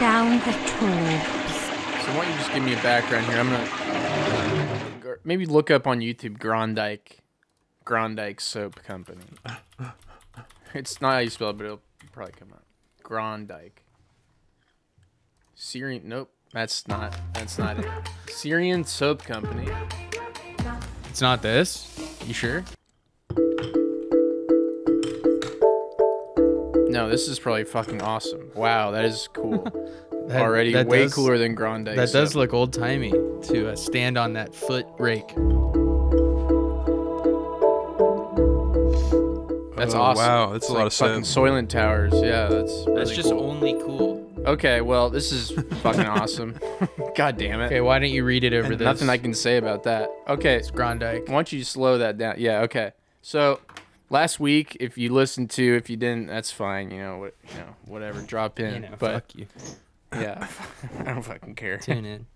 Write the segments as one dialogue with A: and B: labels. A: down the tubes.
B: So why don't you just give me a background here? I'm gonna Gr- maybe look up on YouTube Grondike, Grondike Soap Company. It's not how you spell it, but it'll probably come up. Grondike. Syrian. Nope, that's not. That's not it. Syrian Soap Company.
C: It's not this.
B: You sure? No, this is probably fucking awesome. Wow, that is cool.
C: That-
B: Already
C: that
B: way
C: does-
B: cooler than Grande.
C: That does look old timey to uh, stand on that foot rake.
B: That's
D: Oh,
B: awesome.
D: wow, that's
B: It's
D: a lot
B: like
D: of
B: fucking
D: sense.
B: Soylent Towers. Yeah, that's
C: That's
B: really
C: just
B: cool.
C: only cool.
B: okay. Well, this is fucking awesome. God damn it.
C: Okay, why don't you read it over this?
B: Nothing I can say about that. Okay,
C: It's Grondike.
B: why don't you slow that down? Yeah. Okay. So last week, if you listened to, if you didn't, that's fine. You know what? You know whatever. Drop in.
C: You know,
B: but
C: fuck you.
B: yeah, I don't fucking care.
C: Tune in.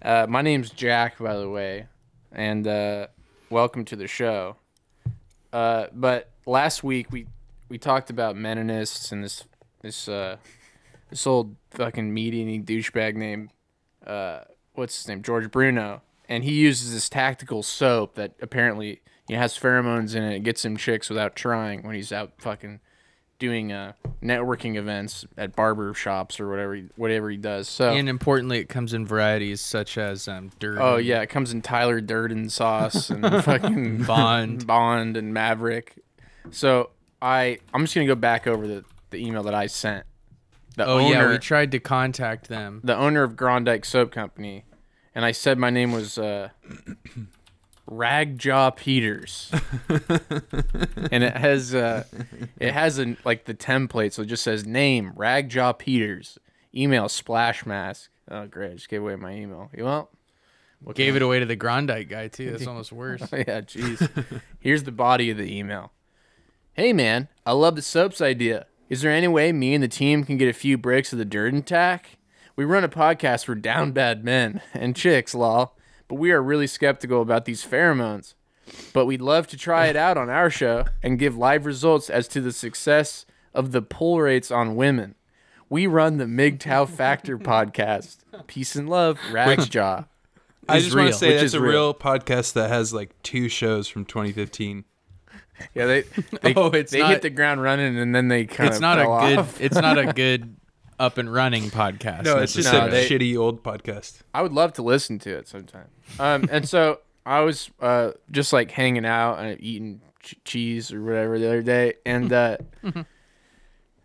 B: Uh, my name's Jack, by the way, and uh, welcome to the show. Uh, but last week we we talked about Mennonists and this this uh, this old fucking meat eating douchebag named uh, what's his name George Bruno, and he uses this tactical soap that apparently you know, has pheromones in it. It gets him chicks without trying when he's out fucking doing uh, networking events at barber shops or whatever he, whatever he does. So
C: And importantly, it comes in varieties such as um, dirt.
B: Oh yeah, it comes in Tyler Durden sauce and fucking
C: Bond.
B: Bond and Maverick. So I I'm just gonna go back over the, the email that I sent. The
C: Oh
B: owner
C: yeah, we tried to contact them.
B: the owner of Grondike Soap Company, and I said my name was uh, Ragjaw Peters, and it has uh, it has an like the template, so it just says name Ragjaw Peters, email Splash Mask. Oh great, I just gave away my email. You well. what can I
C: Gave it away to the Grondike guy too. That's almost worse.
B: Oh, yeah, jeez. Here's the body of the email. Hey man, I love the soaps idea. Is there any way me and the team can get a few breaks of the Durden tack? We run a podcast for down bad men and chicks, lol, but we are really skeptical about these pheromones. But we'd love to try it out on our show and give live results as to the success of the pull rates on women. We run the MGTOW Factor podcast. Peace and love, Ragjaw.
D: I
C: is
D: just want
C: real,
D: to say
B: which
D: that's
B: is
D: a
B: real.
D: real. podcast that has like two shows from 2015.
B: Yeah, they they,
C: Oh, it's
B: they
C: not-
B: hit the ground running and then they kind
C: It's
B: of
C: not
B: fell
C: a good.
B: off.
C: It's not a good up and running podcast.
D: No, it's just
B: No,
D: a
B: they-
D: shitty old podcast.
B: I would love to listen to it sometime. Um, and so I was uh just like hanging out and eating ch- cheese or whatever the other day, and uh,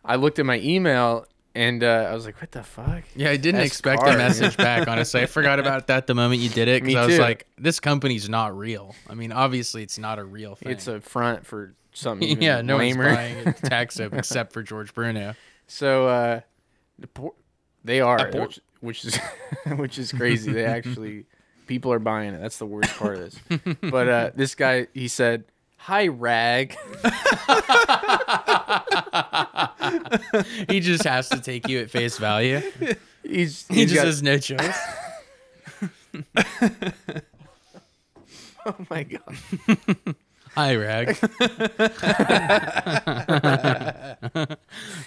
B: I looked at my email and uh, I was like, "What the fuck?"
C: Yeah, I didn't
B: That's
C: expect
B: car,
C: a message back. Honestly, I forgot about that the moment you did it
B: Me
C: because I was
B: too.
C: like, "This company's not real." I mean, obviously, it's not a real thing.
B: It's a front for something. Even
C: yeah, no
B: lamer.
C: one's buying it, tax soap except for George Bruno.
B: So uh, the por- they are,
C: por-
B: which, which is which is crazy. They actually people are buying it. That's the worst part of this. But uh, this guy, he said, "Hi, Rag."
C: He just has to take you at face value.
B: He's
C: He
B: he's
C: just
B: got-
C: has no choice.
B: oh my god.
C: Hi, Rag.
B: He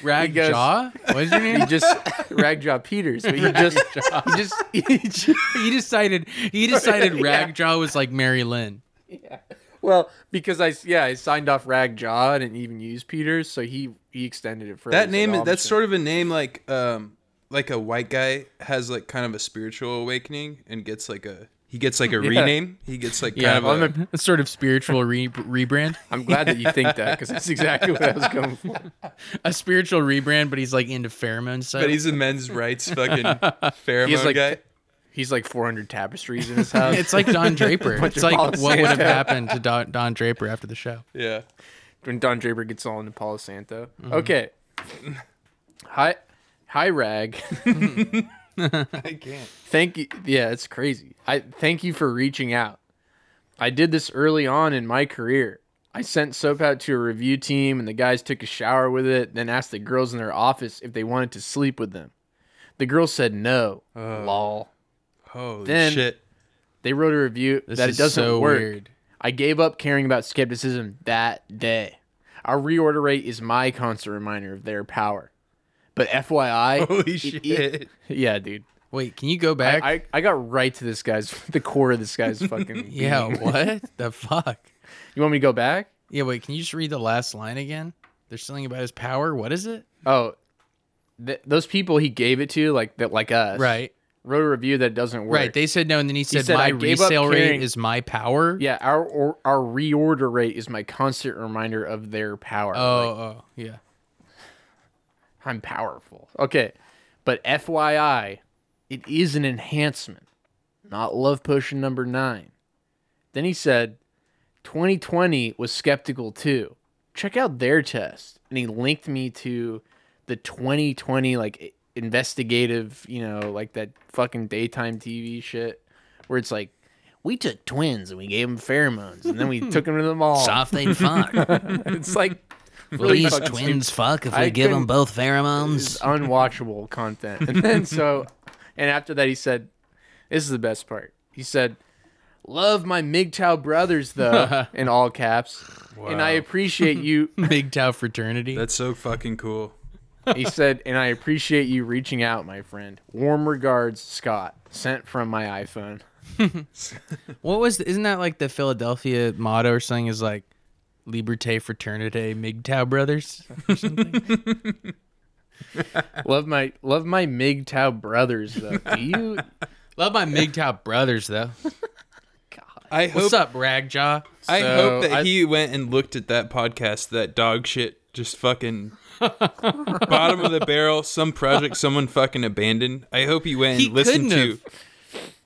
C: Rag
B: goes-
C: Jaw? What's your
B: He
C: name?
B: just Ragjaw Peters. But he just he just he just
C: He decided. He decided Rag Jaw was like Mary Lynn.
B: well because I s- yeah I signed off Ragjaw and didn't even use Peters, so he he extended it further.
D: That name, that's sort of a name like, um, like a white guy has like kind of a spiritual awakening and gets like a he gets like a rename. He gets like kind
C: Yeah,
D: of
C: well,
D: a,
C: I'm a sort of spiritual re- rebrand.
B: I'm glad that you think that because that's exactly what I was going for.
C: A spiritual rebrand, but he's like into pheromone soap.
D: but he's a men's rights fucking pheromone
B: He's like
D: guy.
B: he's like 400 tapestries in his house.
C: It's like Don Draper. it's
B: of
C: like
B: Palo
C: what would have
B: Santo.
C: happened to Don, Don Draper after the show.
D: Yeah,
B: when Don Draper gets all into Palo Santo.
C: Mm-hmm.
B: Okay. Hi, hi, Rag.
D: I can't.
B: thank you. Yeah, it's crazy. I thank you for reaching out. I did this early on in my career. I sent soap out to a review team, and the guys took a shower with it, then asked the girls in their office if they wanted to sleep with them. The girls said no.
C: Oh,
B: Lol.
D: Holy
B: Then-
D: shit!
B: They wrote a review
C: This
B: that
C: is
B: it doesn't
C: so
B: work.
C: weird.
B: I gave up caring about skepticism that day. Our reorder rate is my constant reminder of their power. But FYI, he-
D: Holy shit.
B: e-, yeah, dude.
C: Wait, can you go back?
B: I, I, I got right to this guy's the core of this guy's fucking.
C: yeah,
B: being.
C: what the fuck?
B: You want me to go back?
C: Yeah, wait, can you just read the last line again? There's something about his power. What is it?
B: Oh, th- those people he gave it to, like that, like us,
C: Right.
B: Wrote a review that doesn't work.
C: Right. They said no, and then he said,
B: said,
C: my
B: "I gave up
C: resale rate
B: carrying-
C: is my power.
B: yeah, our or, our reorder rate is my constant reminder of their power.
C: Oh,
B: Like,
C: oh, yeah.
B: I'm powerful. Okay, but FYI, it is an enhancement, not love potion number nine. Then he said, 2020 was skeptical too. Check out their test. And he linked me to the 2020 like investigative, you know, like that fucking daytime TV shit where it's like, we took twins and we gave them pheromones and then we took them to the mall.
E: Soft they fuck.
B: It's like
E: Will these
B: fucking stupid.
E: twins fuck if we
B: I
E: give them
B: couldn't-
E: both
B: It's
E: pheromones?
B: unwatchable content. And then so, and after that, he said, "This is the best part." He said, "Love my MGTOW brothers, though," in all caps, and I appreciate you.
C: Big Tau fraternity.
D: That's so fucking cool.
B: He said, "And I appreciate you reaching out, my friend. Warm regards, Scott." Sent from my iPhone.
C: what was? The, isn't that like the Philadelphia motto or something? Is like Liberté Fraternité MGTOW Brothers.
B: Love my love my MGTOW brothers, though. Do you?
C: Love my MGTOW brothers though.
D: I hope
C: What's up, Ragjaw?
D: I
B: So,
D: hope that
B: I-
D: he went and looked at that podcast, that dog shit, just fucking bottom of the barrel, some project someone fucking abandoned. I hope he went and
C: He
D: listened
C: couldn't
D: to.
C: have.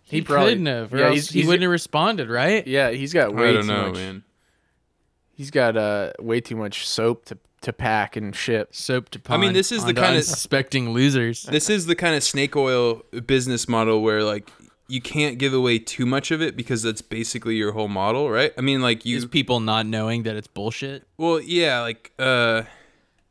C: He,
B: probably-
C: couldn't have, or
B: yeah,
C: else
B: he's-
C: he
B: he's-
C: wouldn't have responded, right?
B: Yeah, he's got way
D: I don't
B: too
D: know,
B: much.
D: man.
B: He's got uh way too much soap to to pack and ship.
C: Soap to
D: I
C: pond.
D: mean, this is the
C: onto
D: kinda-
C: unsuspecting losers.
D: This is the kind of snake oil business model where like you can't give away too much of it because that's basically your whole model, right? I mean, like you
C: These people not knowing that it's bullshit.
D: Well, yeah, like uh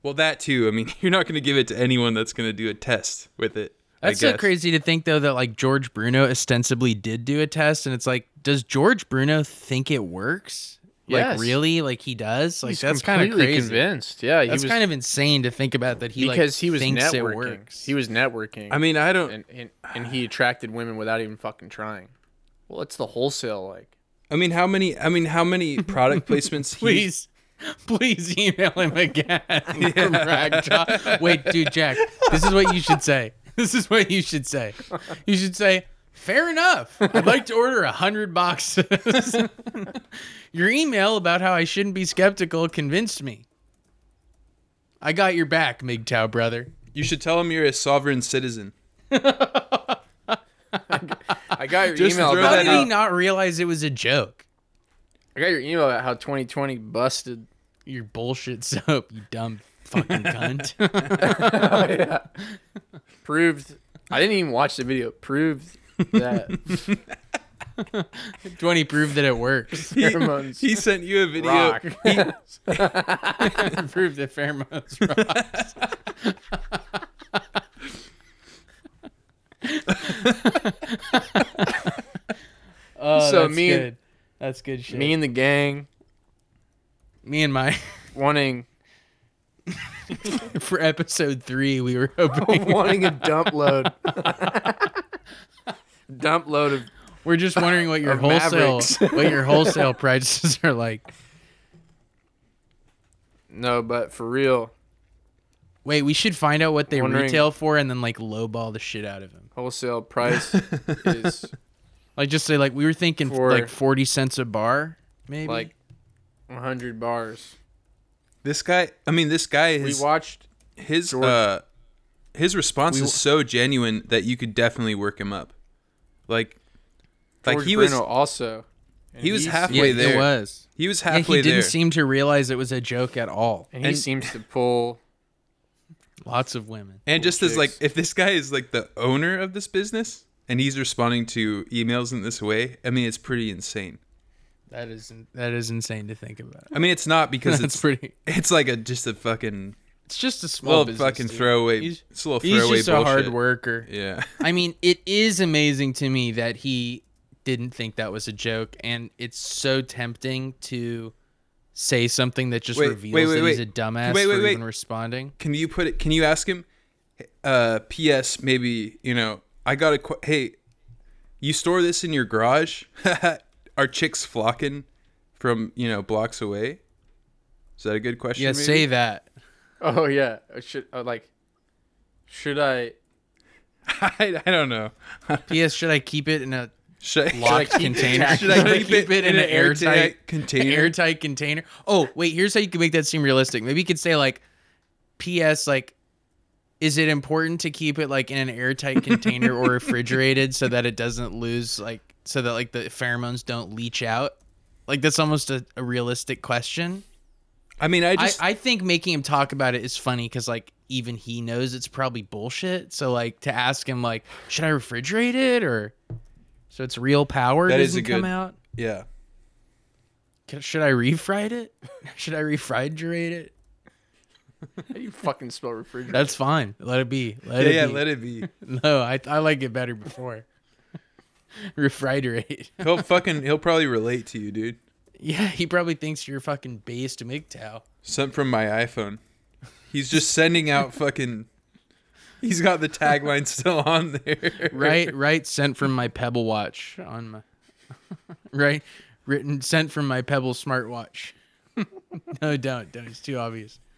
D: well that too. I mean, you're not going to give it to anyone that's going to do a test with it. I
C: That's so
D: guess.
C: crazy to think though that like George Bruno ostensibly did do a test, and it's like, does George Bruno think it works?
B: Yes.
C: Like really? Like he does? Like
B: He's
C: that's kind of
B: completely
C: crazy.
B: convinced. Yeah, he
C: That's
B: was,
C: kind of insane to think about that he like,
B: because he was
C: thinks
B: networking.
C: it works.
B: He was networking.
D: I mean, I don't
B: and, and and he attracted women without even fucking trying. Well, it's the wholesale like.
D: I mean, how many? I mean, how many product placements? he-
C: please, please email him again. from Ragdoll. Wait, dude, Jack, this is what you should say. This is what you should say. You should say, fair enough. I'd like to order a hundred boxes. your email about how I shouldn't be skeptical convinced me. I got your back, MGTOW brother.
D: you should tell him you're a sovereign citizen.
B: I got your
D: Just
B: email.
D: throw
B: About
C: How
D: that
C: did
B: how,
C: he not realize it was a joke?
B: I got your email about how 2020 busted.
C: Your bullshit soap, you dumb fucking cunt.
B: Oh, Proved. I didn't even watch the video. Proved that
C: 20 proved that it works.
B: pheromones.
D: He sent you a video.
B: rock.
C: proved that pheromones rock. Oh,
B: So
C: that's
B: me and-
C: good. that's good shit.
B: Me and the gang
C: me and my
B: wanting
C: for episode three, we were hoping
B: wanting a dump load. dump load of
C: we're just wondering what your
B: Of
C: wholesale
B: Mavericks.
C: what your wholesale prices are like.
B: no, but for real
C: Wait, we should find out what they
B: Wondering-
C: retail for and then like lowball the shit out of them.
B: wholesale price is
C: Like just say like we were thinking
B: For-
C: like forty cents a bar, maybe.
B: like 100 bars.
D: This guy. I mean, this guy.
B: We
D: His
B: watched
D: his
B: George-
D: uh, his response
B: We-
D: is so genuine that you could definitely work him up. Like,
B: George
D: like he
B: Bruno
D: was
B: also. And
D: he was
B: he's-
D: halfway
C: yeah,
D: there.
C: it was.
D: He was
C: Yeah,
D: halfway
C: he didn't
D: there.
C: seem to realize it was a joke at all.
B: And he
D: and-
B: seems to pull.
C: Lots of women.
D: and just as like,
B: chicks.
D: if this guy is like the owner of this business and he's responding to emails in this way, I mean, it's pretty insane.
C: That is that is insane to think about.
D: I mean, it's not because
C: That's
D: it's
C: pretty.
D: It's like a just a fucking
C: It's just a small
D: little
C: business,
D: fucking
C: dude.
D: throwaway.
C: He's,
D: it's a little
C: he's
D: throwaway
C: just a hard
D: bullshit.
C: worker.
D: Yeah.
C: I mean, it is amazing to me that he didn't think that was a joke, and it's so tempting to say something that just
D: Wait,
C: reveals
D: wait, wait,
C: that he's a
D: wait.
C: dumbass
D: Wait, wait,
C: for
D: wait.
C: even responding.
D: Can you put it? Can you ask him? uh, P.S. Maybe you know I got a qu- hey, you store this in your garage? Are chicks flocking from you know blocks away? Is that a good question?
C: Yeah,
D: maybe?
C: say that.
B: Oh yeah. I Should uh, like should I
D: I, I don't know.
C: P.S. Should I keep it in a
D: Should I,
C: locked
B: keep it
C: container?
B: intact?
D: should I keep, it, in,
C: an
D: an airtight,
C: airtight-
D: container?
C: airtight container? Oh, wait. Here's how you can make that seem realistic. Maybe you could say like, P.S. Like, is it important to keep it like in an airtight container or refrigerated so that it doesn't lose like so that like the pheromones don't leach out? Like that's almost a, a realistic question.
D: I mean, I
C: I,
D: just
C: I think making him talk about it is funny because like even he knows it's probably bullshit. So like to ask him like, should I refrigerate it or so it's real power
D: That
C: doesn't
D: is a
C: come
D: good-
C: out?
D: yeah.
C: Can- Should I refried it? should I refrigerate it?
B: how do you fucking spell refrigerator?
C: That's fine. Let it be. Let
D: Yeah,
C: it
D: yeah,
C: be.
D: let it be.
C: No, I I like it better before. refrigerate.
D: He'll fucking he'll probably relate to you, dude.
C: yeah, he probably thinks you're fucking based MGTOW.
D: Sent from my iPhone. He's just sending out fucking. He's got the tagline still on there.
C: right right sent from my pebble watch on my right written sent from my pebble smartwatch no don't don't it's too obvious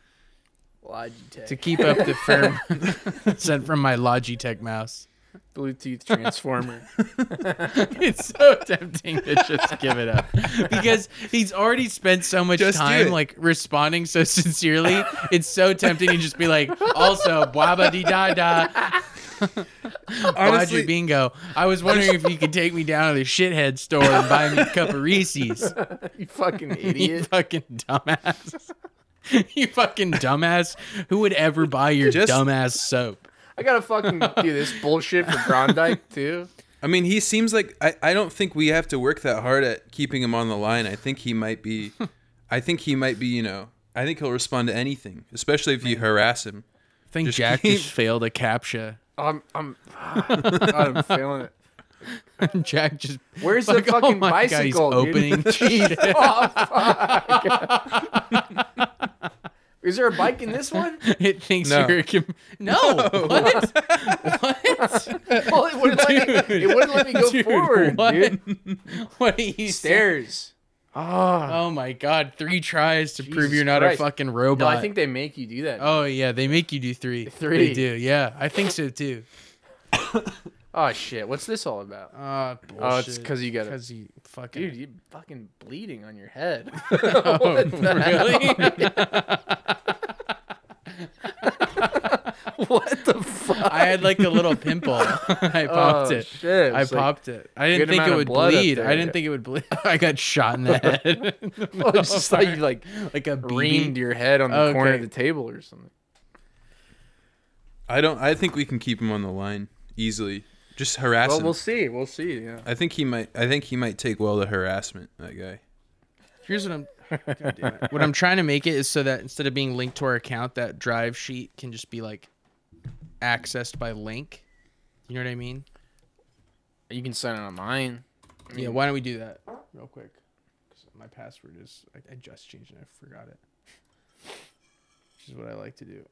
B: Logitech.
C: to keep up the firm sent from my logitech mouse
B: Bluetooth transformer.
C: it's so tempting to just give it up because he's already spent so much
D: Just do
C: time
D: it.
C: like responding so sincerely it's so tempting to just be like also blah blah dee da da Honestly,
D: Honestly,
C: bingo. I was wondering if you could take me down to the shithead store and buy me a cup of Reese's.
B: you fucking
C: You
B: idiot.
C: fucking dumbass. you fucking dumbass. Who would ever buy your
D: Just-
C: dumbass soap?
B: I gotta fucking do this bullshit for Grondike too.
D: I mean, he seems like I, I. don't think we have to work that hard at keeping him on the line. I think he might be. I think he might be. You know. I think he'll respond to anything, especially if you harass him.
C: I think
D: Just
C: Jack
D: keep-
C: just failed a captcha.
B: I'm I'm God, I'm feeling it.
C: Jack just
B: Where's the
C: like, oh
B: fucking
C: my God, he's
B: bicycle? dude?
C: opening. cheat.
B: Is there a bike in this one?
C: it thinks
D: No.
C: you're a com- no. What? what?
B: Well, it wouldn't let me,
C: Dude.
B: it wouldn't let me go
C: Dude,
B: forward,
C: what?
B: dude.
C: What are you saying?
B: Stairs. Ah.
C: Oh my god! Three tries to prove
B: Jesus
C: you're not
B: Christ.
C: a fucking
B: no,
C: robot.
B: I think they make you do that. Oh,
C: Oh yeah, they make you do three.
B: Three.
C: They do. Yeah, I think so too.
B: Ah, shit. What's this all about?
C: Oh, bullshit.
B: Oh, it's 'cause you gotta-
C: Because you fucking.
B: Dude, you fucking bleeding on your head.
C: oh,
B: What the hell?
C: really?
B: What the fuck?
C: I had like a little pimple. I popped
B: oh,
C: it.
B: Shit.
C: I
B: It's like-
C: popped it. I didn't
B: good
C: think
B: amount
C: it
B: of
C: would
B: blood up
C: bleed.
B: there.
C: I didn't think it would bleed. I got shot in the head.
B: Well, oh, it's just like you like
C: like a
B: reamed
C: BB.
B: your head on the corner of
C: Okay.
B: the table or something.
D: I don't. I think we can keep him on the line easily. Just harass
B: Well,
D: him.
B: we'll see. We'll see. Yeah.
D: I think he might. I think he might take well to harassment. That guy.
C: Here's what I'm. God damn it. What I'm trying to make it is so that instead of being linked to our account, that drive sheet can just be like accessed by link. You know what I mean?
B: You can sign it on mine.
C: Yeah, why don't we do that real quick? 'Cause my password is I, I just changed it. I forgot it, which is what I like to do.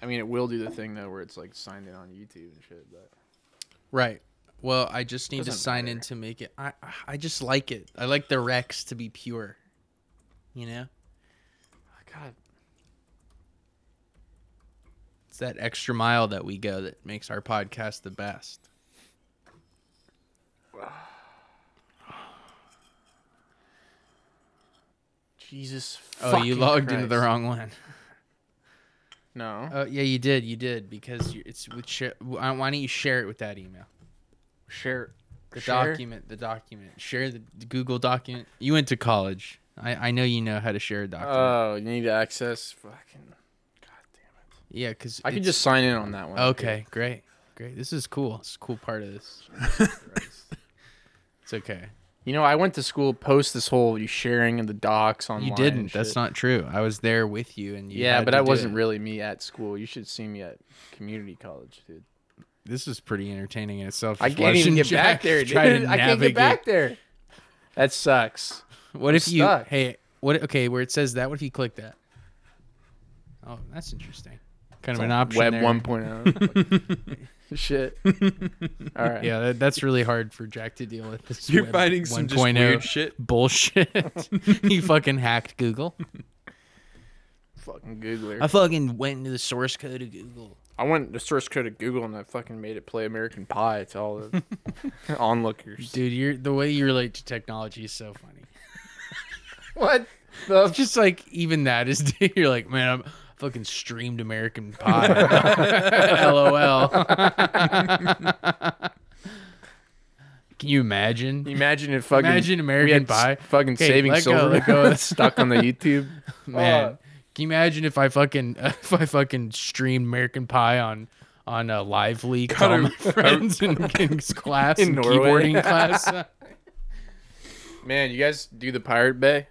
B: I mean, it will do the thing though, where it's like signed in on YouTube and shit. But
C: Right. Well, I just need to
B: Doesn't
C: sign in
B: matter.
C: to make it. I I just like it. I like the Rex to be pure. You know,
B: God,
C: it's that extra mile that we go that makes our podcast the best.
B: Jesus.
C: Oh, you
B: fucking
C: logged into the
B: Christ.
C: wrong one.
B: No.
C: Oh yeah, you did. You did because you, it's with. Share, why why don't you share it with that email?
B: Share.
C: The
B: share?
C: document, the document. Share the, the Google document. You went to college. I, I know you know how to share a document.
B: Oh, you need to access. Fucking. God damn it.
C: yeah, because
B: I can just sign in on that one.
C: Okay, great, great. This is cool. It's a cool part of this. it's okay.
B: You know, I went to school post this whole you sharing of the docs online.
C: You
B: and
C: didn't. That's
B: shit.
C: not true. I was there with you, and you
B: Yeah,
C: had
B: but
C: to
B: I
C: do
B: wasn't
C: it.
B: really me at school. You should see me at community college, dude.
C: This is pretty entertaining in itself.
B: I
C: just
B: can't even
C: watching
B: get
C: Jack
B: back there, dude.
C: try to
B: I can't get
C: navigate.
B: back there. That sucks.
C: What if you?
B: stuck.
C: Hey, What? Okay, where it says that. What if you click that? Oh, that's interesting. Kind of an option.
B: Web
C: there.
B: 1.0. Shit. All right.
C: Yeah, that, that's really hard for Jack to deal with. This
D: You're
C: web
D: finding some just
C: 1.0
B: oh.
D: weird shit.
C: bullshit. he fucking hacked Google.
B: Fucking Googler.
C: I fucking went into the source code of Google.
B: I went to source code of Google and I fucking made it play American Pie to all the onlookers.
C: Dude, you're the way you relate to technology is so funny.
B: What? The
C: It's just like even that is you're like, man, I'm fucking streamed American Pie. LOL. Can you imagine?
B: Imagine if fucking
C: Imagine American
B: we had s-
C: Pie.
B: fucking
C: Okay,
B: saving
C: let go,
B: silver
C: let go.
B: stuck on the YouTube.
C: Man, can you imagine if I fucking if I fucking streamed American Pie on on uh, a lively
D: God,
C: call
D: I-
C: my friends in, in class
B: In
C: in
B: Norway.
C: keyboarding class?
B: Oh, Man, you guys do the Pirate Bay?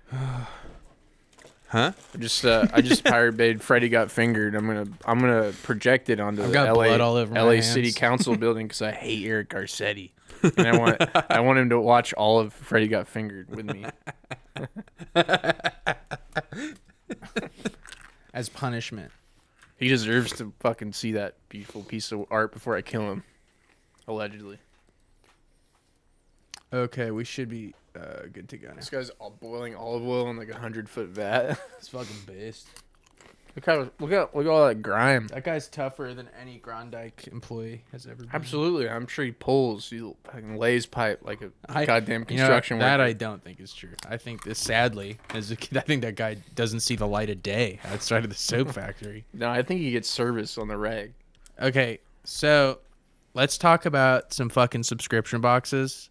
D: Huh?
B: I just uh, I just Pirate Bayed. Freddy got fingered. I'm gonna I'm gonna project it onto the
C: got
B: LA,
C: blood all over my
B: LA City
C: hands.
B: Council building because I hate Eric Garcetti. And I want I want him to watch all of Freddy Got Fingered with me.
C: As punishment.
B: He deserves to fucking see that beautiful piece of art before I kill him. Allegedly.
C: Okay, we should be uh, good to go now.
B: This guy's all boiling olive oil in like a hundred foot vat.
C: It's fucking based.
B: look how look at look at all that grime.
C: That guy's tougher than any Grondike employee has ever been.
B: Absolutely, I'm sure he pulls. He fucking lays pipe like a
C: I-
B: goddamn
C: you know,
B: construction
C: that I
B: worker.
C: don't think is true. I think this, sadly, is a, I think that guy doesn't see the light of day outside of the soap factory.
B: no, I think he gets service on the rag.
C: Okay, so let's talk about some fucking subscription boxes.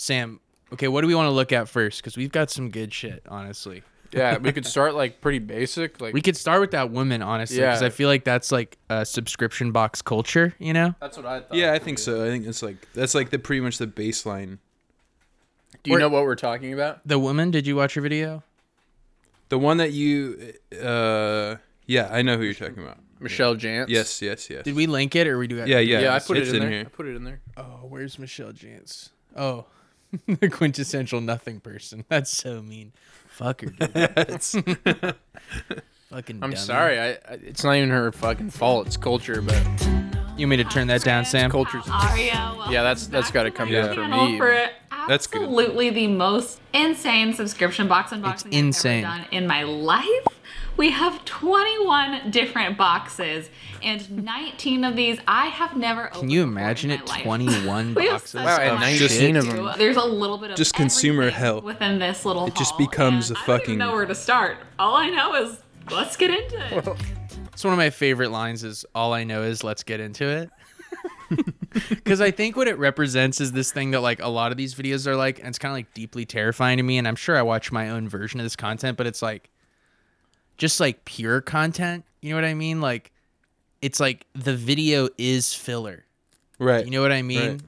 C: Sam, okay, what do we want to look at first? Because we've got some good shit, honestly.
B: Yeah, we could start like pretty basic. Like
C: We could start with that woman, honestly, because
B: Yeah.
C: I feel like that's like a subscription box culture, you know?
B: that's what I thought.
D: Yeah, I think so. I think it's like that's like the pretty much the baseline.
B: Do you know what we're talking about?
C: The woman, did you watch her video?
D: The one that you uh yeah, I know who you're talking about.
B: Michelle Jantz.
D: Yes, yes, yes.
C: Did we link it or we do that?
D: Yeah, yeah.
B: Yeah, I put it
D: it's
B: in, there.
D: here.
B: I put it in there.
C: Oh, where's Michelle Jantz? Oh, the quintessential nothing person. That's so mean. Fuck her, dude.
D: That's-
C: Fucking.
B: I'm
C: dummy.
B: sorry. I, I it's not even her fucking fault. It's culture, but
C: You want me to turn that down, Sam?
B: culture's
F: Uh, Aria,
B: Yeah, that's- that's gotta come
D: down
B: for me.
F: For
D: That's good.
F: absolutely the most insane subscription box unboxing I've ever
C: insane.
F: done in my life. We have 21 different boxes, and 19 of these I have never. opened
C: Can you imagine it?
F: before in my life.
C: Twenty-one
F: We have
C: boxes.
F: such
B: Wow,
F: a
B: and
F: lot
B: 19
F: to
B: of
F: do.
B: them.
F: There's a little bit of
D: Just consumer
F: everything
D: hell.
F: within this little.
D: It just
F: haul,
D: becomes
F: and
D: a
F: I don't
D: fucking-
F: even know where to start. All I know is let's get into it.
C: It's one of my favorite lines. Is all I know is let's get into it. Because I think what it represents is this thing that like a lot of these videos are like, and it's kind of like deeply terrifying to me. And I'm sure I watch my own version of this content, but it's like just like pure content. You know what I mean? Like it's like the video is filler.
D: right.
C: You know what I mean?
D: Right.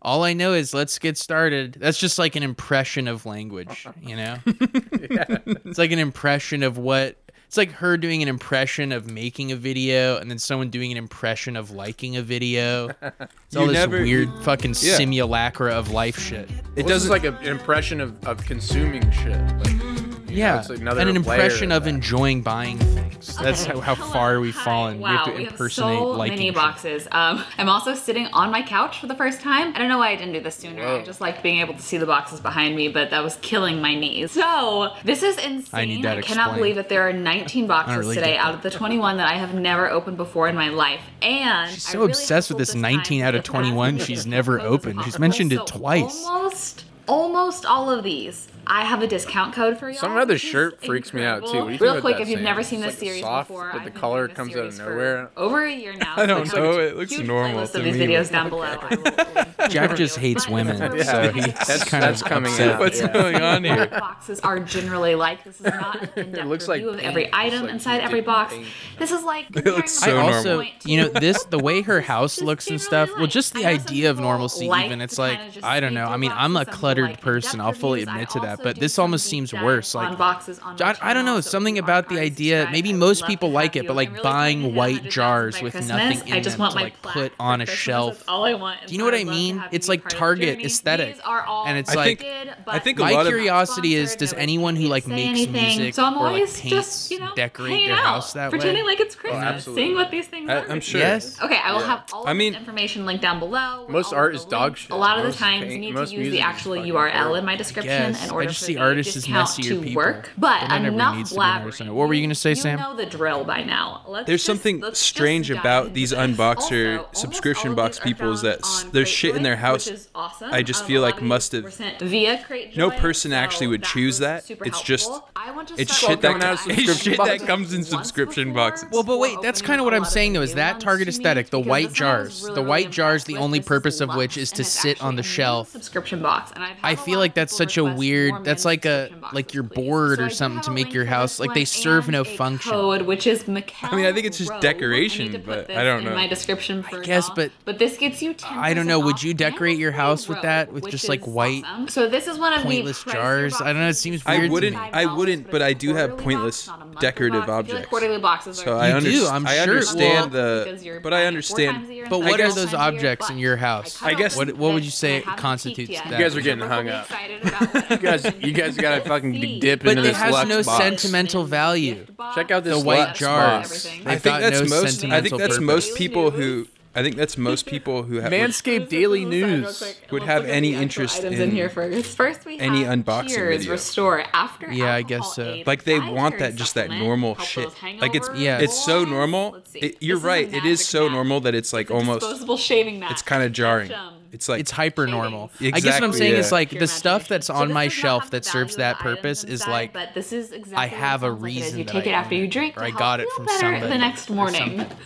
C: All I know is let's get started. That's just like an impression of language, you know? It's like an impression of what it's like her doing an impression of making a video and then someone doing an impression of liking a video. It's all
D: You
C: this
D: never-
C: weird fucking
D: Yeah.
C: simulacra of life shit.
B: it does like a, an impression of, of consuming shit. Like, you know,
C: Yeah.
B: it's another
C: and an
B: layer
C: impression of
B: that.
C: enjoying buying things. That's how, how
F: Hello.
C: far we've
F: Hi.
C: fallen.
F: Wow,
C: we have to impersonate
F: so
C: liking
F: many
C: shit.
F: boxes. Um, I'm also sitting on my couch for the first time. I don't know why I didn't do this sooner.
B: Whoa.
F: I just liked being able to see the boxes behind me, but that was killing my knees. So this is insane.
C: I need that
F: cannot
C: explained.
F: believe that there are 19 boxes
C: really
F: today
C: get
F: out of the 21 that I have never opened before in my life. And
C: She's
F: I
C: so
F: really
C: obsessed with
F: hustled
C: this
F: time
C: 19 out
F: to
C: of
F: get
C: 21
F: past
C: she's
F: as
C: never
F: close as
C: opened. She's
F: possible.
C: mentioned it
F: So
C: twice.
F: Almost. Almost all of these. I have a discount code for y'all.
B: Some other
F: which is
B: shirt freaks me out, too.
F: incredible.
B: What do you think
F: Real
B: about
F: quick,
B: that
F: if you've
B: saying?
F: never seen
B: It's
F: this
B: like
F: series
B: soft,
F: before,
B: but the
F: I've been
B: color
F: doing this
B: comes out of
F: series for
B: nowhere.
F: Over a year now.
D: I don't
F: There's
D: know,
F: a
D: it looks
F: huge
D: normal
F: playlist
D: to
F: of these
D: me,
F: videos down below. I will-
C: Jack just hates
F: But
C: women,
F: for
C: so
F: real,
C: he's
F: guys,
C: That's- kind of that's coming upset.
B: out.
D: What's going on
F: what
D: here?
F: boxes are generally like. This is not an in-depth
B: looks like
F: review of every
B: paint. It's
F: item
B: like
F: inside
B: you
F: every
B: did
F: box.
B: paint.
F: This is like
D: It looks so
F: comparing my
C: I
F: box
C: also,
D: normal.
F: point to
C: you know, this the way her
F: It's
C: house
F: just
C: looks and
F: generally
C: stuff. Well,
F: like-
C: just the
F: I know some
C: idea of
F: people
C: normalcy,
F: like
C: even
F: to
C: it's like
F: kinda just
C: I don't know.
F: sneak
C: I mean,
F: through
C: I'm a
F: boxes, some people
C: cluttered
F: like,
C: person.
F: in-depth
C: I'll fully
F: reviews. I
C: admit to that,
F: also
C: but
F: do
C: this
F: some
C: almost
F: deep
C: seems
F: dive
C: worse, like-
F: on boxes on
C: John-
F: my
C: I don't know,
F: channel, so
C: something
F: if you
C: about
F: want
C: the
F: guys to
C: idea-
F: try it,
C: maybe
F: I would
C: most
F: love
C: people
F: to
C: like
F: have
C: it,
F: you.
C: but,
F: I'm
C: like,
F: really
C: buying
F: trying to get
C: white
F: 100,000
C: jars
F: by
C: with
F: Christmas.
C: nothing in
F: I just
C: them
F: want
C: to,
F: my
C: like,
F: plaque
C: put
F: for
C: on a
F: Christmas.
C: shelf.
F: That's all I want. and
C: Do you know
F: so
C: what
F: I'd
C: I
F: love to
C: mean?
F: have you
C: It's
F: be
C: like
F: part of the
C: Target
F: journey.
C: aesthetic.
F: These are all
C: And it's
D: I
C: like-
F: sponsored,
D: I think a
F: but
C: My
D: lot of-
C: curiosity is:
F: sponsored,
C: Does
F: nobody
C: anyone who
F: can
C: like
F: say
C: makes
F: anything.
C: music
F: so I'm
C: or like
F: always
C: paints
F: just, you know,
C: decorate
F: hanging
C: their
F: out,
C: house that
F: pretending
C: way?
F: like it's Christmas,
G: absolutely.
F: seeing what these things
D: I-
F: are.
D: I'm sure.
C: Yes.
F: Okay, I will
G: Yeah.
F: have all of
D: I mean-
F: this information linked down below. with
G: Most
F: all of
G: art
F: the
G: is dog
F: links.
G: shit.
F: A lot of
G: Most
F: the times, you
G: paint-
F: need
G: most
F: to use
G: music
F: the
G: is
F: actual
G: fucking
F: URL
G: horrible.
F: in my description
C: guess.
F: in
C: I
F: order
C: just
F: for
C: see
F: the
C: artists as
F: discount
C: messier
F: to
C: people.
F: work. But
C: That never
F: enough
C: needs to be
F: blabbering.
C: understandable. What were you gonna say,
F: you
C: Sam?
F: You know the drill by now. Let's
D: There's
F: just-
D: something
F: let's just
D: strange
F: dive
D: about
F: into
D: these
F: this.
D: unboxer
F: Also, almost
D: subscription
F: all of
D: box
F: these are
D: people is
F: found
D: that s-
F: on
D: there's shit in their
F: Craigslist,
D: house.
F: Which is awesome.
D: I just
F: Um,
D: feel
F: a
D: like
F: lot of these
D: must have-
F: were sent via Craigslist.
D: No person
F: so
D: actually would
F: that
D: choose
F: was
D: that.
F: super
D: It's just-
F: helpful. I want to
D: it's
F: start
D: shit that
F: going
D: comes-
F: out
D: it's
F: and
D: shit that comes in
F: once
D: subscription
F: before,
D: boxes.
C: Well,
F: well,
C: but wait, that's kind of what I'm saying though. Is that Target aesthetic, the white jars, the white jars, the only purpose of which is to sit on the shelf.
F: Subscription box, and I've had
C: I
F: a
C: feel
F: lot
C: like
F: of
C: that's
F: people
C: such a
F: request more
C: weird. That's
F: men
C: like a
F: subscription boxes,
C: like you're
F: please.
C: bored
F: So I
C: or
F: do
C: something
F: have
C: to
F: a
C: make
F: link
C: your
F: for
C: house
F: this
C: like they
F: one
C: serve no
F: and a
C: function.
F: Code, which is Mikel
D: I mean, I think it's just decoration, but I don't know.
F: My description for it
C: guess,
F: all.
C: but
F: but this gets you. 10%
C: I don't know, would
F: off
C: you
F: and
C: decorate your
F: a free
C: house with
F: robe,
C: that, with
F: which
C: just,
F: is
C: like, white
F: awesome. So this is one of the
C: pointless
F: pricier
C: jars? I don't know, it seems
F: boxes.
C: weird
D: I wouldn't.
C: to me.
D: I wouldn't. But I do have
F: Quarterly box,
D: pointless
F: not a monthly
D: decorative
F: box. I feel like
D: objects.
F: quarterly boxes are
D: So I,
C: You
D: under-
C: do, I'm
D: I
C: sure.
D: understand
F: Well- because
D: the.
F: you're
D: But I
F: buying it four times a
D: understand.
F: year
C: But
F: instead
C: what
F: of
C: are
F: four
C: those
F: times a year.
C: objects in
F: But
C: your house?
F: cut
D: I
F: out
D: guess-
F: ones
C: What- what would
F: that
C: you say
F: I haven't
C: constitutes
F: peeked yet.
C: that?
B: You guys are getting
F: I'm
B: hung
F: really
B: up.
F: excited about what I'm
B: You guys,
F: gonna
B: you guys gotta fucking
F: see.
B: dip
C: But
B: into
C: it
B: this
C: has
B: Lux
C: no
B: box.
C: sentimental value.
B: Check out this
C: The white
B: Lux
C: jars.
B: box.
C: They've
D: I think
C: got no
D: that's most. I think
C: sentimental
D: that's
C: purpose.
D: most people who. I think that's most people who have.
B: Manscaped Daily News.
D: would have any interest
F: items
D: in
F: here first. First, we
D: any
F: have
D: unboxing
F: Cheers,
D: video.
F: Restore after.
C: Yeah, I
F: alcohol
C: guess so.
F: aid,
D: like they
F: dietary
D: want that just that
F: supplement,
D: normal
F: help
D: shit.
F: those
D: Like it's
F: hangovers.
C: Yeah.
D: it's so
F: Let's
D: normal.
F: see.
D: It,
F: This
D: you're
F: is a
D: right. It is
F: magic
D: so
F: mat.
D: normal that it's like
F: It's a
D: almost.
F: disposable shaving mat.
D: It's kind of jarring.
F: um,
D: It's like
C: It's hyper normal. I guess what I'm
D: Exactly,
C: saying is
D: yeah.
C: like
F: Your
C: the stuff
F: imagination.
C: that's
F: So
C: on
F: this
C: my
F: does not
C: shelf
F: have
C: that
F: the
C: serves
F: value of
C: that
F: the items
C: purpose is
F: inside,
C: like
F: but this is exactly
C: I
F: what
C: have
F: it
C: a
F: sounds like it is.
C: reason
F: you
C: that
F: take
C: I
F: it after
C: own
F: you
C: it, or
F: drink to
C: I
F: help
C: got it
F: feel
C: from
F: better the
C: somebody
F: next
C: or
F: morning.
C: something.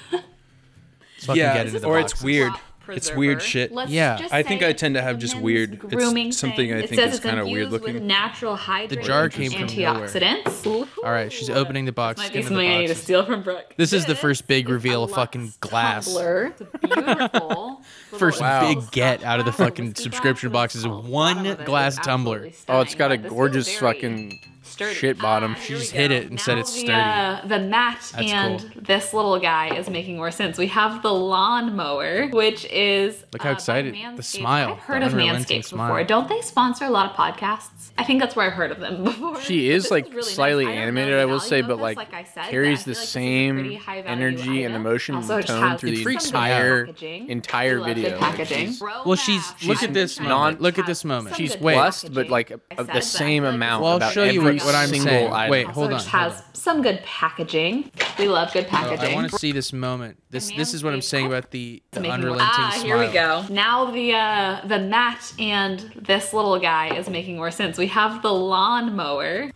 C: fucking
D: yeah.
C: get into the
D: Or it's
C: boxes.
D: weird.
F: Crop
D: It's weird
F: preserver.
D: shit.
F: Let's
C: Yeah.
F: just
D: I think
F: say
D: I tend to
F: it's
D: have
F: a
D: just
F: men's
D: weird- it's
F: grooming
D: something I
F: thing. It
D: think
F: says
D: is
F: it's
D: kinda weird
F: infused with
D: looking.
F: Natural hydrates.
C: jar came from nowhere.
F: antioxidants.
C: All right, she's
F: Ooh.
C: opening the box,
F: Might
C: get
F: be
C: into the
F: something I need to
C: boxes.
F: steal from Brooke.
C: This is the first big
F: is
C: reveal
F: a
C: of fucking
F: Lux
C: glass.
F: Tumbler. It's a beautiful little
C: First
B: Wow.
C: big get out of the
F: glass with
C: fucking
F: whiskey
C: subscription box
F: glasses
C: is
F: on the
C: one
F: bottom of it.
C: glass
F: It's
C: tumbler.
F: absolutely
B: Oh, it's
F: stunning.
B: got a
F: This is
B: gorgeous
F: very
B: fucking
F: sturdy.
B: shit bottom.
F: Ah, here
C: She's
F: we
C: hit
F: go.
C: it and said it's
F: The, uh, the mat and
C: cool.
F: this little guy is making more sense. We have the lawnmower, which is
C: Look how
F: uh, by
C: excited- the
F: Manscaped.
C: smile,
F: I've heard
C: the
F: of
C: unrelenting
F: Manscaped
C: smile.
F: before. Don't they sponsor a lot of podcasts? I think that's where I heard of them before.
B: She
F: But
B: is
F: this
B: like
F: really nice.
B: slightly
F: I don't know
B: animated,
F: the
B: I will
F: value
B: say,
F: of
B: but
F: this,
B: like,
F: I said, but
B: carries
F: I
B: the
F: feel like this is a pretty
B: same
F: high value
B: energy and
F: item.
B: emotion
F: Also,
B: and
F: it just
B: tone
F: has
B: through
F: some
B: the
C: freaks me
B: entire
F: good packaging. I
B: entire
F: love
B: video.
F: The
B: Like,
F: packaging.
B: she's-
C: Well, she's- look at this
B: moment.
C: Look at this moment.
B: She's
C: Wait.
B: blessed, but like of the same amount.
C: Well, I'll
B: about
C: show you
B: every
C: what- what I'm
B: single
C: saying.
B: item.
C: Wait,
F: It
C: hold on,
F: just
C: hold
F: has some good packaging. We love good
C: So
F: packaging.
C: I want to see this moment. This this is what I'm saying about the, the
F: Making-
C: unrelenting
F: ah,
C: smile.
F: here we go. Now the uh, the mat and this little guy is making more sense. We have the lawnmower.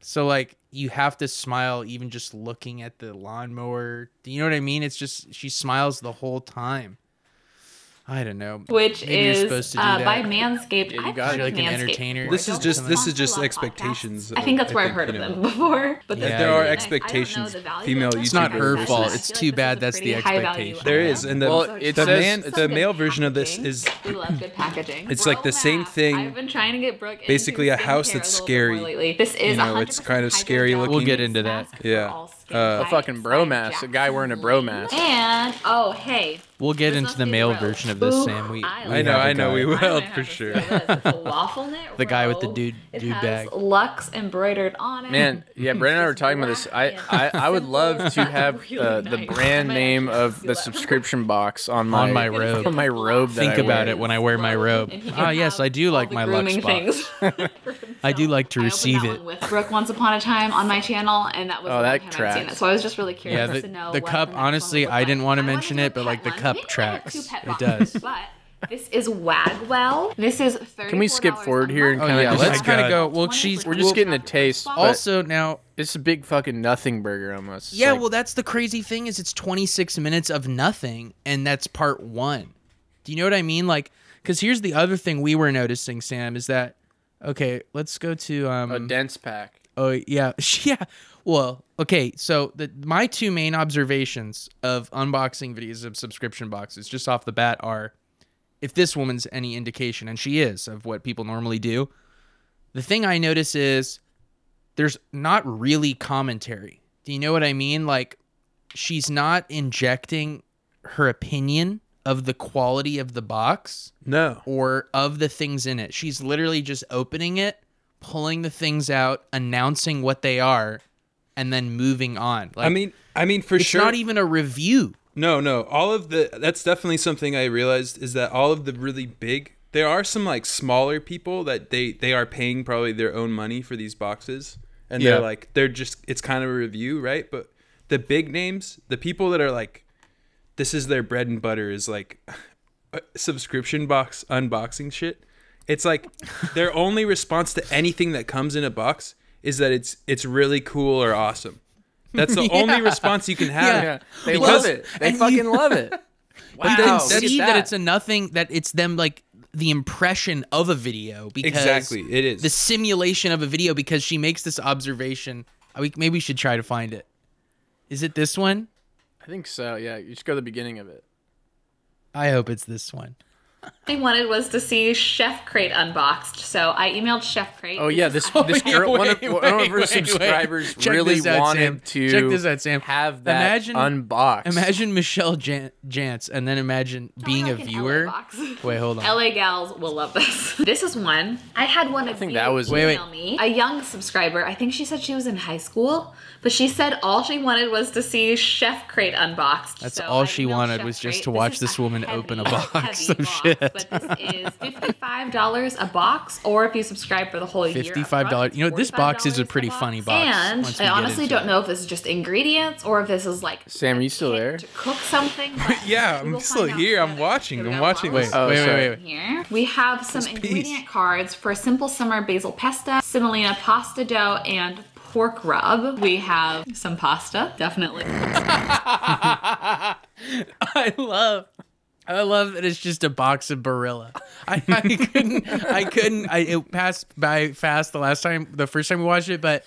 C: So like you have to smile even just looking at the lawnmower. Do you know what I mean? It's just she smiles the whole time. I don't know.
F: which
C: Maybe
F: is
C: you're supposed to do
F: uh,
C: that.
F: by Manscaped.
B: you
F: I've
B: got it.
F: heard of
C: Like an
F: Manscaped
C: entertainer.
F: before.
D: This
F: Don't
D: is just- this is just
F: sponsor a lot of
D: expectations
F: podcasts. I think
D: of-
F: that's where
D: I
F: I heard of
D: think, you
F: them before. But
C: Yeah,
F: that's
D: there are
F: really nice. I don't know
D: expectations
F: the
D: of
F: value
D: female
F: of this.
D: It's
C: not her
F: I
C: fault.
F: feel
C: It's
F: like
C: too
F: this is
C: bad
F: a
C: that's the
F: pretty high-value
C: expectation.
F: item.
D: There is, and the
B: Well, it
D: the
B: says-
D: man
B: it's
D: the
F: good
D: male version of this
F: packaging.
D: is
F: we love good packaging.
D: It's like the same
F: Romax.
D: thing,
F: I've been trying to get Brooke into
D: basically a house
F: skincare
D: that's
F: a little bit more
D: scary.
F: lately. This is
D: You know, it's
F: 100%
D: kinda
F: hydrogel
D: scary looking.
C: We'll get into that.
F: mask for
D: Yeah.
F: all skin
D: Uh, A
B: A
F: types
B: fucking
F: by
B: bromass. A
F: Jackson
B: guy wearing a
F: Lee.
B: bromass.
F: And oh hey,
C: We'll get
F: This
C: into
F: must
C: the
F: be
C: male
F: roast.
C: version of this,
F: Ooh,
C: Sam. We,
F: I
C: we
F: like
D: I know,
C: have a
D: I know,
C: guy.
D: we
F: I don't
D: will
F: know how
D: for
F: to say
D: sure.
F: this. It's a waffle knit
C: The guy with the
F: robe.
C: dude-
F: It
C: dude
F: has
C: bag.
F: Lux embroidered on it.
B: Man, yeah, Brandon and I were talking about this. I, I, I would love to have uh, the brand name of the subscription box on my
C: On my robe.
B: on my robe. that
C: Think
B: I
C: about
B: wear.
C: it when I wear my robe.
F: And he can
C: Ah, yes,
F: have
C: I do
F: all
C: like
F: the
C: my Lux
F: grooming
C: box.
F: things.
C: I do like to
F: I opened
C: receive
F: that
C: it.
F: one with Brooke once upon a time on my channel, and that was
B: Oh,
F: the
B: that
F: only time I'd seen
B: tracks.
F: it. So I was just really curious
C: Yeah, the-
F: to know
C: the
F: what
C: cup,
F: next one
C: honestly,
F: would look
C: I didn't
F: like.
C: wanna
F: I wanted
C: mention
F: to do a
C: it, but, like,
F: pet
C: the
F: one.
C: cup
F: Maybe I have
C: tracks.
F: two pet
C: It
F: boxes,
C: does.
F: But this is Wagwell. This is thirty.
B: Can we skip forward here and
C: Oh,
B: kind of?
C: yeah, let's
D: my
C: kind
D: God.
C: of go. Well, she's
B: We're just
C: well,
B: getting a taste. but
C: also now
B: it's a big fucking nothing burger almost. It's
C: Yeah,
B: like-
C: well, that's the crazy thing is it's 26 minutes of nothing, and that's part one. Do you know what I mean? Like, because here's the other thing we were noticing, Sam, is that okay? Let's go to um.
B: a dense pack.
C: oh yeah, yeah. Well, okay. So the my two main observations of unboxing videos of subscription boxes, just off the bat, are if this woman's any indication, and she is of what people normally do, the thing I notice is there's not really commentary. Do you know what I mean? Like, she's not injecting her opinion of the quality of the box
D: No.
C: or of the things in it. She's literally just opening it, pulling the things out, announcing what they are, and then moving on. Like,
D: I mean, I mean for
C: it's
D: sure.
C: not even a review.
D: No, no. All of the that's definitely something I realized is that all of the really big there are some like smaller people that they they are paying probably their own money for these boxes and
B: Yeah.
D: they're like they're just it's kind of a review, right? But the big names, the people that are like this is their bread and butter is like subscription box unboxing shit. It's like their only response to anything that comes in a box is that it's it's really cool or awesome. That's the only response you can have.
B: Yeah, they
C: Because-
B: love it. They
C: and you-
B: fucking love it. Wow,
C: you can
B: look at
C: see that. it's a nothing that it's them like the impression of a video because
D: Exactly, it is.
C: the simulation of a video because she makes this observation I- we maybe we should try to find it is it this one
B: I think so. Yeah, you just go to the beginning of it.
C: i hope it's this one
F: I wanted was to see Chef Crate unboxed, so I emailed Chef Crate.
B: Oh yeah, this this
C: yeah,
B: girl, one, of,
C: wait,
B: one of
C: wait,
B: her
C: wait,
B: subscribers
C: wait. Check
B: really
C: this out,
B: wanted
C: Sam.
B: to
C: Check this out, Sam.
B: have that
C: Imagine-
B: unboxed.
C: imagine michelle Jan- jantz and then imagine being a viewer wait hold on
F: LA gals will love this. This is one. I had one of
B: think
F: you
B: that was-
C: Wait, wait.
F: email me. A young subscriber. I think she said she was in high school, but she said all she wanted was to see Chef Crate unboxed.
C: That's
F: So
C: all
F: I
C: she
F: emailed
C: wanted
F: Chef
C: was just
F: Crate.
C: to watch
F: is
C: this
F: a
C: woman open a
F: heavy,
C: box
F: heavy
C: of
F: box,
C: shit.
F: But this is fifty-five dollars a box, or if you subscribe for the whole year.
C: $55
F: upfront,
C: You know, this box is a
F: $45
C: pretty funny box,
F: And
C: once we
F: I
C: get
F: honestly
C: into
F: don't
C: it.
F: know if this is just ingredients or if this is like
B: Sam, are you still
F: kit
B: there?
F: to cook something. but
D: Yeah,
F: we
D: I'm
F: will
D: still
F: find out
D: here. I'm
F: together.
D: watching.
F: Here we
D: I'm
F: go,
D: watching.
F: Wallace
D: Wait,
B: Oh,
C: wait,
B: sorry.
C: wait, wait, wait.
F: here. We have some
D: Just peas.
F: ingredient cards for simple summer basil pesto, semolina pasta dough, and pork rub. We have some pasta, definitely.
C: I love, I love that it's just a box of Barilla. I, I couldn't, I couldn't. I it passed by fast the last time, the first time we watched it, but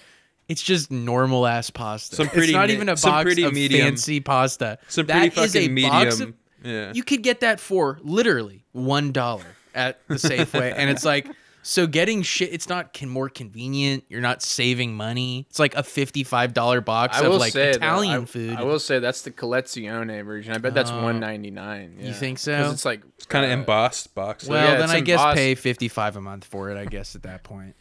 C: it's just normal ass pasta.
D: Some pretty
C: it's not
D: mi-
C: even a
D: some
C: box
D: pretty
C: of
D: medium-
C: fancy pasta.
D: Some pretty
C: That
D: fucking
C: is a
D: medium.
C: box of-
D: yeah.
C: you could get that for literally one dollar at the Safeway, and it's like. So getting shit, it's not con- more convenient. You're not saving money. It's like a fifty-five dollar box
B: I
C: of
B: will
C: like
B: say though,
C: Italian
B: I,
C: food.
B: I
C: Oh.
B: will say that's the Collezione version. I bet that's one ninety nine.
C: You think so?
B: Because it's like it's
D: kind of embossed box.
C: well,
B: yeah,
C: then
B: it's
C: I guess
B: embossed.
C: pay fifty-five a month for it. I guess at that point.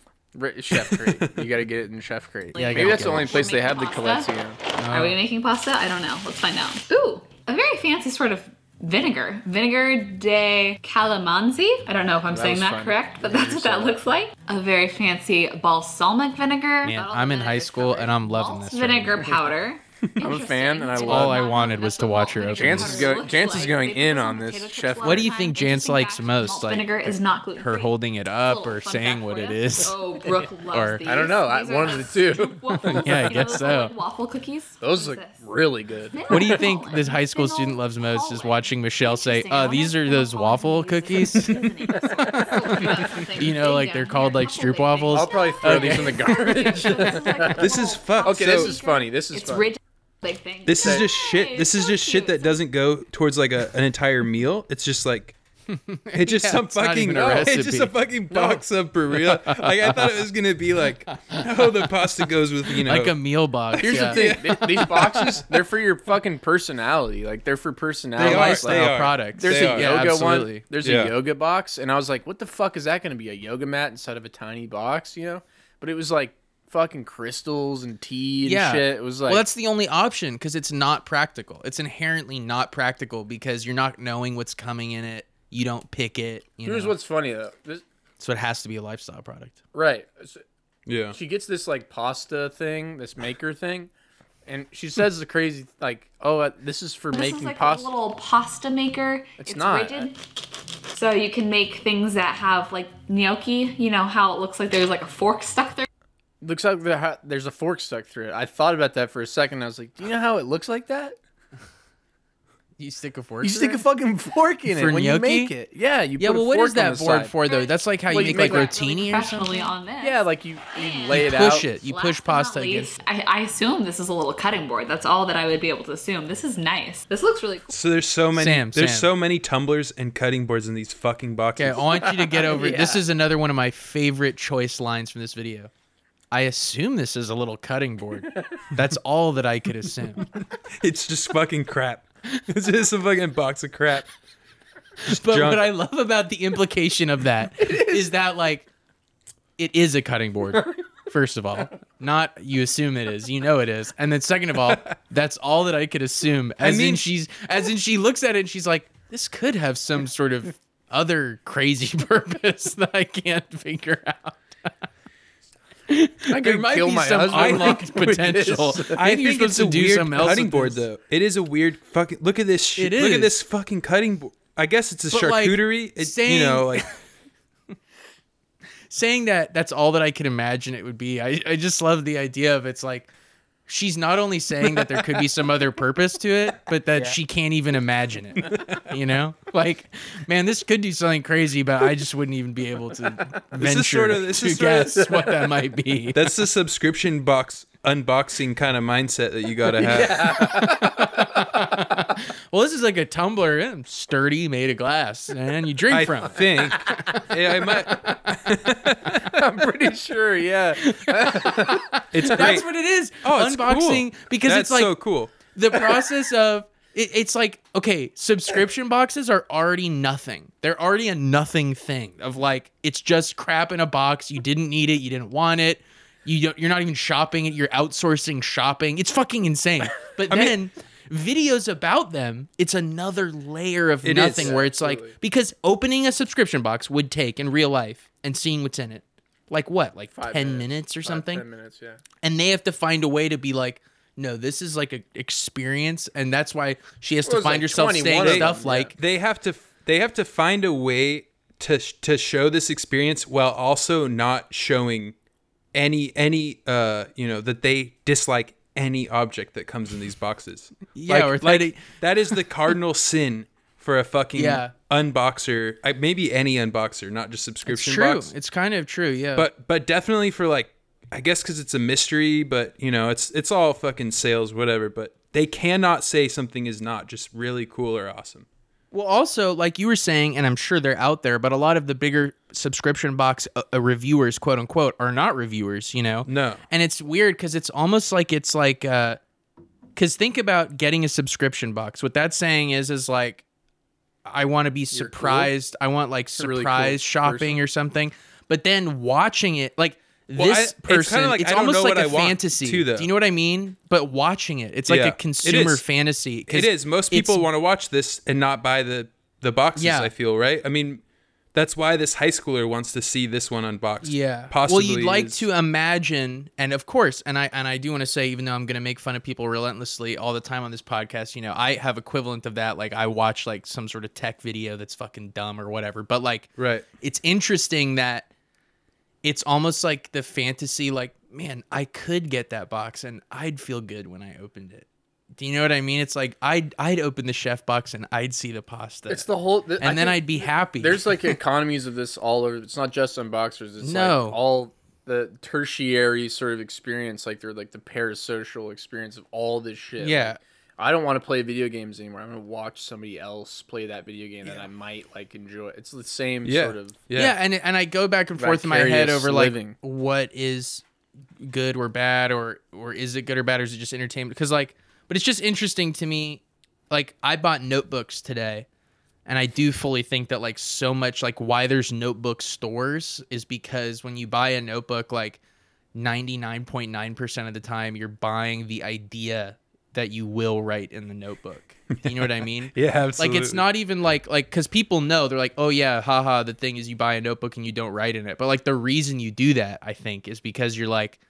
B: Chef Crate. you got to get it in Chef Crate.
F: Yeah, I
B: Maybe
C: gotta
B: that's the
C: get it.
B: only place they have the
F: Pasta.
B: Collezione.
F: Are we making pasta? I don't know. Let's find out. Uh, Ooh, a very fancy sort of vinegar. Vinegar de calamansi. I don't know if I'm saying
B: was
F: that
B: fun.
F: correct, but that's what that looks like. A very fancy balsamic vinegar.
C: Man,
F: Not all
C: I'm
F: the
C: in high
F: vinegars
C: school
F: covered.
C: and I'm loving
F: Malt
C: this right
F: Vinegar powder.
B: I'm a fan, and I love.
C: all I wanted was to watch her open
B: Jance is go- Jance is going in on this, chef.
C: What do you think Jance likes most?
F: Malt
C: Like,
F: vinegar is not gluten.
C: Her holding it up or saying what it is.
F: Oh, Brooke loves
C: Or-
F: these.
B: I don't know. I-
F: These are
B: one of
F: those
B: the two.
F: stupid waffles.
C: Yeah, I
F: You know
C: guess
F: those
C: so.
F: like waffle cookies.
B: Those
F: What
B: look
F: is this?
B: really good.
C: What do you think this high school student loves most is watching Michelle say, "Oh, these are those waffle cookies."
F: you
C: You know, like they're called like stroop waffles.
B: I'll probably throw
C: Okay.
B: these in the garbage.
D: this is fucked.
B: okay, this
D: So-
B: is funny. This is
F: It's
B: funny.
F: rigid. Big thing.
D: This is
B: Hey,
D: just shit. This is
F: so
D: just shit
F: cute.
D: that doesn't go towards like a, an entire meal. It's just like it's just
C: Yeah,
D: some
C: it's not
D: fucking
C: even a
D: no, it's just
C: recipe.
D: a fucking box of burrito. Like I thought it was gonna be like oh the pasta goes with you know
C: Like a meal box.
B: Here's the
C: yeah.
B: thing: th- these boxes, they're for your fucking personality. Like they're for personality.
D: They are,
B: Like,
D: they
C: lifestyle
D: are.
C: products.
B: There's
D: They
B: a
D: are.
C: yeah,
B: yoga
C: absolutely.
B: one. There's
D: Yeah.
B: a yoga box, and I was like, "What the fuck is that going to be? A yoga mat instead of a tiny box?" You know? But it was like fucking crystals and tea and
C: yeah.
B: shit. It was like,
C: well, that's the only option because it's not practical. It's inherently not practical because you're not knowing what's coming in it. You don't pick it. You
B: here's
C: know?
B: what's funny though. This,
C: so it has to be a lifestyle product.
B: right, So
D: yeah
B: she gets this like pasta thing, this maker thing, and she says the crazy like, "Oh, uh, this is for
F: This
B: making
F: is like
B: pasta."
F: a little pasta maker.
B: It's not.
F: rigid. So you can make things that have like gnocchi. You know how it looks like there's like a fork stuck there.
B: looks like there ha- there's a fork stuck through it. I thought about that for a second. I was like, "Do you know how it looks like that?"
C: You stick a fork.
G: You
C: through
G: stick a
C: it?
G: fucking fork in
C: For
G: it when you
C: gnocchi?
G: make it. Yeah, you
C: Yeah,
G: put
C: well,
G: a
C: what
G: fork
C: is
G: on
C: that
G: the
C: board
G: side.
C: for though? That's like how
G: Well,
C: you,
G: you
C: make like
G: make
F: that really
C: rotini or
F: professionally
C: something.
F: on this.
G: Yeah, like you, you
F: And-
G: lay
F: You
G: it out.
C: push it. You
F: Last
C: push
F: but not
C: pasta against.
F: least, I, I assume this is a little cutting board. That's all that I would be able to assume. This is nice. This looks really cool.
D: So there's so many
C: Sam,
D: there's
C: Sam.
D: so many tumblers and cutting boards in these fucking boxes.
C: Okay, I want you to get over. This is another one of my favorite choice lines from this video. I assume this is a little cutting board. That's all that I could assume.
D: It's just fucking crap. It's just a fucking box of crap.
C: But
D: Junk.
C: what I love about the implication of that is. that like it is a cutting board. First of all, not you assume it is, you know it is, and then second of all, that's all that I could assume. As
D: mean-
C: in she's, as in she looks at it and she's like, this could have some sort of other crazy purpose that I can't figure out.
G: I
C: There
G: could
C: might
G: kill
C: be
G: my
C: some
G: husband
C: unlocked
G: with this.
C: potential. Maybe you're supposed to do
D: weird
C: something else.
D: cutting
C: with
D: board
C: this.
D: though. It is a weird fucking look at this shit.
C: It
D: Look
C: is.
D: at this fucking cutting board. I guess it's a
C: But, like,
D: charcuterie. It-
C: saying-
D: you know, like
C: saying that that's all that I could imagine it would be. I, I just love the idea of it's like she's not only saying that there could be some other purpose to it, but that she can't even imagine it. You know? Like, man, this could do something crazy, but I just wouldn't even be able to venture
D: sort of- this
C: to
D: is sort of-
C: guess what that might be.
D: that's the subscription box unboxing kind of mindset that you gotta have.
C: well, this is like a tumbler, eh, sturdy, made of glass, and you drink
D: I
C: from.
D: think. Yeah, I might.
G: I'm pretty sure. Yeah,
D: It's great.
C: That's what it is.
D: oh, it's
C: Unboxing
D: cool.
C: because
D: That's
C: it's like
D: so cool.
C: the process of it, it's like okay subscription boxes are already nothing they're already a nothing thing of like it's just crap in a box you didn't need it you didn't want it you don't, you're not even shopping it you're outsourcing shopping it's fucking insane but then videos about them it's another layer of
D: It
C: nothing
D: is.
C: where it's like because opening a subscription box would take in real life and seeing what's in it like what like 10 minutes, or something
B: Ten minutes, yeah.
C: and they have to find a way to be like no this is like an experience and that's why she has
B: What
C: to
B: was
C: find
B: it,
C: herself
B: 21
C: saying
B: of them,
C: stuff
B: yeah.
C: like
D: They have to. They have to find a way to to show this experience while also not showing any any uh you know that they dislike any object that comes in these boxes.
C: Yeah,
D: Like-
C: or
D: like,
C: they-
D: that is the cardinal sin for a fucking
C: Yeah.
D: unboxer. I, maybe any unboxer, not just subscription
C: true
D: box.
C: it's kind of true yeah
D: but but definitely for like I guess because it's a mystery, but you know it's it's all fucking sales, whatever. But they cannot say something is not just really cool or awesome.
C: well also like you were saying and i'm sure they're out there but a lot of the bigger subscription box uh, uh, reviewers quote unquote are not reviewers you know
D: No.
C: and it's weird because it's almost like it's like uh because think about getting a subscription box what that's saying is is like i want to be surprised i want like surprise
B: really cool
C: shopping or something but then watching it like
D: I-
C: this
D: it's kinda
C: person
D: like,
C: it's
D: I don't know
C: almost like
D: what
C: a
D: I want,
C: fantasy
D: too, though.
C: do you know what i mean but watching it it's like
D: Yeah.
C: a
D: It
C: consumer
D: is.
C: fantasy 'cause
D: It is. Most
C: it's-
D: people want to watch this and not buy the the boxes.
C: Yeah.
D: I feel right. I mean, that's why this high schooler wants to see this one unboxed.
C: Yeah.
D: Possibly.
C: Well, you'd like
D: is-
C: to imagine, and of course, and I and I do want to say, even though I'm going to make fun of people relentlessly all the time on this podcast, you know, I have equivalent of that. Like I watch like some sort of tech video that's fucking dumb or whatever. But like,
D: Right.
C: it's interesting that it's almost like the fantasy. Like, man, I could get that box, and I'd feel good when I opened it. Do you know what I mean? It's like I'd I'd open the chef box and I'd see the pasta.
B: It's the whole.
C: and then I'd be happy.
B: There's like economies of this all over. It's not just unboxers. It's
C: No.
B: like all the tertiary sort of experience. Like they're like the parasocial experience of all this shit.
C: yeah.
B: Like, I don't want to play video games anymore. I'm gonna watch somebody else play that video game that I might like enjoy. It's the same
D: Yeah.
B: sort of.
D: Yeah.
C: Yeah. and and I go back and forth in my head
B: Vicarious
C: over like
B: living.
C: what is good or bad or or is it good or bad or is it just entertainment? Because like, but it's just interesting to me. Like I bought notebooks today, and I do fully think that like so much like why there's notebook stores is because when you buy a notebook, like 99.9% of the time you're buying the idea that you will write in the notebook. You know what I mean?
D: Yeah,
C: Like it's
D: absolutely.
C: not even like like cuz people know they're like, "Oh yeah, haha, the thing is you buy a notebook and you don't write in it." But like the reason you do that, I think, is because you're like,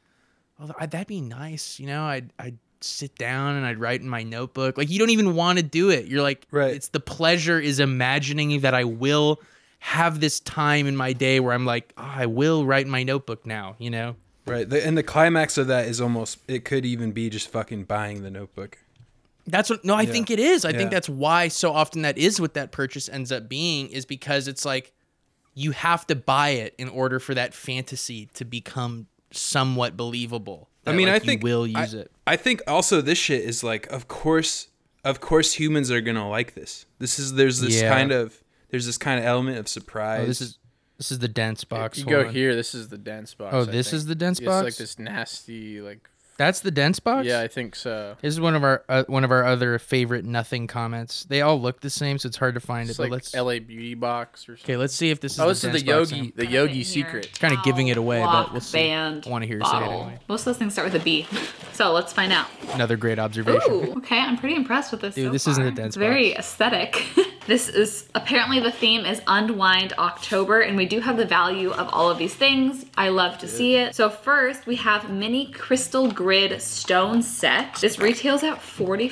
C: "Oh, th- that'd be nice, you know? I'd I'd sit down and I'd write in my notebook." Like you don't even want to do it. You're like,
D: Right.
C: it's the pleasure is imagining that I will have this time in my day where I'm like, "Ah, I will write in my notebook now, you know?
D: Right. The, and the climax of that is almost. It could even be just fucking buying the notebook.
C: That's what no, I think it is. I
D: Yeah.
C: think that's why so often that is what that purchase ends up being is because it's like you have to buy it in order for that fantasy to become somewhat believable.
D: I
C: that,
D: mean,
C: like,
D: I think
C: you will
D: I-
C: use it.
D: I think also this shit is like, of course, of course, humans are gonna like this. This is there's this
C: Yeah.
D: kind of there's this kind of element of surprise.
C: Oh, this is this is the dense box.
B: You
C: Hold
B: go
C: on.
B: here. This is the dense box.
C: Oh,
B: I
C: this
B: think.
C: is the dense
B: It's
C: box?
B: like this nasty, like
C: That's the dense box.
B: yeah, I think so.
C: This is one of our uh, one of our other favorite nothing comments. They all look the same, so it's hard to find
B: It's
C: it.
B: like
C: but let's
B: L.A. Beauty Box or something.
C: okay. Let's see if this is.
B: Oh, this is the
C: dense box
B: Yogi,
C: now.
B: the
F: Have it
B: Yogi
F: here.
B: secret.
C: Kinda giving it
F: Owl,
C: away, but
F: block,
C: we'll see.
F: Band,
C: I wanna hear you say it
F: bottle.
C: anyway.
F: Most of those things start with a B, so let's find out.
C: Another great observation.
F: Ooh, okay, I'm pretty impressed with this.
C: Dude,
F: so
C: this isn't
F: far.
C: a dense
F: It's very aesthetic. this is apparently the theme is Unwind October, and we do have the value of all of these things. I love to see it. So, first, we have mini crystal grid stone set. This retails at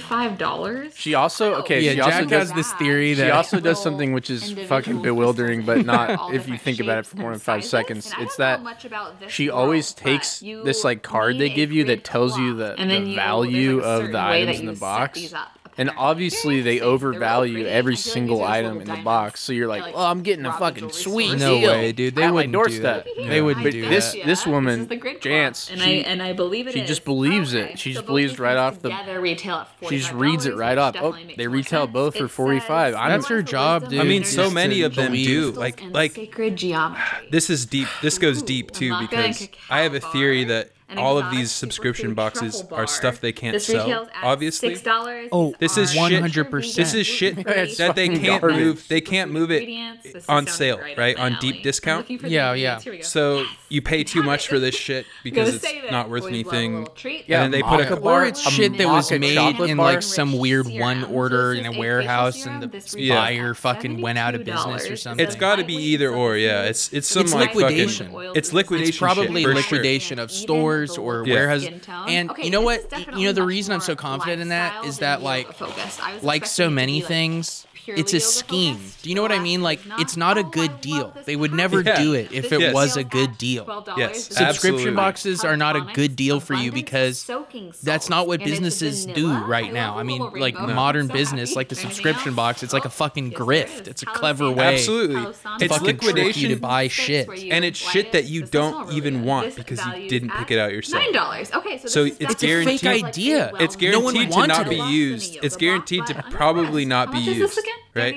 F: $45.
B: She
F: Oh.
B: also okay.
C: Yeah,
B: she
C: Jack
B: also
C: has
B: does.
C: this theory
B: She
C: that-
B: also does something which is
F: Individual
B: fucking bewildering, but
F: crystals of
B: not
F: all
B: if you
F: different
B: think about it
F: shapes
B: for more than
F: and
B: five
F: sizes.
B: seconds.
F: And I don't
B: It's
F: know
B: that
F: much about this
B: she
F: world,
B: always
F: but
B: takes
F: you
B: this like card they
F: need a
B: give you that
F: grid
B: tells you
F: block.
B: the,
F: And then
B: the
F: you-
B: value
F: there's, like, a
B: of the
F: certain way
B: items
F: that
B: in the
F: you set
B: box.
F: these up,
B: And
F: apparently.
B: obviously they
F: They're really
B: overvalue
F: pretty.
B: every
F: I feel like
B: single
F: these are
B: item in
F: little
B: the
F: diamonds.
B: box. So you're like,
F: They're like
B: well, I'm getting a
F: Robin
B: fucking
F: Jewelry
B: sweet
F: stores.
C: No
B: deal
C: way, dude. They
B: at my
C: wouldn't do
B: doorstep.
C: that. They wouldn't
B: But
C: do
B: this
C: that.
B: this woman,
F: is the grid block,
B: Jance,
F: and
B: she-
F: I and I believe it
B: she
F: is.
B: just believes it. She just believes right off the-
F: Together retail at
B: she just reads it right up. Oh, they retail both for forty five. I'm
C: That's her job, dude.
D: I mean,
C: Dude,
D: so
C: just
D: many
C: to
D: of them
C: believe.
D: do. Like, like
F: sacred geometry.
D: this is deep. This goes deep
F: Ooh,
D: too
F: maca and
D: because
F: cacao
D: I have a theory
F: bar,
D: that
F: an
D: all of
F: exotic
D: these subscription
F: superfood
D: boxes
F: truffle
D: are
F: bar.
D: stuff they can't
F: This
D: sell.
F: retails at
D: Obviously,
F: $6.
C: Oh,
F: These
D: this is
F: are
D: shit.
C: 100%.
D: This is shit
F: gluten-free,
D: that they
F: fucking
D: can't
F: garbage.
D: move. They can't move it
F: Ingredients. This is
D: on
F: sounding
D: sale,
F: up
D: right?
F: my
D: On
F: alley.
D: deep
F: I'm
D: discount.
F: looking for the
C: Yeah, yeah.
F: ingredients. Here we go.
D: So you pay too
F: Got
D: much
F: it.
D: for this shit
F: Gotta
D: because it's
F: save it.
D: not worth
F: Always love a
D: anything.
F: little treat.
B: Yeah,
D: and then they put
B: maca
D: a
B: bar.
C: or it's shit that was
B: mocha
C: made
B: chocolate
C: in
B: bar.
C: like some weird
F: Serum.
C: one order
F: This
C: in a
F: is a
C: warehouse,
F: facial
C: and
F: serum.
C: the
F: This
D: Yeah.
C: buyer fucking went out of business or
F: $72.
C: something.
D: It's got to be either or, yeah. It's it's some
C: It's
D: like
C: liquidation.
D: fucking
F: Oils
D: it's
F: and
D: liquidation.
C: it's probably
D: shit, for sure.
C: liquidation of stores or
D: Yeah.
C: warehouse.
F: Skin tone.
C: And
F: Okay,
C: you know what?
F: this is
C: You know
F: definitely
C: the
F: much
C: reason I'm so
F: more
C: confident in that
F: lifestyle
C: is
F: than
C: that
F: yoga
C: like
F: focused. I was
C: like
F: expecting it
C: so
F: to
C: many
F: be, like,
C: things
F: purely
C: it's a
F: yoga
C: scheme
F: focused.
C: do you know what i
F: Well,
C: mean like
F: it's not.
C: it's not a
F: Oh, I
C: good
F: love
C: deal
F: this
C: they would
F: product.
C: never
D: Yeah.
C: do it if
F: This
C: it
D: Yes.
C: was a
F: retails
C: good
F: at
C: deal
F: $12.
D: Yes,
F: This is
D: Absolutely.
C: subscription boxes are not a
F: Hydroponics,
C: good deal for you
F: abundance,
C: because
F: soaking
C: that's
F: salts,
C: not what
F: and it's
C: businesses do
F: vanilla. I
C: right
F: love
C: now
F: the
C: i mean
F: little
C: like
F: rainbow. I'm
C: modern
F: so
C: business
F: happy.
C: like the
F: Anything
C: subscription
F: else?
C: box it's like a
F: Oh,
C: fucking
F: yes,
C: grift
F: there is.
C: it's a
F: How
C: clever
F: is it?
C: way
D: Absolutely.
F: Palisandro.
C: to
D: It's
C: fucking trick you to
D: liquidation.
C: buy
F: Six
C: shit
F: where you
D: And it's
F: light
D: shit
F: it.
D: that you
F: This is
D: don't
F: all really
D: even
F: good.
D: want
F: This
D: because you
F: values
D: didn't
F: at
D: pick it out yourself.
F: Nine dollars. Okay, so,
D: So
F: this is
D: it's
F: definitely
D: a fake
F: like a
C: idea.
F: well-known
D: It's guaranteed
C: No one
D: to
C: wants
D: not
C: it.
D: be used. It's guaranteed to probably not be used, right?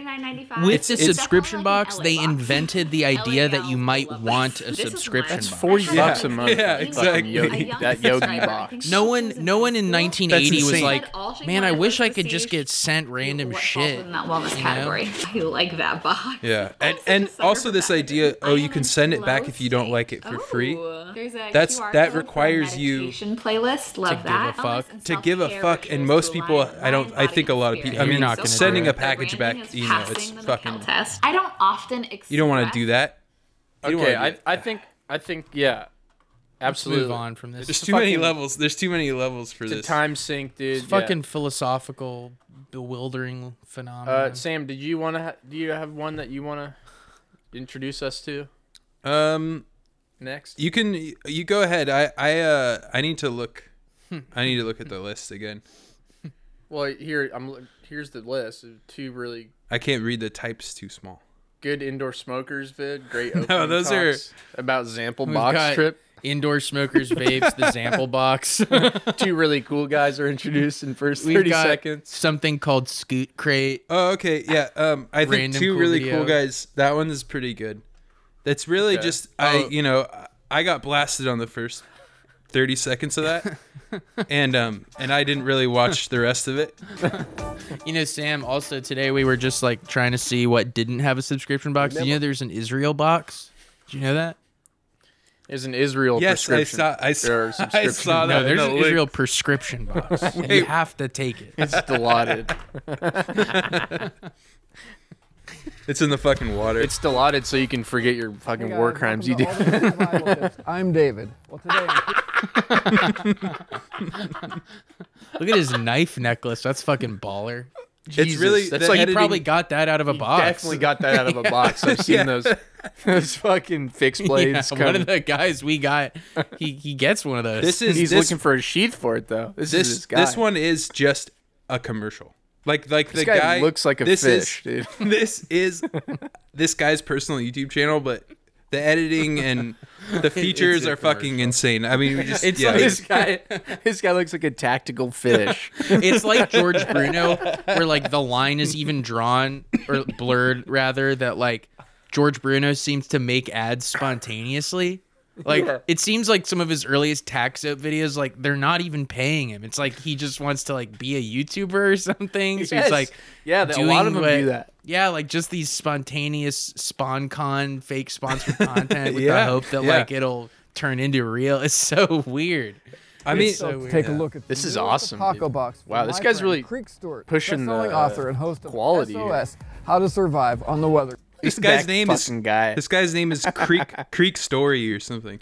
C: with
F: It's
C: the
D: it's-
C: subscription box
F: definitely
C: they
F: like an LA box.
C: invented the idea that you
F: LAL,
C: might
F: love
C: want
F: this.
C: a
F: This is
C: subscription
F: mine.
C: box
B: forty
F: Yeah.
B: bucks a month.
D: Yeah,
B: for fucking
D: exactly.
B: Yogi, that Yogi box.
C: No one, no one in 1980 was
D: insane.
C: like,
F: Said all she
C: man, I
F: wanted
C: wish
F: was
C: I
F: to
C: could
F: see
C: just get sent random
F: what falls
C: shit.
F: in that wellness
C: you know?
F: category. I like that box.
D: Yeah,
F: I'm
D: and
F: such a
D: and
F: sucker
D: also
F: for
D: this
F: that.
D: idea.
F: I
D: Oh, you
F: am
D: can
F: in
D: send it
F: flow
D: back if you don't
F: state.
D: like it for free.
F: Ooh. There's a
D: That's-
F: QR
D: that
F: code for a
D: requires you
F: meditation playlist. Love
C: give a
F: that.
C: fuck.
D: To give a fuck, and most people, I don't. I think a lot of people. I
C: You're
D: mean,
C: not gonna
D: sending
C: do
D: a
C: it.
D: package back, you know, it's fucking.
F: Test. I don't often. Express
D: You don't want to do that. You don't
B: Okay,
D: wanna do
B: I
D: that.
B: I think I think yeah,
C: Let's move
B: absolutely.
C: on from this.
D: There's
C: It's
D: too many
B: fucking-
D: levels. There's too many levels for
B: It's a
D: this.
B: time sink, dude. yeah.
C: fucking philosophical, bewildering
B: Uh,
C: phenomenon.
B: Sam, did you want to? Ha- do you have one that you want to introduce us to
D: Um,
B: next?
D: you can you go ahead. I I uh I need to look.
B: Hmm.
D: I need to look at the list again.
B: Well, here I'm. l- Here's the list of two really
D: I can't read the types too small.
B: good indoor smokers vid. Great. Opening
D: those are-
B: talks about sample
C: We've
B: box
C: got
B: trip.
C: Indoor smokers, vapes, the sample box.
B: Two really cool guys are introduced in first
C: We've
B: thirty
C: got
B: seconds.
C: something called Scoot Crate.
D: Oh, okay, yeah. Um, I think
C: Random
D: two
C: cool
D: really
C: video.
D: cool guys. That one is pretty good. That's really just I,
B: Oh.
D: you know, I got blasted on the first thirty seconds of that, and um, and I didn't really watch the rest of it.
C: You know, Sam. Also today we were just like trying to see what didn't have a subscription box. Did you know there's an Israel box? Did you know that?
B: Is an Israel
D: Yes, I
B: prescription.
D: saw. I
B: or
D: saw. I
B: subscription.
D: saw that.
C: No,
D: in
C: there's
D: the
C: an
D: link.
C: Israel prescription box. and you
D: Wait.
C: have to take it.
B: It's Dilaudid.
D: It's in the fucking water.
B: it's Dilaudid, so you can forget your fucking war crimes you do.
G: I'm David. Well, today I'm
C: Look at his knife necklace. That's fucking baller.
D: it's really.
B: that's
D: the
B: like
C: He
D: editing-
C: probably got that out of a box.
B: Definitely got that out of a box. I've seen
D: Yeah.
B: those those fucking fixed
C: Yeah,
B: blades.
C: one
B: come-
C: of the guys we got, he he gets one of those.
D: This is
B: He's
D: this,
B: looking for a sheath for it though. This, is
D: this
B: this guy.
D: this one is just a commercial. Like like the
B: guy
D: guy,
B: looks like a
D: this
B: fish,
D: is,
B: dude.
D: This is this guy's personal YouTube channel, but the editing and the features
C: a
D: are fucking insane. I mean, we just
C: It's
D: yeah,
C: like-
B: This guy, this guy looks like a tactical fish.
C: It's like George Bruno, where like the line is even drawn or blurred rather that like George Bruno seems to make ads spontaneously. Like it seems like some of his earliest tax out videos, like they're not even paying him. It's like he just wants to like be a YouTuber or something. So
B: Yes.
C: he's like,
B: Yeah, th- a lot
C: doing
B: of them
C: what-
B: do that.
C: Yeah, like just these spontaneous spawn con fake sponsored content with
D: Yeah,
C: the hope that
D: yeah.
C: like it'll turn into real. It's so weird.
D: I mean,
C: It's so weird.
G: Take a look at
B: This
G: the
B: is
G: new
B: awesome,
G: Taco
B: dude.
G: Box. from
B: Wow, this
G: my
B: guy's
G: friend
B: really
G: Creek Stewart,
B: pushing the,
G: best-selling author and host of
B: quality here.
G: SOS: How to Survive on the Weather.
D: this
B: That
D: guy's name is
B: fucking guy.
D: This guy's name is Creek Creek Story or something.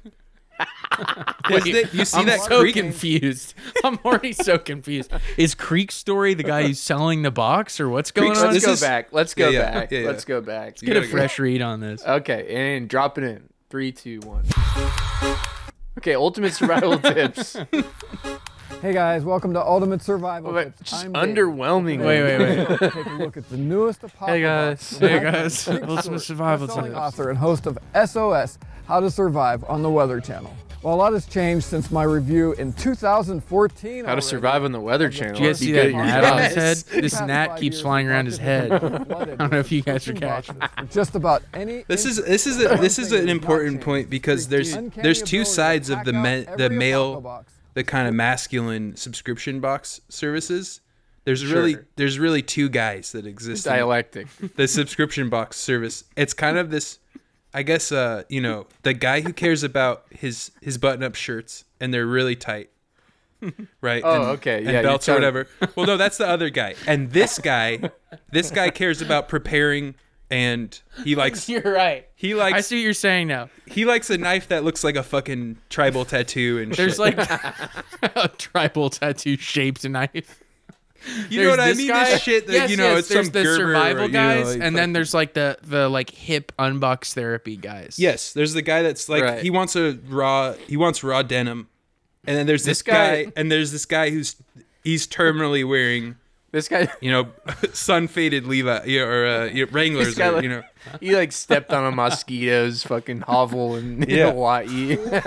D: Was
C: Wait,
D: that- you see
C: I'm
D: that
C: so
D: creek?
C: confused. I'm already so confused. Is Creek Story the guy who's selling the box or what's going
D: Creek-
C: on?
B: Let's
D: this
B: go
D: is-
B: back. Let's go
D: Yeah, yeah,
B: back.
D: yeah, yeah.
B: Let's go back.
C: Get a
D: gotta go.
C: fresh read on
D: Uh,
C: this.
B: Okay, and drop it in. Three, two, one. Okay, ultimate survival tips.
G: Hey guys, welcome to Ultimate Survival.
B: But
G: Tips.
B: just
G: I'm David.
B: underwhelming.
C: Wait, wait, wait.
G: Take a look at the newest apocalypse.
B: guys.
G: from
C: Hey,
G: my friend
C: guys.
G: Creek
C: Ultimate
G: Stewart,
C: Survival
G: best-selling
C: Tips.
G: author and host of SOS: How to Survive on the Weather Channel. Well, a lot has changed since my review in 2014.
B: How to survive on the Weather Channel.
C: Did you guys
B: He
C: see
B: good-
C: that gnat on his
B: Yes.
C: head? This gnat keeps flying around his head.
G: I
C: don't know if you guys are catching.
G: Just about any.
D: This is this is a, this is an important point because there's there's two sides of the me, the male the kind of masculine subscription box services. There's really
B: Sure.
D: there's really two guys that exist. in
B: Dialectic.
D: the subscription box service. It's kind of this, I guess, uh, you know, the guy who cares about his his button up shirts and they're really tight, right? Oh,
B: okay. Yeah,
D: and
B: you're
D: belts or
B: trying-
D: whatever. Well, no, that's the other guy. And this guy, this guy cares about preparing, and he likes
C: You're right.
D: he
C: I
D: likes
C: see what you're saying now.
D: he likes a knife that looks like a fucking tribal tattoo and
C: There's like
D: shit.
C: a tribal tattoo shaped knife.
D: you know what I
C: there's
D: mean?
C: this guy-
D: This shit that
C: yes,
D: you know
C: yes,
D: it's
C: there's
D: some
C: the
D: Gerber,
C: survival
D: you know,
C: guys,
D: like
C: and then
D: fucking-
C: there's like the the like hip unbox therapy guys.
D: Yes, there's the guy that's like
B: Right.
D: he wants a raw he wants raw denim. And then there's this, guy,
B: guy-
D: and there's this guy who's he's terminally wearing,
B: This guy,
D: you know, sun-faded Levi yeah, or uh, yeah, Wranglers
B: This guy
D: or,
B: look-
D: you know.
B: he like stepped on a mosquito's fucking hovel in, in
D: Yeah.
B: Hawaii.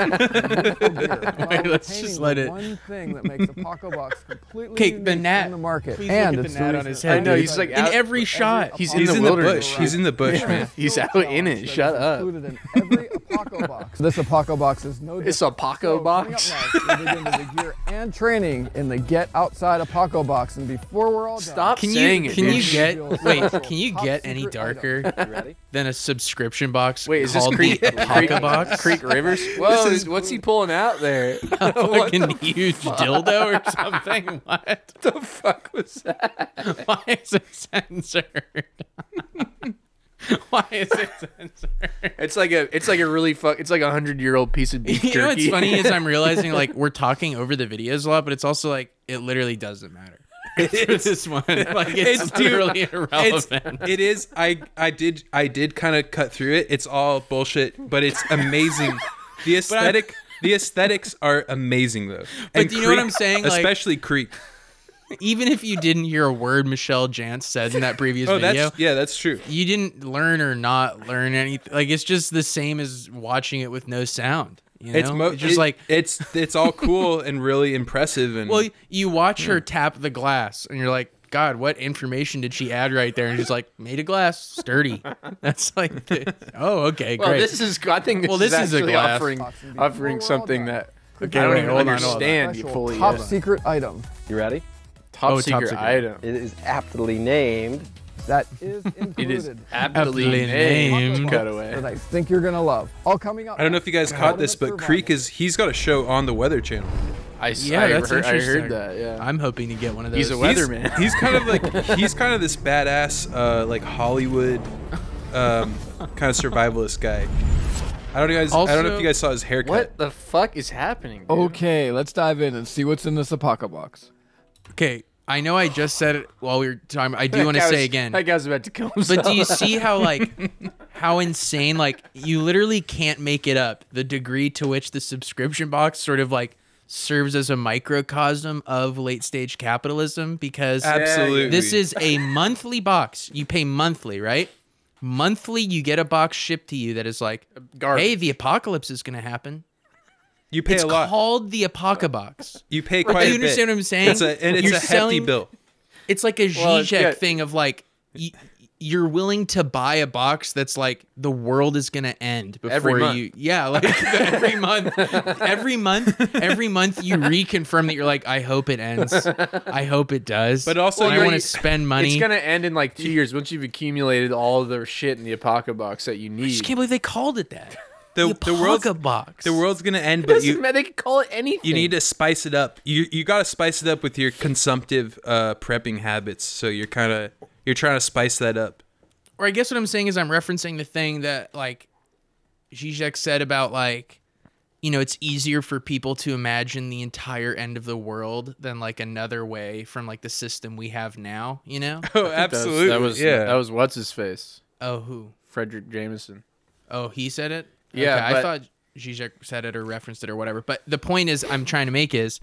G: Wait,
C: let's just let it-
G: One thing that makes Apocalypse completely
C: Okay, the
G: unique
C: gnat.
G: in the market,
C: Please look
G: and
C: at the
G: it's
C: gnat on
G: reason
C: his
G: that
C: head.
B: I know
G: we
B: he's like
G: decided
C: in
B: out-
C: every shot.
B: He's in
D: He's
B: the
D: in the
B: wilderness.
D: bush. He's in the bush, man.
B: He's
G: Skill
B: out in
G: challenge
B: it.
G: that
B: Shut
G: is
B: up.
G: Included in every Apoco box. This Apoco box is no
B: It's
G: different.
B: Apoco
G: So, coming
B: box.
G: up next, we'll dig into the gear and training in the Get Outside Apoco box. And before we're all done,
B: Stop
C: Can
B: saying
C: you
B: it.
C: can
B: dude.
C: you
G: Shh.
C: get wait? Can you
G: Top
C: get any
G: secret
C: darker than a subscription box
B: Wait, is this
C: called
B: Creek
C: the
B: Creek,
C: Apoca Box?
B: Creek Rivers? Whoa,
D: This is-
B: what's he pulling out there?
C: a fucking huge dildo or something? What?
B: the fuck was that?
C: Why is it censored? Why is it censored?
B: It's like a it's like a really fuck it's like a hundred year old piece of beef
C: You
B: jerky.
C: know what's funny is I'm realizing like we're talking over the videos a lot, but it's also like it literally doesn't matter. It's, this one, like it's,
D: It's dude,
C: literally
D: It's,
C: irrelevant.
D: it is I I did I did kind of cut through it. It's all bullshit, but it's amazing. The aesthetic the aesthetics are amazing though. But
C: do you know what I'm saying? Like-
D: Especially Creek.
C: Even if you didn't hear a word Michelle Jantz said in that previous
D: Oh,
C: video,
D: that's yeah, that's true.
C: you didn't learn or not learn anything. Like it's just the same as watching it with no sound. You know?
D: It's, mo-
C: just
D: it-
C: like
D: it's it's all cool and really impressive and
C: well, you watch her tap the glass, and you're like, God, what information did she add right there? And she's like, made a glass sturdy. That's like, the, oh, okay,
B: Well,
C: great.
B: this is I think this
C: Well,
B: is
C: this is a
B: actually
C: glass.
B: offering
G: Box and beef.
B: offering
G: Well, we're all
B: something
G: done.
B: that
C: Okay,
B: I don't
C: wait,
B: even
C: hold on, hold on.
B: understand you
G: Special
B: fully.
G: Top
B: yet.
G: secret item.
H: You ready?
B: top,
C: Oh, top
B: secret,
C: secret.
B: item.
H: It is aptly named
G: That is
B: It is
G: included.
B: aptly
C: Aptly
B: named
C: named.
G: That
B: cutaway.
G: I think you're gonna love. All coming up.
D: I don't know if you guys caught this, but Creek is he's got a show on the Weather Channel.
B: I, s-
C: yeah,
B: I
C: that's
B: heard, I
C: interesting.
B: heard that. Yeah,
C: I'm hoping to get one of those.
B: He's a
D: He's-
B: weatherman.
D: He's, kind of like he's kind of this badass uh, like Hollywood um, kind of survivalist guy. I don't know guys. I don't know
C: Also-
D: if you guys saw his haircut.
B: What the fuck is happening? dude?
G: Okay, let's dive in and see what's in this Apoco box.
C: okay, I know I just said it while we were talking. I do
B: That
C: want to
B: guy
C: say
B: was-
C: again.
B: That guy's about to kill himself.
C: But do you see how like how insane like you literally can't make it up the degree to which the subscription box sort of like serves as a microcosm of late stage capitalism because
D: Absolutely.
C: this is a monthly box. You pay monthly, right? Monthly, you get a box shipped to you that is like,
B: Garbage.
C: hey, the apocalypse is going to happen.
D: you pay
C: It's
D: a lot.
C: called the Apocabox.
D: you pay quite
C: do you
D: a bit.
C: understand what I'm saying?
D: It's a, and it's
C: You're
D: a hefty
C: selling-
D: bill.
C: It's like a
B: Well, it's
C: Zizek
B: good.
C: thing of like, y- you're willing to buy a box that's like the world is gonna end before
B: Every month.
C: you. Yeah, like every month, every month, every month you reconfirm that you're like, I hope it ends. I hope it does.
D: But also
C: I
D: you're-
C: want to spend money.
B: It's gonna end in like two years once you've accumulated all the shit in the apocalypse box that you
C: I just
B: need.
C: can't believe they called it that.
D: The,
C: The,
D: the world's
C: Apocabox.
D: the world's gonna end, but
B: Doesn't
D: you
B: matter. They can call it anything.
D: you need to spice it up. You you gotta spice it up with your consumptive uh, prepping habits. So you're kind of you're trying to spice that up.
C: or I guess what I'm saying is I'm referencing the thing that like Zizek said about like you know it's easier for people to imagine the entire end of the world than like another way from like the system we have now, you know?
B: That
D: Oh,
B: was-
D: absolutely.
B: That was
D: yeah.
B: that was what's his face,
C: oh who?
B: Frederick Jameson.
C: Oh, he said it?
B: Yeah,
C: Okay,
B: but-
C: I thought Zizek said it or referenced it or whatever. But the point is I'm trying to make is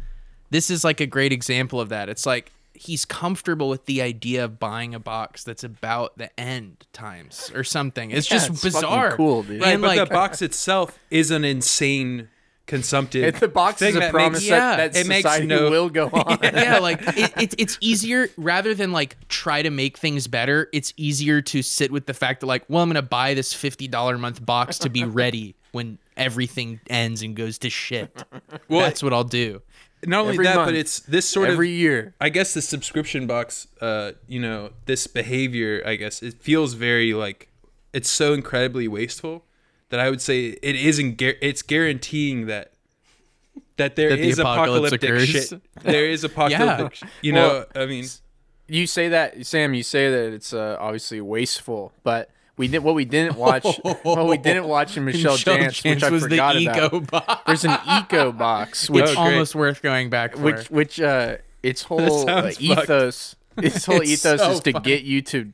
C: this is like a great example of that. It's like he's comfortable with the idea of buying a box that's about the end times or something. It's just
B: it's fucking
C: bizarre.
B: cool, dude.
D: Right,
C: And,
D: but
C: like,
D: the box itself is an insane consumptive.
B: If the box
D: thing
B: is a
D: that
B: promise
D: makes-
C: yeah,
B: that, that
D: it makes
B: society
D: no-
B: will go on.
C: yeah, like it, it, it's easier rather than like try to make things better. It's easier to sit with the fact that like, well, I'm gonna buy this fifty dollar a month box to be ready when everything ends and goes to shit. Well, that's what I'll do.
D: Not only
B: every
D: that,
B: month,
D: but it's this sort
B: Every
D: of.
B: year,
D: I guess the subscription box, uh, you know, this behavior. I guess it feels very like it's so incredibly wasteful that I would say it isn't. Gu- it's guaranteeing that that there is
C: That the apocalypse
D: apocalyptic
C: occurs.
D: shit. There is apocalyptic. sh- You know, I mean,
B: you say that, Sam. You say that it's uh, obviously wasteful, but we did what we didn't watch. what we didn't watch in Michelle,
C: Michelle
B: Dance,
C: Jantz
B: which I
C: was the
B: forgot
C: eco
B: about.
C: box.
B: There's an eco box, which
C: It's
D: Oh, great.
C: almost worth going back for.
B: which which uh its whole uh,
D: sounds fucked.
B: ethos its whole
C: It's
B: ethos
C: so
B: is to
C: fucked. Uh,
B: get you to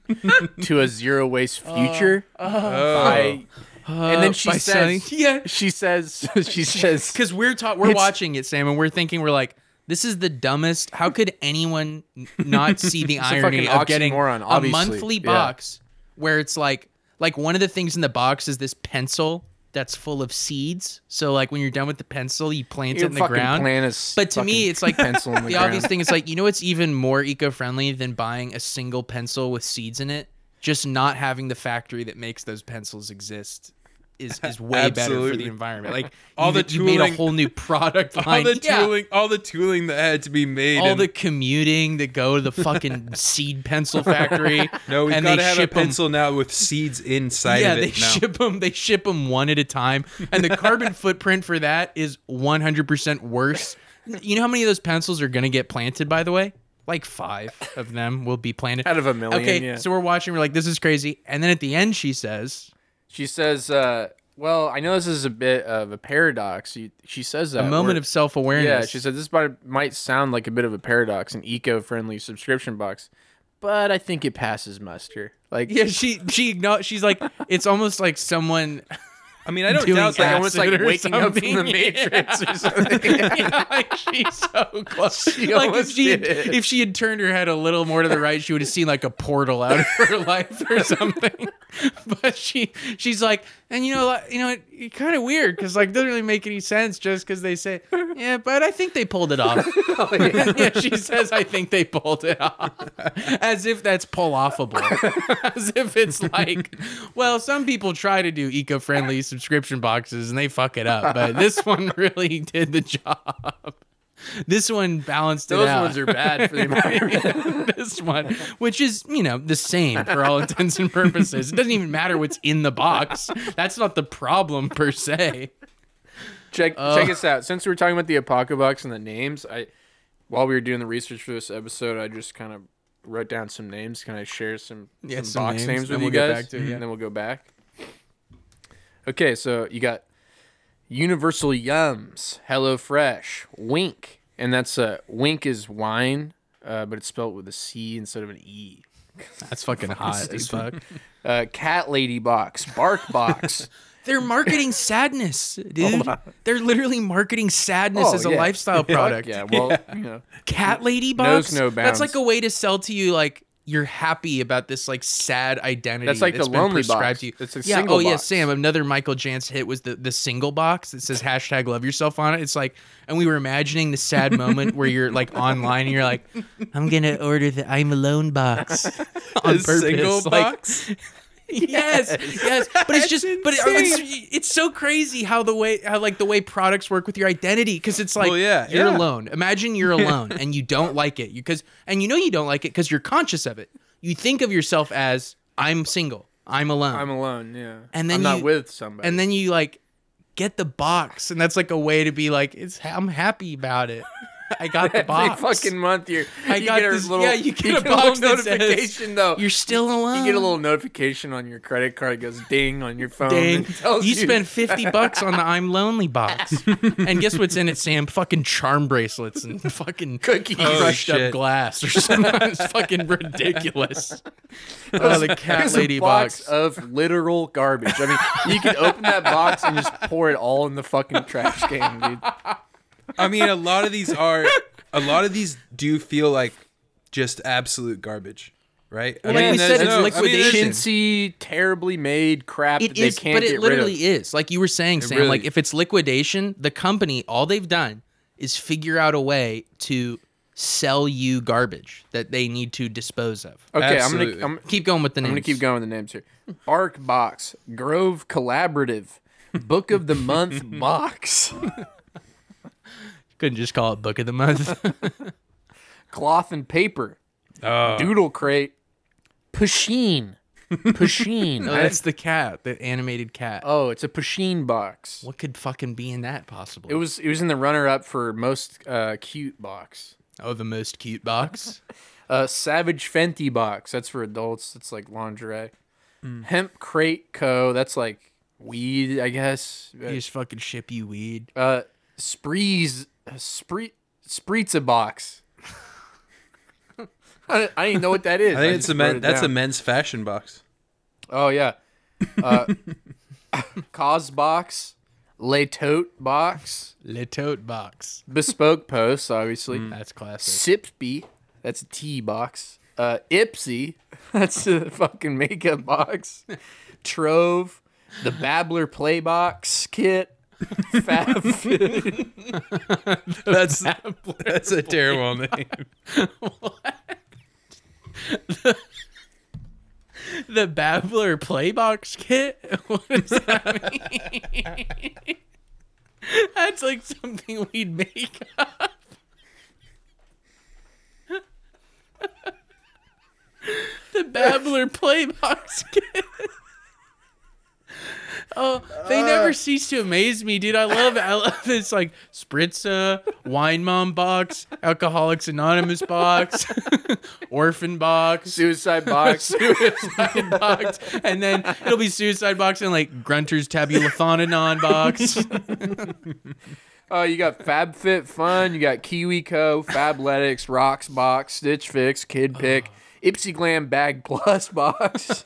B: to a zero waste future
D: oh,
B: by, and then she
C: by
B: says
C: selling- Yeah.
B: she says she says
C: because we're taught we're
B: It's-
C: watching it, Sam, and we're thinking we're like. This is the dumbest. How could anyone n- not see the
B: a
C: irony
B: fucking
C: of getting
B: oxymoron,
C: a
B: obviously.
C: monthly
B: Yeah.
C: box where it's like like one of the things in the box is this pencil that's full of seeds. So like when you're done with the pencil, you plant
B: Your
C: it in the
B: fucking
C: ground.
B: plan is
C: but to me,
B: fucking
C: it's like
B: pencil in the
C: the obvious
B: ground.
C: thing is like you know what's even more eco-friendly than buying a single pencil with seeds in it? Just not having the factory that makes those pencils exist. Is, is way better for
D: Absolutely.
C: the environment. Like
D: All
C: you,
D: the
C: you made a
D: tooling-
C: whole new product
D: all
C: line.
D: the
C: Yeah
D: tooling, all the tooling that had to be made.
C: all
D: and-
C: the commuting to go to the fucking seed pencil factory.
D: no, we've
C: and
D: got
C: they
D: to have a
C: ship 'em-
D: pencil now with seeds inside
C: Yeah,
D: of it.
C: they
D: now.
C: ship them. They ship them one at a time, and the carbon footprint for that is 100% worse. You know how many of those pencils are gonna get planted? By the way, like five of them will be planted
B: Out of a million,
C: Okay,
B: yeah.
C: so we're watching. We're like, this is crazy. And then at the end, she says,
B: she says uh well I know this is a bit of a paradox you, she says that
C: "A moment
B: word-
C: of self
B: yeah
C: awareness."
B: she said this might, might sound like a bit of a paradox an eco-friendly subscription box but I think it passes muster like
C: Yeah, she she igno- She's like, it's almost like someone
D: I mean, I don't
C: doing
D: doubt that.
C: acid
B: almost like
C: or
B: waking up from the
C: something.
B: Matrix
C: Yeah.
B: or something.
C: Yeah, like she's so close. like if
B: almost
C: she
B: did it.
C: if she had turned her head a little more to the right, she would have seen like a portal out of her life or something. But she she's like, and you know, like, you know, it, it's kind of weird because like doesn't really make any sense just because they say, yeah, but I think they pulled it off. Oh, yeah. she says, I think they pulled it off, as if that's pull offable, as if it's like, well, some people try to do eco friendly subscription boxes and they fuck it up, but this one really did the job. This one balanced it
B: Those
C: out.
B: ones are bad for the environment.
C: this one, which is, you know, the same for all intents and purposes. It doesn't even matter what's in the box. That's not the problem per se.
B: check
C: Uh,
B: check us out. Since we were talking about the Apocabox and the names, I while we were doing the research for this episode, I just kind of wrote down some names. Can I share some,
C: Yeah,
B: some,
C: some
B: box
C: names,
B: names, with
C: then
B: you
C: we'll get
B: guys?
C: back to it, yeah.
B: And then we'll go back. Okay, so you got Universal Yums, Hello Fresh, Wink, and that's uh, Wink is wine, uh, but it's spelled with a C instead of an E.
C: That's fucking hot as fuck.
B: Uh, Cat Lady Box, Bark Box,
C: They're marketing sadness, dude. They're literally marketing sadness
B: Oh,
C: as a
B: yeah.
C: lifestyle product.
B: Yeah, well, you know,
C: Cat lady
B: Knows
C: box.
B: no bounds.
C: That's like a way to sell to you like you're happy about this like sad identity.
B: That's like the
C: been
B: lonely
C: prescribed
B: box.
C: To you.
B: It's a
C: yeah.
B: single
C: oh yeah,
B: box.
C: Sam. Another Michael Jantz hit was the the single box that says hashtag love yourself on it. It's like, and we were imagining the sad moment where you're like online and you're like, I'm gonna order the I'm alone box on
D: A
C: purpose.
D: single
C: like,
D: box.
C: yes, yes. But it's just, but it, it's, it's so crazy how the way, how like the way products work with your identity, because it's like
D: Well, yeah,
C: you're
D: yeah.
C: alone. Imagine you're alone and you don't like it, because and you know you don't like it because you're conscious of it. You think of yourself as I'm single, I'm alone,
B: I'm alone. Yeah,
C: And then
B: I'm not
C: you-
B: with somebody.
C: and then you like get the box, and that's like a way to be like, it's I'm happy about it. I got the
B: every
C: box.
B: fucking month you
C: I
B: you
C: got
B: get a
C: this-
B: little
C: yeah, you get a
B: little
C: box that says,
B: notification though.
C: You're still alone.
B: you get a little notification on your credit card. It goes ding on your phone.
C: Dang.
B: and tells
C: You Um, spent 50 bucks on the I'm Lonely box. and guess what's in it, Sam? Fucking charm bracelets and fucking cookies crushed
D: shit.
C: up glass or something. it's fucking ridiculous. Oh, the cat
B: Here's
C: lady
B: a box,
C: box.
B: of literal garbage. I mean, you could open that box and just pour it all in the fucking trash can, dude.
D: I mean, a lot of these are, a lot of these do feel like just absolute garbage, right? I
C: like we
D: there's
C: said, it's
D: there's-
C: liquidation.
B: Chintzy, terribly made crap that
C: It
B: they
C: is,
B: can't
C: but
B: get
C: it
B: rid of.
C: literally is. Like you were saying, Sam,
D: really-
C: like if it's liquidation, the company, all they've done is figure out a way to sell you garbage that they need to dispose of.
B: Okay,
D: Absolutely.
B: I'm gonna I'm,
C: Keep going with the names.
B: I'm gonna keep going with the names here. Bark Box, Grove Collaborative, Book of the Month Box,
C: Couldn't just call it book of the month.
B: Cloth and Paper,
D: Oh.
B: Doodle Crate, Pusheen, Pusheen.
C: No, that's the cat, the animated cat.
B: oh, it's a Pusheen box.
C: What could fucking be in that possibly?
B: It was it was in the runner up for most uh, cute box.
C: oh, the most cute box.
B: Uh, Savage Fenty box. That's for adults. That's like lingerie.
D: Hmm.
B: Hemp Crate Co. That's like weed, I guess.
C: they just fucking ship you weed.
B: Uh, Sprees uh, Spree Spreeza box. I, I didn't know what that is.
D: I think
B: just
D: it's a
B: wrote
D: men,
B: it
D: that's a
B: down.
D: men's fashion box.
B: Oh yeah. Uh, Cause box, Le Tote box,
C: Le tote box.
B: bespoke posts, obviously.
C: That's classic.
B: Sipsby, that's a tea box. Uh, Ipsy, that's a fucking makeup box. Trove, the Babbler play box kit. Fab,
D: That's that's a terrible name.
C: The Babbler Playbox kit. What does that mean? That's like something we'd make up. the Babbler Playbox kit. Oh, they never cease to amaze me, dude. I love I love this like Spritza, Wine Mom box, Alcoholics Anonymous box, Orphan box
B: suicide box.
C: suicide box, and then it'll be suicide box and like Grunter's tabulathoninon box.
B: Oh, you got FabFitFun, you got KiwiCo, Fabletics, Rocks box, Stitch Fix, Kid Pick, Ipsy Glam Bag Plus box,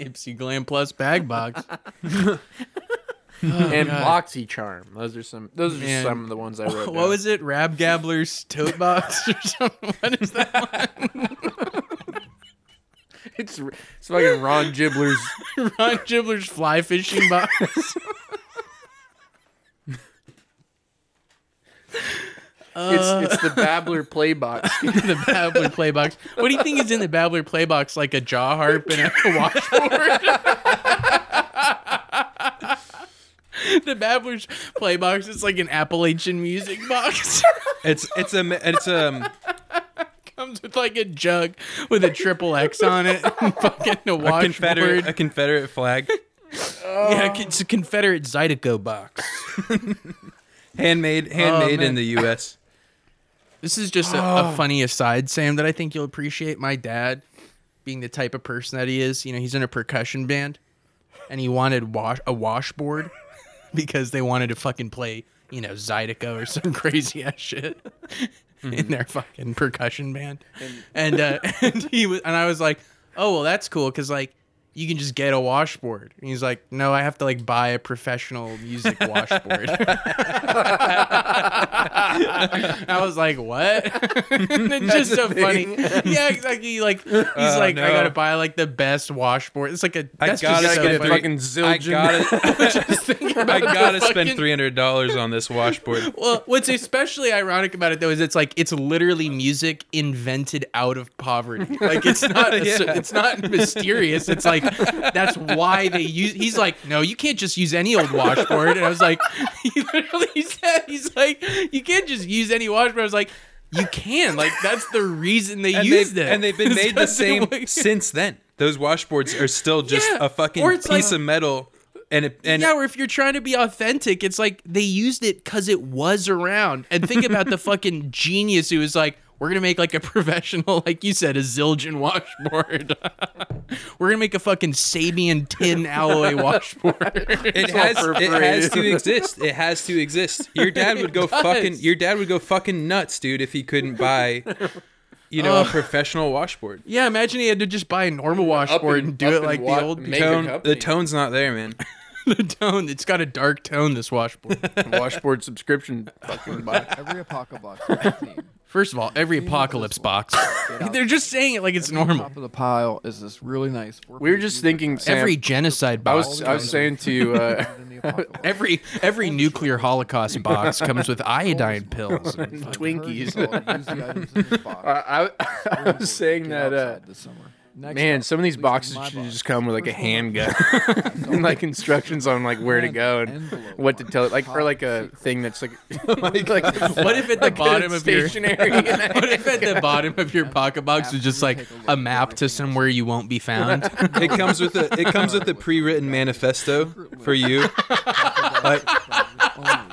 C: Ipsy Glam Plus bag box.
B: and Boxy Charm. Those are some. Those are just
C: Oh Man.
B: some of the ones I wrote.
C: What
B: down.
C: was it? Rab Gabbler's tote box or something? What is that?
B: It's, it's fucking Ron Gibbler's
C: Ron Gibbler's fly fishing box. Uh.
B: It's, it's the Babbler Playbox.
C: the Babbler play box. What do you think is in the Babbler play box? Like a jaw harp and a washboard? the Babbler's play box is like an Appalachian music box.
D: It's it's a me- it's um
C: comes with like a jug with a triple X on it, and fucking a
D: a
C: washboard.
D: Confederate a Confederate flag,
C: yeah, it's a Confederate Zydeco box.
B: Oh,
D: handmade handmade in the U.S.
C: This is just a, a funny aside, Sam, that I think you'll appreciate. My dad, being the type of person that he is, you know, he's in a percussion band, and he wanted wash a washboard because they wanted to fucking play, you know, Zydeco or some crazy ass shit in their fucking percussion band, and uh, and he was, and I was like, oh well, that's cool because like you can just get a washboard. And he's like, no, I have to like buy a professional music washboard. I was like, what? it's just so funny. Yeah, exactly. He, Like he's like, I
D: no.
C: gotta buy like the best washboard. It's like a that's
D: I gotta
C: just so
D: get
C: funny.
D: a three-
B: fucking
D: I
B: zildjian.
D: gotta, I gotta
C: fucking-
D: spend three hundred dollars on this washboard.
C: Well, what's especially ironic about it though is it's like it's literally music invented out of poverty. Like it's not a-
D: Yeah.
C: it's not mysterious. It's like that's why they use. He's like, no, you can't just use any old washboard. And I was like, he literally said, he's like, you can't just use any washboard. I was like. You can like that's the reason they
D: And
C: used
D: they've,
C: it,
D: and they've been
C: It's
D: made the
C: just
D: same
C: like-
D: since then. Those washboards are still just
C: Yeah,
D: a fucking
C: or
D: piece
C: it's like-
D: of metal, and it, and
C: yeah, or if you're trying to be authentic, it's like they used it because it was around. And think about the fucking genius who was like, we're gonna make like a professional, like you said, a Zildjian washboard. we're gonna make a fucking Sabian tin alloy washboard.
D: It has, it has to exist. It has to exist. Your dad would go
C: It does.
D: fucking. Your dad would go fucking nuts, dude, if he couldn't buy, you know, a professional washboard.
C: yeah, imagine he had to just buy a normal washboard and, do
B: up
C: it
B: and
C: like
B: wa-
C: the old
B: make a
D: Tone,
B: company.
D: the tone's not there, man.
C: the tone. It's got a dark tone. This washboard.
B: washboard subscription fucking box.
G: Every apocalypse box has a theme.
C: First of all, every apocalypse box. They're just saying it like it's normal.
G: Top of the pile is this really nice. four-piece
B: We were just
G: uniform.
B: thinking, Sam,
C: Every genocide
B: I
C: box.
B: was I was saying to you, uh,
G: In the apocalypse.
C: Every every nuclear holocaust box comes with iodine pills.
B: Twinkies. Uh,
G: Use the items in this box.
B: I, I was saying
G: Get
B: that. Uh,
G: outside this summer. Next
B: man,
G: up,
B: some of these
G: at least in
B: boxes
G: my
B: should
G: box,
B: just come with like a
G: first one,
B: handgun and like instructions on like where to go and
G: Envelope
B: what to
G: box.
B: tell it, like or like a thing that's like like, like
C: What if at the bottom of your
B: stationary?
C: what if at the bottom of your pocket box is just like a map to somewhere you won't be found?
D: It comes with a it comes with a pre-written manifesto for you. Like,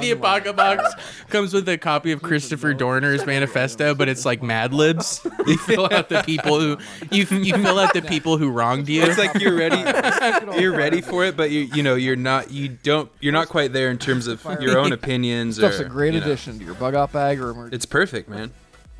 C: the pocket box comes with a copy of Christopher Dorner's manifesto, but it's like Mad Libs. You fill out the people who you you fill out the people who wronged you.
D: it's like you're ready, you're ready for it, but you you know you're not you don't you're not quite there in terms of your own opinions.
G: Stuff's
D: or,
G: a great
D: you know.
G: addition to your bug out bag or emergency.
D: It's perfect, man.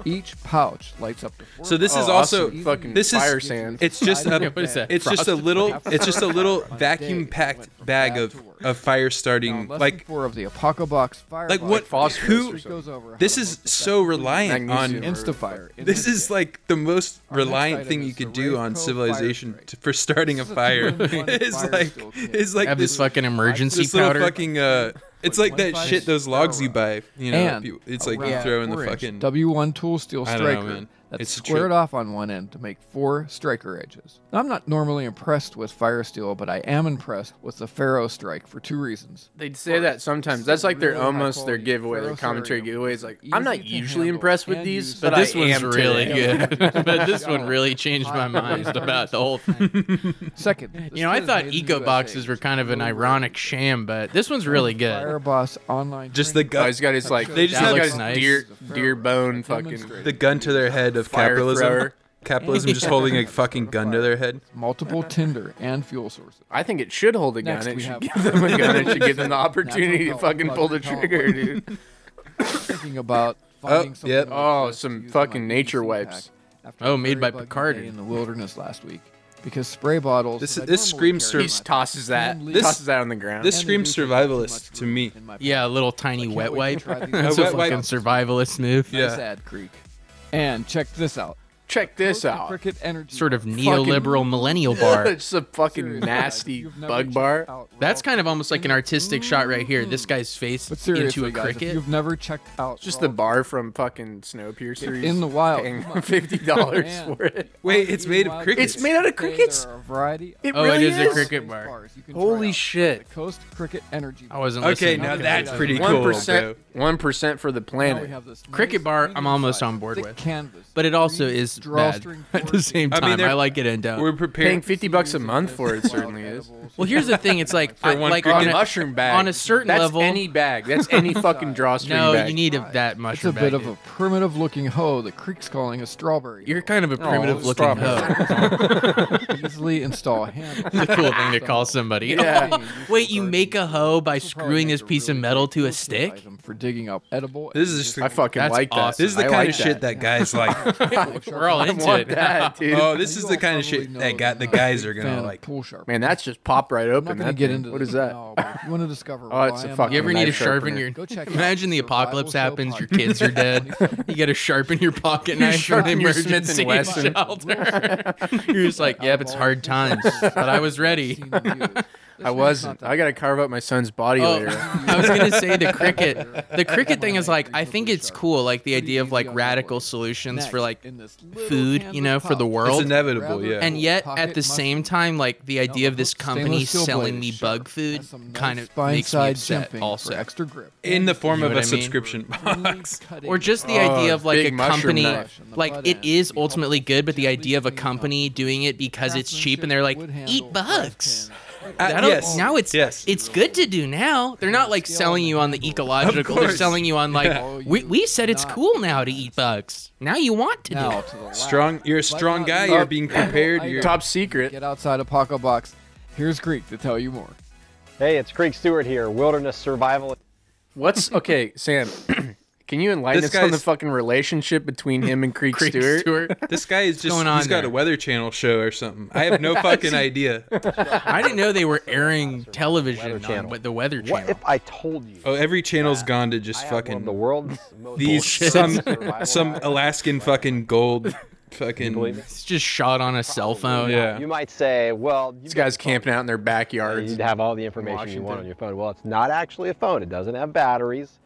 G: Each pouch lights up to four.
D: So this
B: Oh,
D: is also
B: awesome. fucking
D: this is-
B: fire sand.
D: It's just
G: Yeah,
D: a
C: what is that?
D: It's just a
C: Frosted
D: little. It's just a little vacuum
G: Went
D: packed
G: from
D: bag
G: bad
D: of
G: to worse.
D: of fire starting.
G: Now, lesson
D: Like
G: four of the apocalypse box fire.
D: like what?
B: phosphorus
D: Who?
B: or something.
G: goes over? how
D: This
G: to
D: is
G: load the
D: so reliant
B: Magnesium.
D: on.
B: And-
G: Instafire.
D: This is like the most reliant
G: item
D: thing you
G: is
D: could
G: the
D: do on
G: Rayco
D: civilization
G: fire
D: to, for starting a
G: This is a
D: fire.
G: two-in-one
D: It's
G: fire
D: like
G: steel kit.
D: it's like
C: Have this
D: this
C: fucking emergency
D: this little
C: powder.
D: fucking uh. It's like that shit those logs you buy. You know,
G: And
D: you- it's like you throw in the fucking.
G: W1 tool steel
D: I don't know,
G: striker
D: man.
G: that's
D: It's a
G: squared
D: trip.
G: off on one end to make four striker edges. Now, I'm not normally impressed with fire steel, but I am impressed with the Faro strike for two reasons.
B: They'd say that sometimes. That's like their
G: Really high
B: almost their
G: quality.
B: giveaway, their
G: Ferrocerium.
B: commentary giveaway. Is like,
G: Easy
B: I'm not
G: to
B: usually
G: handle
B: impressed with
G: and
B: these,
G: use-
B: but,
C: But this
B: I
C: one's
B: am
C: really
B: today.
C: good. but this one really changed my mind about the whole thing.
G: Second, this
C: You know, I
G: kit is
C: thought
G: made in
C: eco
G: the
C: boxes
G: USA.
C: were kind of an ironic uh, sham, but this one's really
G: Fire
C: good.
G: boss online.
D: Just the
G: training
B: Oh,
D: gun,
B: he's got his like
D: They just
B: he's
D: have-
B: got his
C: Nice.
B: deer deer bone
G: demonstrated.
B: fucking
D: the gun to their head of
B: Fire
D: capitalism.
B: thrower.
D: Capitalism just holding a fucking gun to their head.
G: multiple tinder and fuel sources.
B: I think it should hold a gun.
G: Next,
B: it
G: we
B: should
G: have-
B: give them a gun. It should give them the opportunity to
G: Natural
B: fucking pull the
G: repellent.
B: trigger, dude.
G: Thinking about finding something
D: yep.
G: like
B: Oh,
G: this to
B: some
G: use in my
B: fucking nature
G: PC pack
B: wipes.
G: after
C: Oh,
G: a
C: made
G: very
C: by
G: buggy
C: Picard.
G: day in the wilderness last week because spray bottles.
D: This-
G: that I
D: this
G: normally
D: screams
G: carry
B: He
G: in
D: survi-
G: my
B: tosses that.
G: This-
B: tosses that on the ground.
D: This
G: and
D: screams
G: they do take too
D: survivalist
G: much
D: to
G: room
D: me.
G: in my
C: Yeah, a little tiny
G: can't
C: wet
G: wait
C: wipe.
G: to try these
C: That's a
D: wet
C: fucking
D: wipe.
C: survivalist move.
D: Yeah.
G: Sad Creek. And check this out.
B: Check this
G: Close to
B: out.
G: Cricket energy.
C: Sort of neoliberal millennial bar.
B: it's a fucking
G: Seriously,
B: nasty
G: guys, if you've
B: bug
G: never
B: bar.
G: checked out
C: That's
G: Raw
C: kind of almost like an artistic shot right here. This guy's face
G: But
C: into
G: seriously,
C: a
G: guys, if
C: cricket.
G: you've never checked out
B: Just the
G: Raw
B: bar from fucking Snowpiercer.
G: in the wild.
B: paying
G: Come on.
B: fifty dollars
G: Man.
B: for it.
D: Wait, it's
G: Even
D: made of
G: wild
D: crickets.
B: It's made out of
G: Today
B: crickets?
G: There are a variety of
B: It
C: Oh, it
B: really
C: is a cricket bar.
G: bars you can try
B: Holy
G: out.
B: shit!
G: The Coast Cricket Energy.
C: I wasn't
D: Okay,
C: listening.
D: now
G: Okay.
D: that's pretty
B: One
D: cool,
B: percent.
D: bro.
B: One percent for the
G: Now we
B: planet.
G: have this
C: Cricket
G: nice
C: bar, I'm almost
G: medium-sized
C: on board
G: thick
C: with.
G: Canvas,
C: But it also
G: green
C: is bad
G: drawstring
C: at the
G: cord,
C: same
D: I mean,
C: time. I,
D: they're-
C: like it and
D: We're
C: don't.
B: Paying
D: preparing.
B: fifty bucks a
G: series of
B: month for it
G: wild
B: certainly is.
G: edibles.
C: Well, here's the thing. It's like, I,
D: one
C: like
D: cricket.
C: on
B: On
C: a,
B: a mushroom bag.
C: on a certain
B: That's
C: level-
B: any bag. That's any fucking drawstring
C: no,
B: bag.
C: you need a, that
G: It's a
C: mushroom.
G: bit
C: back
G: of
C: here.
G: a primitive looking hoe that Creek's calling a strawberry.
C: You're kind of a
G: Oh,
C: primitive looking hoe.
B: strawberry.
G: of easily install handles.
C: It's a cool thing to call somebody.
B: Yeah.
C: Wait, you make a hoe by screwing this piece of metal to a stick?
G: for digging up edible.
D: This is just
B: I fucking
C: That's
B: like that.
C: awesome.
D: this is the
G: I
D: kind
G: like
D: of shit that guys like.
C: We're all
B: I
C: into
B: want
C: it.
B: that, dude.
D: oh, this
G: You
D: is
G: all
D: the kind of
G: probably
D: shit
G: know
D: that guy,
G: I'm
D: the
G: not a
D: guys
G: big
D: are
G: fan
D: gonna
G: of
D: like.
G: pool sharp.
B: Man, that's just pop right
G: I'm
B: open.
G: not
B: That
G: going to get
B: thing.
G: into
B: what
G: this
B: is that?
G: now, but if you want to discover
B: Oh, it's
G: why
B: a fucking
G: I'm not
C: You ever
B: A
C: need to
B: knife
C: sharpen
B: sharpener.
C: your?
G: Go check it out.
C: Imagine the
G: Survival
C: apocalypse
G: Show
C: happens. Your
G: podcast.
C: kids are dead. You got to sharpen your pocket knife for
B: sharpen
C: an
B: your Smith and
C: emergency
B: Wesson.
C: shelter. You're just like, yep, it's hard times, but I was ready.
G: Seen and used.
B: I wasn't. I gotta carve up my son's body
C: Oh,
B: later.
C: I was gonna say the cricket. The cricket thing is like I think it's cool, like the idea of like radical solutions for like
G: In this little
C: food, you
G: canvas
C: know, for the
G: pouch.
D: It's
C: world.
D: inevitable, yeah.
C: and yet at the same time like the idea of this
G: Stainless
C: company
G: steel
C: selling
G: blade
C: me
G: sharp.
C: bug food
G: That's some
C: kind
G: nice
C: of makes me
G: spine-side
C: upset
G: jimping
C: also
G: for extra grip.
D: in the form
C: know
D: of a
C: what I mean?
D: subscription
H: Oh
D: box.
C: or just the
B: Oh,
C: idea of like
B: big
C: a
B: mushroom
C: company
B: knife.
C: like it is ultimately good but the idea of a company doing it because it's cheap and they're like eat bugs I don't,
D: Uh, yes.
C: now it's
D: yes.
C: it's good to do now. They're not like selling you on the ecological. They're
D: course.
C: selling you on
G: Yeah.
H: Oh,
C: like we, we said it's
G: Not
C: cool now to eat bugs. Now you want to do
G: Now
C: it.
G: to the last.
D: strong. You're a strong
G: not
D: guy.
G: you.
D: You're being prepared. You're,
B: Top secret.
G: Get outside of Paco Box. Here's Greek to tell you more.
H: Hey, it's Craig Stewart here, wilderness survival.
B: What's okay, Sam? Can you enlighten
D: This
B: us on the
D: guy's-
B: fucking relationship between him and Creek,
C: Craig
B: Stewart?
C: Stewart.
D: this guy is just.
C: going on
D: He's got
C: there?
D: a Weather Channel show or something. I have no fucking idea.
C: I didn't know they were airing television on
H: Channel.
C: but the Weather Channel.
H: What if I told you
D: Oh, every channel's gone to just
H: I have one
D: fucking
H: of the world's most
D: these
H: bullshit
D: some
H: survival
D: some
H: guides?
D: Alaskan fucking gold fucking.
C: It's just shot on a cell phone.
D: oh, Yeah.
H: You might say, well, you
B: These guys camping out in their backyards.
H: You'd have all the information you want on your phone. Well, it's not actually a phone. It doesn't have batteries.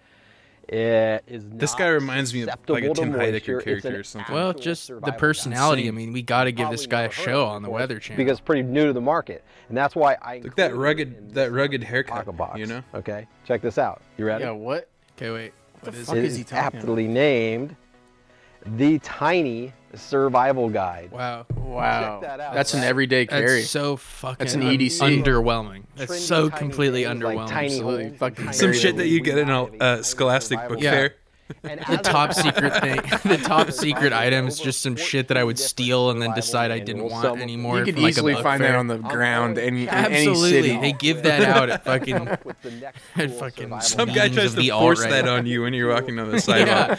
H: It is not
D: This guy reminds me of like a
H: susceptible to
D: Tim
H: moisture.
D: Heidecker
H: It's
D: character
H: an
D: or something.
C: Well,
H: actual
C: just the
H: survival
C: personality. I
D: Insane.
C: mean, we got to
H: guide.
C: give this
H: Probably
C: guy a
H: never heard
C: show
H: of it
C: on the
H: before
C: Weather Channel.
H: Because it's pretty new to the market. And that's why I
D: Look at that
H: included it in
D: rugged that
H: this
D: rugged haircut.
H: Pocket box.
D: You know.
H: Okay. Check this out. You ready?
B: Yeah, what?
C: okay, wait. What is
B: fuck?
C: it?
H: It
B: is he
H: is
B: talking
H: aptly named the Tiny Survival Guide.
C: Wow.
B: Wow.
H: that out,
B: That's an
H: right?
B: everyday
C: That's
B: carry.
C: so fucking
B: That's an
C: un-
B: EDC.
C: underwhelming. That's
H: Trendy
C: so
H: tiny
C: completely
H: things
C: underwhelming.
H: Like tiny
B: Absolutely.
H: holes
B: Fucking
H: and
D: Some
H: tiny
D: shit that you
H: little
D: get in a
H: weed
D: uh,
H: ivy,
D: Scholastic
H: survival
D: book
C: Yeah.
D: fair.
H: And
C: the
H: as
C: top
H: a-
C: secret thing, the top secret
H: Survival
C: item
H: guide,
C: is just some
H: over
C: shit that I would
H: 14
C: steal and then
H: different
C: decide I
H: survival
C: didn't
H: manuals,
C: want
H: some of
C: anymore.
B: you could
C: from, like, a
B: easily
C: bug
B: find
C: fair.
B: that on the ground any, in any
C: Absolutely,
B: city.
C: they give that out at fucking.
H: with the next
C: I'd
H: cool
C: fucking-
H: survival
D: Some
H: guide.
D: guy
C: Memes
D: tries
C: of
D: to
C: the
D: force
C: alt-right.
D: that on you when you're walking down the sidewalk.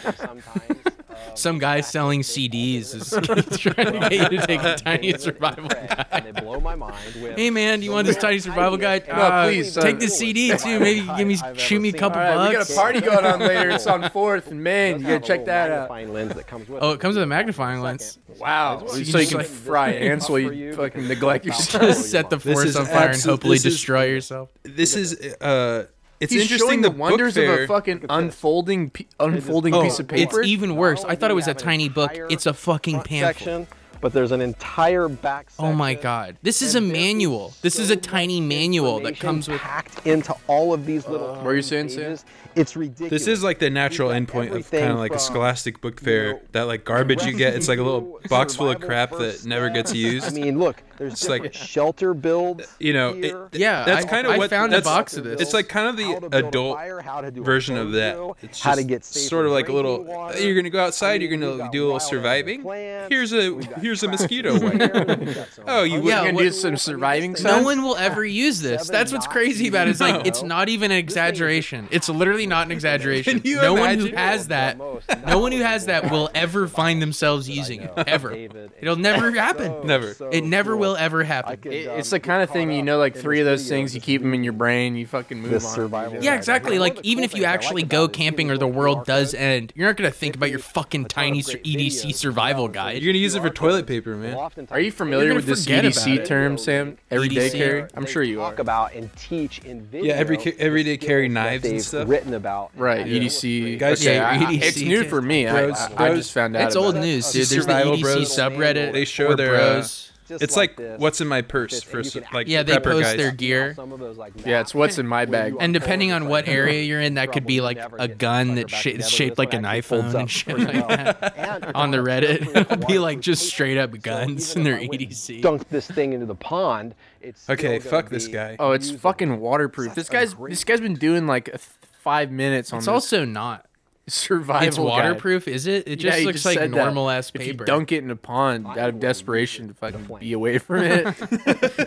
C: Yeah.
H: Sometimes, um,
C: Some guy selling CDs is trying to get you to take a tiny survival guide.
H: and they blow my mind with
C: Hey man, do you want this tiny survival guide?
H: No,
C: Uh,
B: please,
C: take
B: uh,
C: this CD too. Maybe give me, shoot me a couple
B: All right, we got
C: bucks.
B: a party going on later. It's on Fourth and Main. You gotta check that out.
H: Lens that comes with
C: Oh, it comes with a magnifying lens.
B: Wow. So
C: you
B: you
C: just
B: can
C: like-
B: fry ants while you fucking neglect yourself.
C: Just set the
D: This
C: forest
D: is
C: on fire
D: abso-
C: and hopefully
D: this is-
C: destroy yourself.
D: This is uh, it's
B: He's showing
D: interesting.
B: the
D: book
B: wonders of
D: fair-
B: a fucking unfolding pe- unfolding
D: Oh,
B: piece of
C: It's
B: paper.
H: e-
C: even worse. I thought it was a tiny book. It's a fucking pamphlet.
H: section, but there's an entire back section.
C: Oh my god. This is a
H: And there is
C: manual. This is a
H: so
C: tiny
H: much
C: manual that
H: information
C: comes with
H: packed into all of these little.
B: What are you saying, Sam?
H: pages. It's ridiculous.
D: This is like the natural
H: We've got
D: endpoint of
H: everything
D: kind of like a
H: from,
D: scholastic book fair.
H: know,
D: that like garbage you get. It's like a little
H: rescue,
D: box full of
H: survival
D: crap that
H: first
D: never gets used.
H: I mean, look, there's
D: It's like-
H: different shelter builds.
D: you know, it-
H: here.
C: Yeah,
D: that's
C: I-
D: kind of
C: I
D: what
C: found a
D: that's-
C: box of this.
D: It's like kind of
H: How to
D: the
H: build a
D: adult
H: fire, how to do a
D: version of that.
H: dojo,
D: It's
H: how to
D: just
H: get safe
D: sort of
H: with
D: like a little.
H: drinking water.
D: You're gonna go outside.
H: mean,
D: you're gonna
H: we've got
D: do a little
H: wild animal
D: surviving.
H: plants,
D: Here's a
H: we've got
D: here's a
H: traps
D: mosquito.
H: everywhere,
D: wipe.
H: we've got some
D: Oh, you wouldn't
H: hunting
C: Yeah,
B: You're gonna
C: what-
B: do some surviving
C: No
H: No
B: stuff?
C: one will ever use this.
H: Seven
C: That's what's
H: knots.
C: crazy about it. It's like it's
H: No.
C: not even an exaggeration. It's literally not an exaggeration.
D: Can you
C: No one who
D: imagine?
C: has that, no one who has that will ever find themselves using it ever. It'll never happen.
D: Never.
C: It never will ever happen.
B: It- it's the kind of thing you know, like three of those things. You keep them in your brain. You fucking move
H: This
B: on.
H: survival
C: Yeah,
H: guide.
C: exactly.
H: One of
C: Like
H: the
C: even
H: cool
C: if you
H: things I like
C: actually
H: about
C: go
H: it is
C: camping
H: even
C: or the
H: with
C: world
H: QR
C: does
H: code,
C: end, you're not gonna think about your fucking
H: uh, a ton of
C: tiny
H: great
C: EDC
H: videos
C: survival
H: about
C: guide.
D: You're gonna use it for
H: QR
D: toilet
H: codes
D: paper,
H: will
D: man.
H: oftentimes
B: Are you
H: take
B: familiar
C: gonna
B: with this
C: forget about
B: EDC
C: it. E
B: term, Sam? Everyday
C: EDC.
B: carry? I'm sure you
H: talk
B: are.
H: about and teach in video.
D: every ca-
H: the
D: everyday carry
H: skills that
D: knives and
H: they've
D: stuff.
H: Written about
B: Right, E
H: and
B: EDC.
D: Guys,
B: okay,
C: yeah,
B: I- I-
C: EDC
B: It's new
C: too.
B: for me. I,
D: Bros,
B: I- I
D: bros.
B: just found out.
C: It's
B: about
C: old
B: it.
C: news,
H: That's
C: dude. There's the
D: survival
C: EDC
D: bros.
C: subreddit.
D: They show
C: for
D: their, uh,
C: bros.
H: just
D: It's like
H: this.
D: what's in my purse
H: It's-
D: for
H: you
D: s-
H: can
D: like
C: Yeah, they
D: prepper
C: post
D: guys.
C: their gear.
H: Some of those, like,
B: Yeah, it's
H: maps
B: what's in my bag.
C: And depending on what area you're in, that could be like a gun that's sh- shaped like an iPhone and shit like that. on the Reddit. It'll be like just straight up guns and their E EDC.
H: Dunk this thing into the pond. It's
D: Okay,
H: still gonna
D: fuck this
H: be-
D: guy.
B: Oh, it's fucking waterproof. This guy's this guy's been doing like a th- five minutes on
C: It's
B: this.
C: also not.
B: survival.
C: It's waterproof, is it?
B: Guide.
C: It
B: Yeah,
C: just
B: he
C: looks
B: said
C: like
B: that.
C: normal ass
B: If you
C: paper.
B: dunk it in a pond out of desperation to fucking be away from it,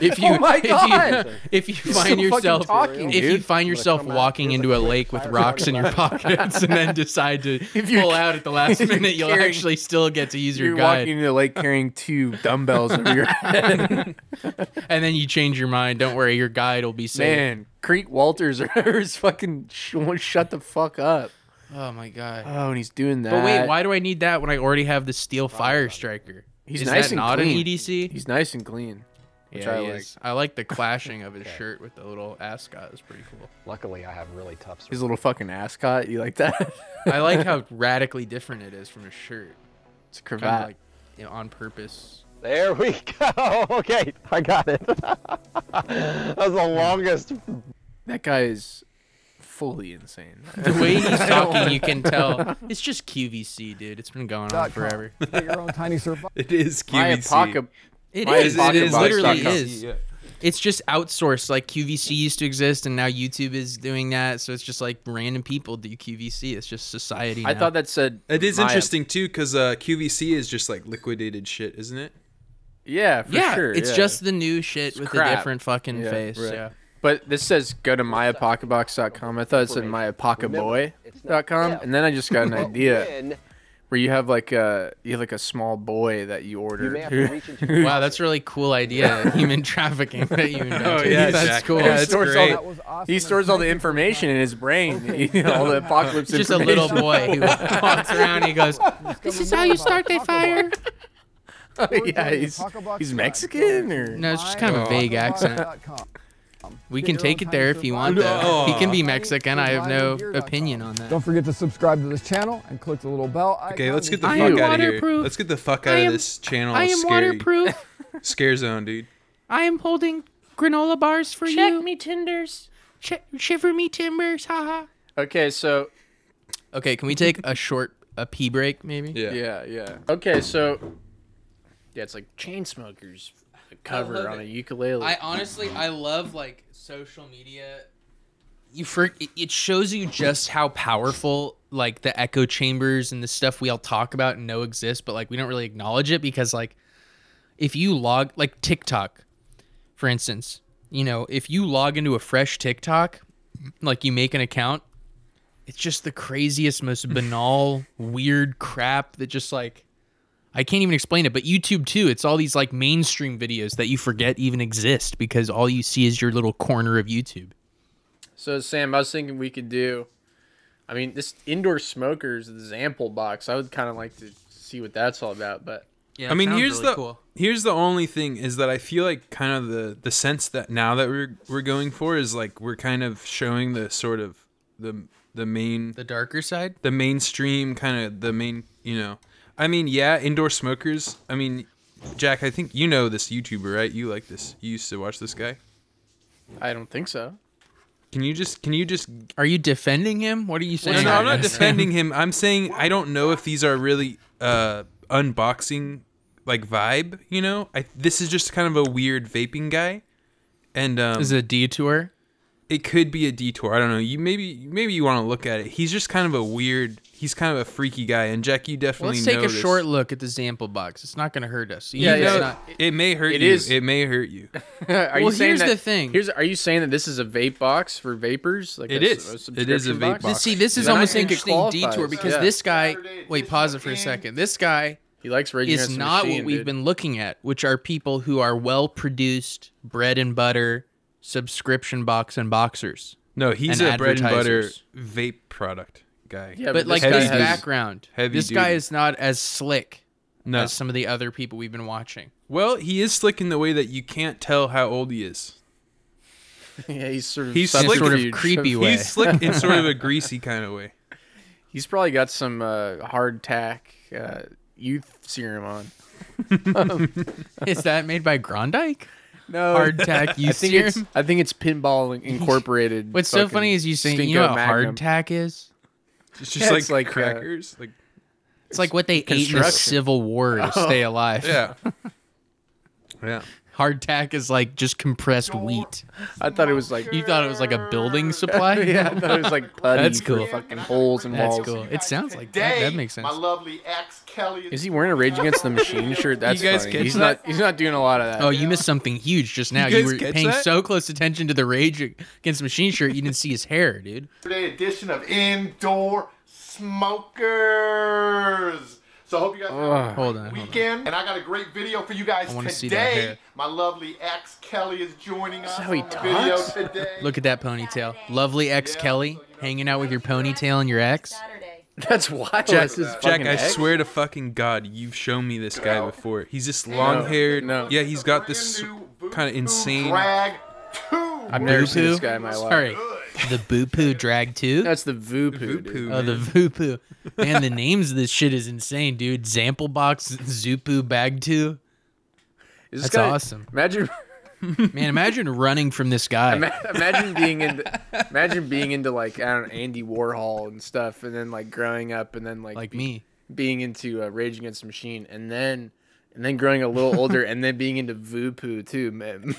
C: if you,
G: Oh my God!
C: if you, if you
B: still
C: find
B: fucking
C: yourself
B: talking,
C: if you
B: dude.
C: find yourself
H: come out,
C: walking
H: here's
C: into
H: a
C: a
H: quick
C: lake with
H: fire
C: rocks in your
H: starter.
C: pockets and then decide to
B: you're-
C: pull out at the last
B: if you're
C: minute, you'll
B: carrying-
C: actually still get to use your
B: you're
C: guide,
B: walking into the lake carrying two dumbbells over your head.
C: and then you change your mind. Don't worry, your guide will be safe.
B: Man, Creek Walters or whatever is fucking sh- won't shut the fuck up.
C: Oh my god.
B: Oh, and he's doing that.
C: But wait, why do I need that when I already have the steel fire striker?
B: He's
C: is
B: nice
C: that
B: and
C: not
B: clean.
C: an EDC?
B: He's nice and clean, which
C: yeah,
B: I
C: he
B: like.
C: is. I like the clashing of his shirt with the little ascot. It's pretty cool.
H: Luckily, I have really tough.
B: His little fucking ascot. You like that?
C: I like how radically different it is from his shirt.
B: it's a
C: Kind of
B: cravat.
C: like you know, on purpose.
H: There we go. Okay, I got it. that was the longest.
B: that guy is fully insane.
C: The way he's talking, you can tell it's just QVC, dude. It's been going on
G: Dot com.
C: forever.
G: Get your own tiny survival.
D: It is QVC.
B: My apoca-
C: It
B: Why
C: is.
B: is it- it
C: It is,
B: is
C: literally
B: box.com.
C: is. It's just outsourced. Like QVC used to exist, and now YouTube is doing that. So it's just like random people do QVC. It's just society.
B: I
C: now.
B: thought that said
D: It is
B: my-
D: interesting too, because uh, QVC is just like liquidated shit, isn't it?
B: Yeah, for
C: yeah,
B: sure.
C: it's
B: yeah.
C: just the new shit with a
B: crap.
C: different fucking
B: Yeah,
C: face.
B: right.
C: Yeah.
B: But this says go to myapocabox.com. I thought it said myapocaboy.com, and then I just got an
C: Oh,
B: idea
H: Win.
B: where you have like a you have like a small boy that you order.
H: You may have to reach into your
C: Wow, that's a really cool idea. Human trafficking that you invented.
D: Oh, yeah,
C: Oh, that's
D: Jack.
C: cool.
D: Yeah,
B: he
D: it's
B: stores
D: great.
B: all
G: That
B: the,
G: was awesome.
B: he stores all the information in his brain, all the apocalypse
C: just a little
B: information.
C: boy who walks around. And he goes,
G: This is how you start that fire.
B: yeah, he's, he's Mexican or
C: "No, it's just kind of a vague accent." We can take it there if you want, though. He can be Mexican. I have no opinion on that.
G: Don't forget to subscribe to this channel and click the little bell icon.
D: Okay, let's get the
C: I am
D: fuck out of here.
C: waterproof.
D: Let's get the fuck
C: I
D: out of
C: am-
D: this channel.
C: I am
D: scary,
C: waterproof.
D: Scare zone, dude.
C: I am holding granola bars for you.
A: me tenders.
C: Sh- shiver me timbers, haha.
B: Okay, so
C: Okay, can we take a short a pee break, maybe?
D: Yeah.
B: yeah, yeah. Okay, so yeah, it's like chain smokers cover on a ukulele.
C: I honestly, I love like social media. You for it- it shows you just how powerful like the echo chambers and the stuff we all talk about and know exists, but like we don't really acknowledge it because like if you log like TikTok, for instance, you know if you log into a fresh TikTok, like you make an account, it's just the craziest, most banal, weird crap that just like I can't even explain it, but YouTube too. It's all these like mainstream videos that you forget even exist because all you see is your little corner of YouTube.
B: So Sam, I was thinking we could do. I mean, this indoor smokers, this ample box. I would kind of like to see what that's all about, but
C: Yeah,
D: I mean, here's the here's the only thing is that I feel like kind of the the sense that now that we're we're going for is like we're kind of showing the sort of the the main
C: the darker side.
D: the mainstream kind of the main you know i mean yeah indoor smokers i mean jack i think you know this youtuber right you like this you used to watch this guy
B: I don't think so.
D: can you just can you just no
C: Are you defending him? What are you saying?
D: no i'm
C: I
D: not defending him i'm saying i don't know if these are really uh unboxing like vibe you know i this is just kind of a weird vaping guy and um
C: This is a detour.
D: it could be a detour. I don't know. You maybe maybe you want to look at it. He's just kind of a weird. He's kind of a freaky guy. And Jack, you
C: Well,
D: definitely
C: let's take
D: know
C: a
D: this.
C: short look at the sample box. It's not going to hurt us.
D: You
C: yeah,
D: know,
C: it's not.
D: it may hurt
B: it
D: you.
B: is-
D: It may hurt you.
B: are
C: Well,
B: you saying
C: here's
B: that-
C: the thing.
B: Here's are you saying that this is a vape box for vapors? Like
D: It
B: a,
D: is. It
B: s-
D: is a
B: subscription
D: vape box.
C: See, this is
B: Then I
C: almost an
B: think it
C: interesting
B: qualifies.
C: detour because
B: Yeah.
C: this guy. Wait, pause it for a second. This guy
B: He likes Rage
C: is
B: Against the
C: not
B: Machine,
C: what we've
B: dude.
C: been looking at, which are people who are well produced, bread and butter, subscription box and boxers.
D: No, he's
C: And
D: a bread and butter
C: advertisers.
D: vape product guy.
B: Yeah,
C: But like
B: this guy
C: his
D: has-
C: background,
D: heavy
C: this guy
D: duty.
C: is not as slick
D: No.
C: as some of the other people we've been watching.
D: well, he is slick in the way that you can't tell how old he is.
B: yeah, he's sort of
D: He's
C: Some
D: slick-
C: sort of
B: subterfuge.
C: creepy way.
D: He's slick in sort of a greasy kind of way.
B: He's probably got some uh, hard tack uh, youth serum on.
C: is that made by Grondike?
B: No,
C: Hardtack
B: Oh, I
C: youth
B: think
C: serum.
B: it's I think it's Pinball Incorporated.
C: What's so
B: fucking
C: funny is you saying you
B: Stinko
C: know what
B: Magnum.
C: hardtack is.
D: It's just
B: Yeah,
D: like,
B: it's like, uh,
D: crackers. like
C: It's like what they ate in the
B: construction.
C: Civil War to stay alive.
D: yeah, yeah.
C: Hardtack is like just compressed wheat.
B: I thought it was like
C: You thought it was like a building supply?
B: yeah, I thought it was like putty
C: That's
B: for
C: cool.
B: fucking holes and
C: That's
B: walls.
C: cool. It sounds like that. That makes sense.
I: My lovely ex Kelly.
B: Is he wearing a Rage Against the Machine shirt? That's
D: guys
B: funny.
D: catch
B: He's
D: that?
B: not. He's not doing a lot of that.
C: Oh, you missed something huge just now.
D: You
C: You,
D: guys
C: were
D: catch
C: paying
D: that?
C: so close attention to the Rage Against the Machine shirt, you didn't see his hair, dude.
I: Today edition of Indoor Smokers. So I hope you guys have
C: Hold
I: a
C: on.
I: great
C: Hold on.
I: weekend, and I got a great video for you
C: I
I: guys today.
C: wanna see that hair.
I: My lovely ex Kelly is joining us
B: how he
I: on the video
B: talks?
I: today.
C: Look at that ponytail. Lovely ex Kelly hanging out with your ponytail and your ex.
A: Saturday.
B: That's
C: Oh,
B: wild.
D: Jack,
B: This is
D: Jack
B: fucking
D: I
B: egg.
D: swear to fucking God, you've shown me this guy before. He's just long haired.
B: No.
D: Yeah, he's got this
I: Brand new
D: kind of
I: Voodoo
D: insane.
I: Drag two.
B: I've never
C: Boo
B: seen this
C: poo?
B: guy in my life.
C: Sorry. The Boo Poo Drag 2?
B: That's the Voopoo. dude.
C: Oh, the Voo Poo. Man, the names of this shit is insane, dude. Zample Box, Zupu Bag 2.
B: Is this
C: That's
B: guy-
C: awesome.
B: Imagine,
C: Man, imagine running from this guy.
B: ima- imagine being into, imagine being into like I don't know Andy Warhol and stuff, and then like growing up, and then like
C: Like
B: be-
C: me.
B: being into uh, Rage Against the Machine, and then and then growing a little older, and then being into Voopoo too. man.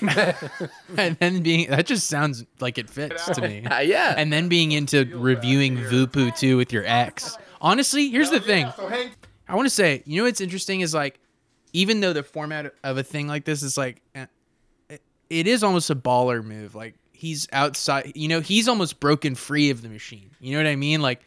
C: And then being, that just sounds like it fits to me.
B: yeah.
C: And then being into reviewing Vupu 2 with your ex. Honestly, here's the thing.
I: So hang
C: I want to say, you know what's interesting is like, even though the format of a thing like this is like, eh, it- it is almost a baller move. Like he's outside, you know, he's almost broken free of the machine. You know what I mean? Like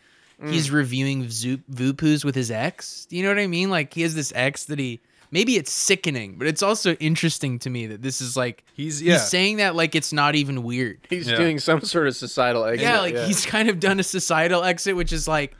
C: he's reviewing Zoop- Vupu's with his ex. Do you know what I mean? Like he has this ex that he. Maybe it's sickening, but it's also interesting to me that this is like
D: He's yeah.
C: he's saying that like it's not even weird.
B: He's
D: Yeah.
B: doing some sort of societal exit.
C: Yeah, like he's kind of done a societal exit, which is like,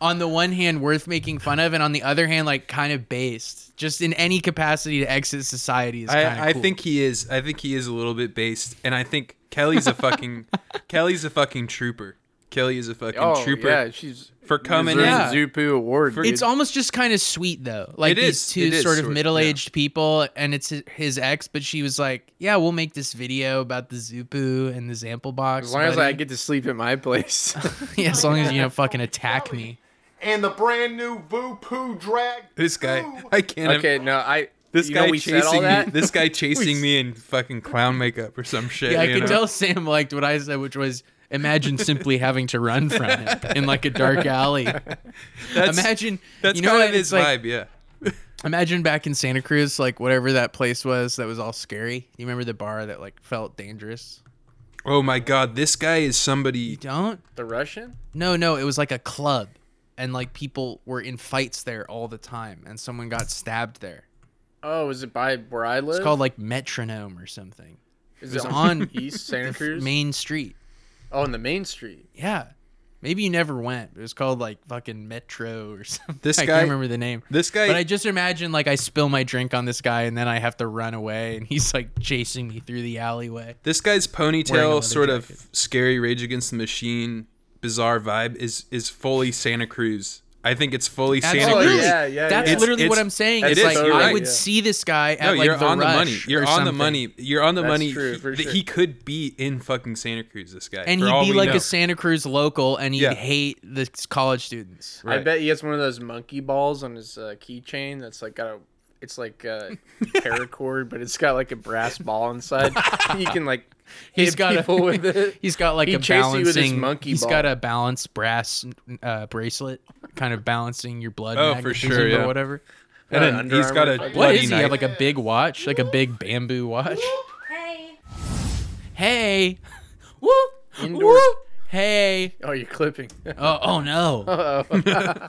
C: on the one hand, worth making fun of, and on the other hand, like kind of based. Just in any capacity to exit society is kind of
D: I, I think he is. I think he is a little bit based, and I think Kelly's a fucking Kelly's a fucking trooper. Kelly is a fucking
B: oh
D: trooper.
B: yeah, she's
D: for coming
B: deserves
D: in.
B: a Zupu award. dude.
C: it's almost just kind of sweet though. Like
D: It
C: these
D: is,
C: two
D: it is
C: sort of
D: sort of,
C: middle-aged people, and it's hi- his ex, but she was like, "Yeah, we'll make this video about the Zupu and the Zample box."
B: as long as I
C: buddy."
B: get to sleep at my place.
C: yeah, as long as you don't fucking attack me.
I: and the brand new Voopoo Drag.
D: This guy,
I: two.
D: I can't.
B: okay, no, I.
D: This
B: you
D: guy
B: know we said all
D: chasing me.
B: that?
D: This guy chasing me in fucking clown makeup or some shit.
C: Yeah, I
D: you
C: can
D: know?
C: tell Sam liked what I said, which was imagine simply having to run from him in like a dark alley.
D: That's,
C: imagine
D: that's
C: you know
D: kind
C: what?
D: of his
C: It's like,
D: vibe. Yeah.
C: Imagine back in Santa Cruz, like whatever that place was that was all scary. You remember the bar that like felt dangerous?
D: Oh my god, this guy is somebody.
C: You don't?
B: The Russian?
C: No, no, it was like a club, and like people were in fights there all the time, and someone got stabbed there.
B: Oh, is it by where I live?
C: It's called like Metronome or something.
B: Is
C: It was
B: it
C: on
B: East Santa Cruz?
C: Main Street.
B: oh, on the main street.
C: Yeah. Maybe you never went. It was called like fucking Metro or something.
D: This
C: I
D: guy-
C: can't remember the name.
D: This guy.
C: But I just imagine like I spill my drink on this guy and then I have to run away and he's like chasing me through the alleyway.
D: this guy's
C: Wearing a
D: ponytail
C: leather
D: sort
C: jacket.
D: of scary rage against the machine bizarre vibe is is fully santa cruz i think it's fully santa
B: Absolutely.
D: cruz
B: Oh, yeah, yeah,
C: That's
B: yeah.
C: literally
D: It's-
C: what
D: it's-
C: I'm saying.
D: it
C: It's
D: is,
C: like
D: you're
C: I
D: right,
C: would
B: yeah.
C: see this guy at
D: no
C: like
D: you're
C: the
D: on the
C: Rush
D: money you're
C: or
D: on the
C: something.
D: money you're on the
B: That's
D: money
B: true,
D: He-
B: for
D: th-
B: sure.
D: he could be in fucking santa cruz this guy
C: And
D: for
C: he'd
D: all
C: be
D: we
C: like
D: know.
C: a Santa Cruz local and he'd
D: Yeah.
C: hate the college students.
B: I
D: Right.
B: bet he has one of those monkey balls on his uh, keychain that's like got a it's like a paracord, but it's got like a brass ball inside. you can like
C: He's
B: hit
C: got
B: people
C: a,
B: with it.
C: He's got like
B: He
C: a
B: chased you
C: balancing.
B: with his monkey
C: he's
B: ball.
C: got a balanced brass uh, bracelet, kind of balancing your blood.
D: Oh, for
C: magnetism
D: sure, yeah.
C: Or whatever.
D: and then
B: Under
D: he's got a
B: Armour. What
C: What
D: bloody
C: is he?
D: knife
C: Have like a big watch, like a big bamboo watch.
A: Hey.
C: Hey, whoop,
B: Indoor-
C: whoop. Hey.
B: Oh, you're clipping.
C: Oh, oh no.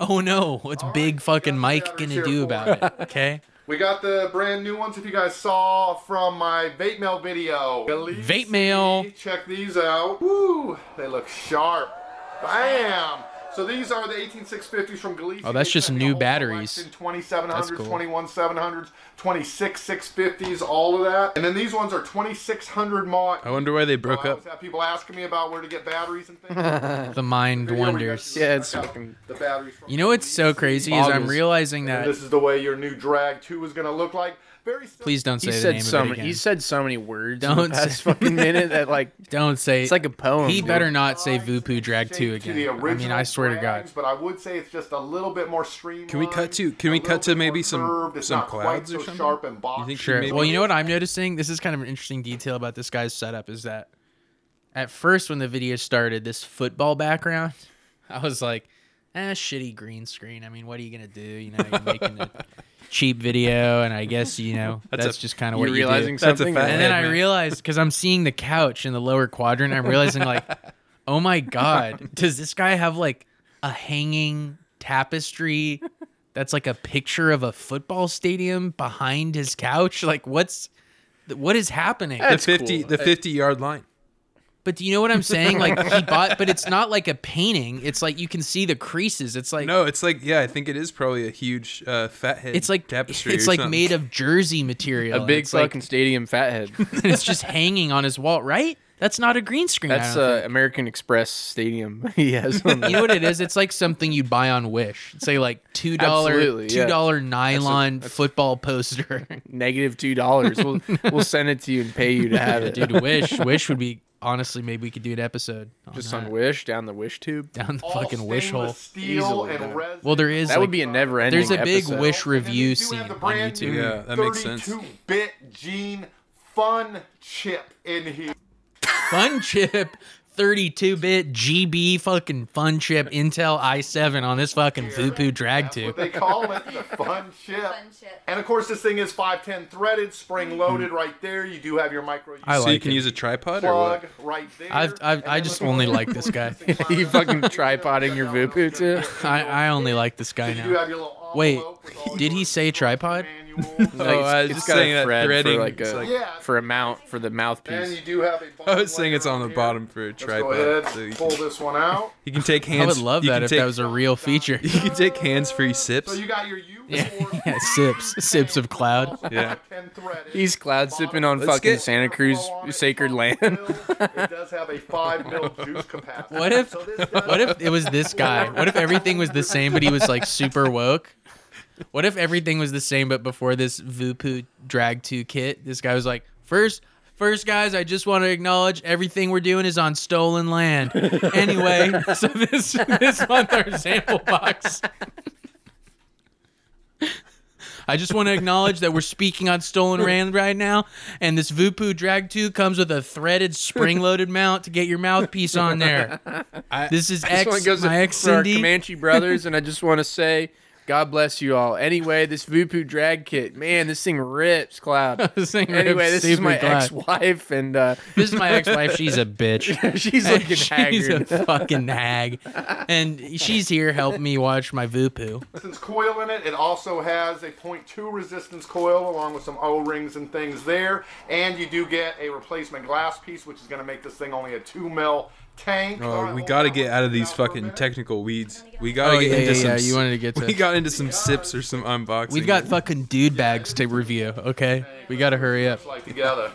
C: Oh no. What's big fucking Mike gonna do about it? Okay.
I: We got the brand new ones. If you guys saw from my vape mail video, Believe
C: Vape mail.
I: me, Check these out. Woo! They look sharp. Bam! So these are the 18650s from Galicia.
C: Oh, that's
I: They
C: just
I: sent me
C: new
I: a whole
C: batteries.
I: collection, 2700s,
C: That's cool.
I: 21700s, 26650s, all of that. And then these ones are 2600 mAh.
D: i wonder why they broke
I: I always
D: up
I: have people asking me about where to get batteries and things.
C: The mind
I: Video where you
C: wonders.
I: actually
B: Yeah, it's
I: check out
B: fucking-
I: the batteries. from
C: You know what's so crazy is I'm
B: Boggles.
C: realizing that
I: and this is the way your new drag 2 is going to look like Very simple.
C: Please don't say
B: He
C: the
B: said
C: name
B: so
C: of it
B: many.
C: again.
B: He said so many words in
C: Don't
B: the past
C: say-
B: fucking minute that like
C: Don't say
B: it's like a poem.
C: He
B: dude.
C: better not say Voopoo Drag
I: shape
C: Two
I: to the
C: again. I
I: original.
C: mean, I swear to God.
I: drags, But I would say it's just a little bit more streamlined.
D: Can we cut to- can
I: a
D: we
I: little
D: cut to
I: bit more
D: maybe some-
I: curved. It's
D: some
I: not quite
D: clouds or
I: so
D: something?
I: Sharp and boxed.
D: You think she
C: Sure.
D: maybe-
C: Well, you know what I'm noticing? This is kind of an interesting detail about this guy's setup is that at first when the video started, this football background, I was like, eh, shitty green screen. I mean, what are you gonna do? You know, you're making a cheap video, and I guess you know that's,
D: That's a-
C: just kind of
B: You
C: what
B: realizing
C: you do.
D: That's a
B: something?
D: fact.
C: And then
D: Hey,
C: I
D: man.
C: realized because I'm seeing the couch in the lower quadrant, I'm realizing like, oh my god, does this guy have like a hanging tapestry that's like a picture of a football stadium behind his couch? Like, what's th- what is happening?
D: The
B: That's
D: fifty,
B: cool.
D: the fifty yard line.
C: But do you know what I'm saying? Like he bought, but it's not like a painting. It's like you can see the creases. It's like
D: No, it's like yeah, I think it is probably a huge uh, fat head.
C: it's like
D: tapestry.
C: it's
D: or
C: like
D: something.
C: made of jersey material.
B: a big
C: It's like-
B: fucking stadium fathead.
C: it's just hanging on his wall, right? That's not a green screen. I
B: That's
C: don't
B: uh, American Express Stadium. he has on
C: You
B: that.
C: know what it is? It's like something you'd buy on Wish. Say like two dollar
B: Absolutely, yeah.
C: two dollar nylon football poster.
B: negative two dollars. We'll we'll send it to you and pay you to have it.
C: Dude, Wish. Wish would be honestly maybe we could do an episode. On
B: Just
C: that.
B: on Wish down the Wish tube.
C: down the
I: All
C: fucking wish
I: stainless
C: hole.
I: Steel
B: Easily
I: and
B: done.
I: resin.
C: Well there is
B: That
C: like-
B: would be a never ending.
C: there's a big Wish
I: And then
C: review
I: they do
C: scene
I: have the
C: on
I: brand
C: YouTube.
I: new
D: Yeah, that makes sense.
I: 32-bit Gene Fun chip in here.
C: fun chip 32 bit GB fucking fun chip Intel i7 on this fucking Vupu drag
I: That's what
C: tube.
I: they call it, the fun chip. And of course, this thing is 510 threaded, spring loaded right there. You do have your micro
C: I
D: So
C: like
D: you can
C: it.
D: use a tripod or
I: plug
D: what?
I: right there.
C: I've- I've-
I: And
C: I
I: then
C: just
I: look
C: only
I: at
C: like
I: the
C: this guy.
I: existing
B: you fucking
I: line.
B: tripoding your Vupu too.
C: I, I only like this guy
I: You do
C: now.
I: have your little
C: Wait,
I: envelope with all
C: did he
I: your
C: say tripod?
I: manuals.
B: No,
D: Oh, I was
B: it's
D: just
B: got a
D: saying that
B: thread
D: threading,
B: for like
D: it's
B: a
D: like-
I: Yeah.
B: for a mount for the
I: And you
B: mouthpiece.
I: do have a
D: I
I: bottom
D: was saying it's
I: layer
D: on the
I: here.
D: bottom for a
I: Let's
D: tripod.
I: go ahead,
D: so you,
I: pull
D: can,
I: this one out.
D: you can take hands.
C: I would love
D: you
C: that
D: can
C: if
D: take-
C: that was a real feature.
D: You can take hands-free sips.
I: So you got your U4.
C: Yeah, sips. Sips of cloud.
D: Yeah.
B: He's cloud sipping on
D: Let's
B: fucking
D: get-
B: Santa Cruz sacred land.
I: it does have a five mil juice capacity.
C: What if
I: So this does-
C: what if it was this guy? What if everything was the same but he was like super woke? What if everything was the same but before this Vupu drag 2 kit, this guy was like, first First, guys, I just want to acknowledge everything we're doing is on stolen land. Anyway, so this this month our sample box. I just want to acknowledge that we're speaking on stolen land right now, and this Vupu Drag 2 comes with a threaded spring-loaded mount to get your mouthpiece on there. this is
B: This one
C: X,
B: goes
C: my
B: up
C: X
B: for our
C: Cindy.
B: Comanche brothers, and I just want to say, God bless you all. Anyway, this Vupu drag kit, man, this thing rips, Cloud.
C: This thing
B: anyway,
C: rips
B: this is
C: super
B: my
C: glad.
B: ex-wife, and uh,
C: This is my ex-wife. She's a bitch.
B: she's looking
C: she's
B: haggard.
C: a fucking hag, and she's here helping me watch my Vupu.
I: resistance coil in it. It also has a 0.2 resistance coil along with some O-rings and things there. And you do get a replacement glass piece, which is going to make this thing only a two mil tank. All
D: Oh,
I: right,
D: we
I: hold
D: got to
I: on,
D: get
I: let's
D: out of
I: sit
D: these
I: down for a
D: fucking
I: minute.
D: technical weeds. We got to
C: Oh,
D: get
C: yeah,
D: into
C: yeah,
D: some.
C: yeah, you
D: s-
C: wanted to get to-
D: We got into some sips or some unboxing.
C: We've got fucking dude bags to review. Okay, we gotta hurry up.
I: It's like together.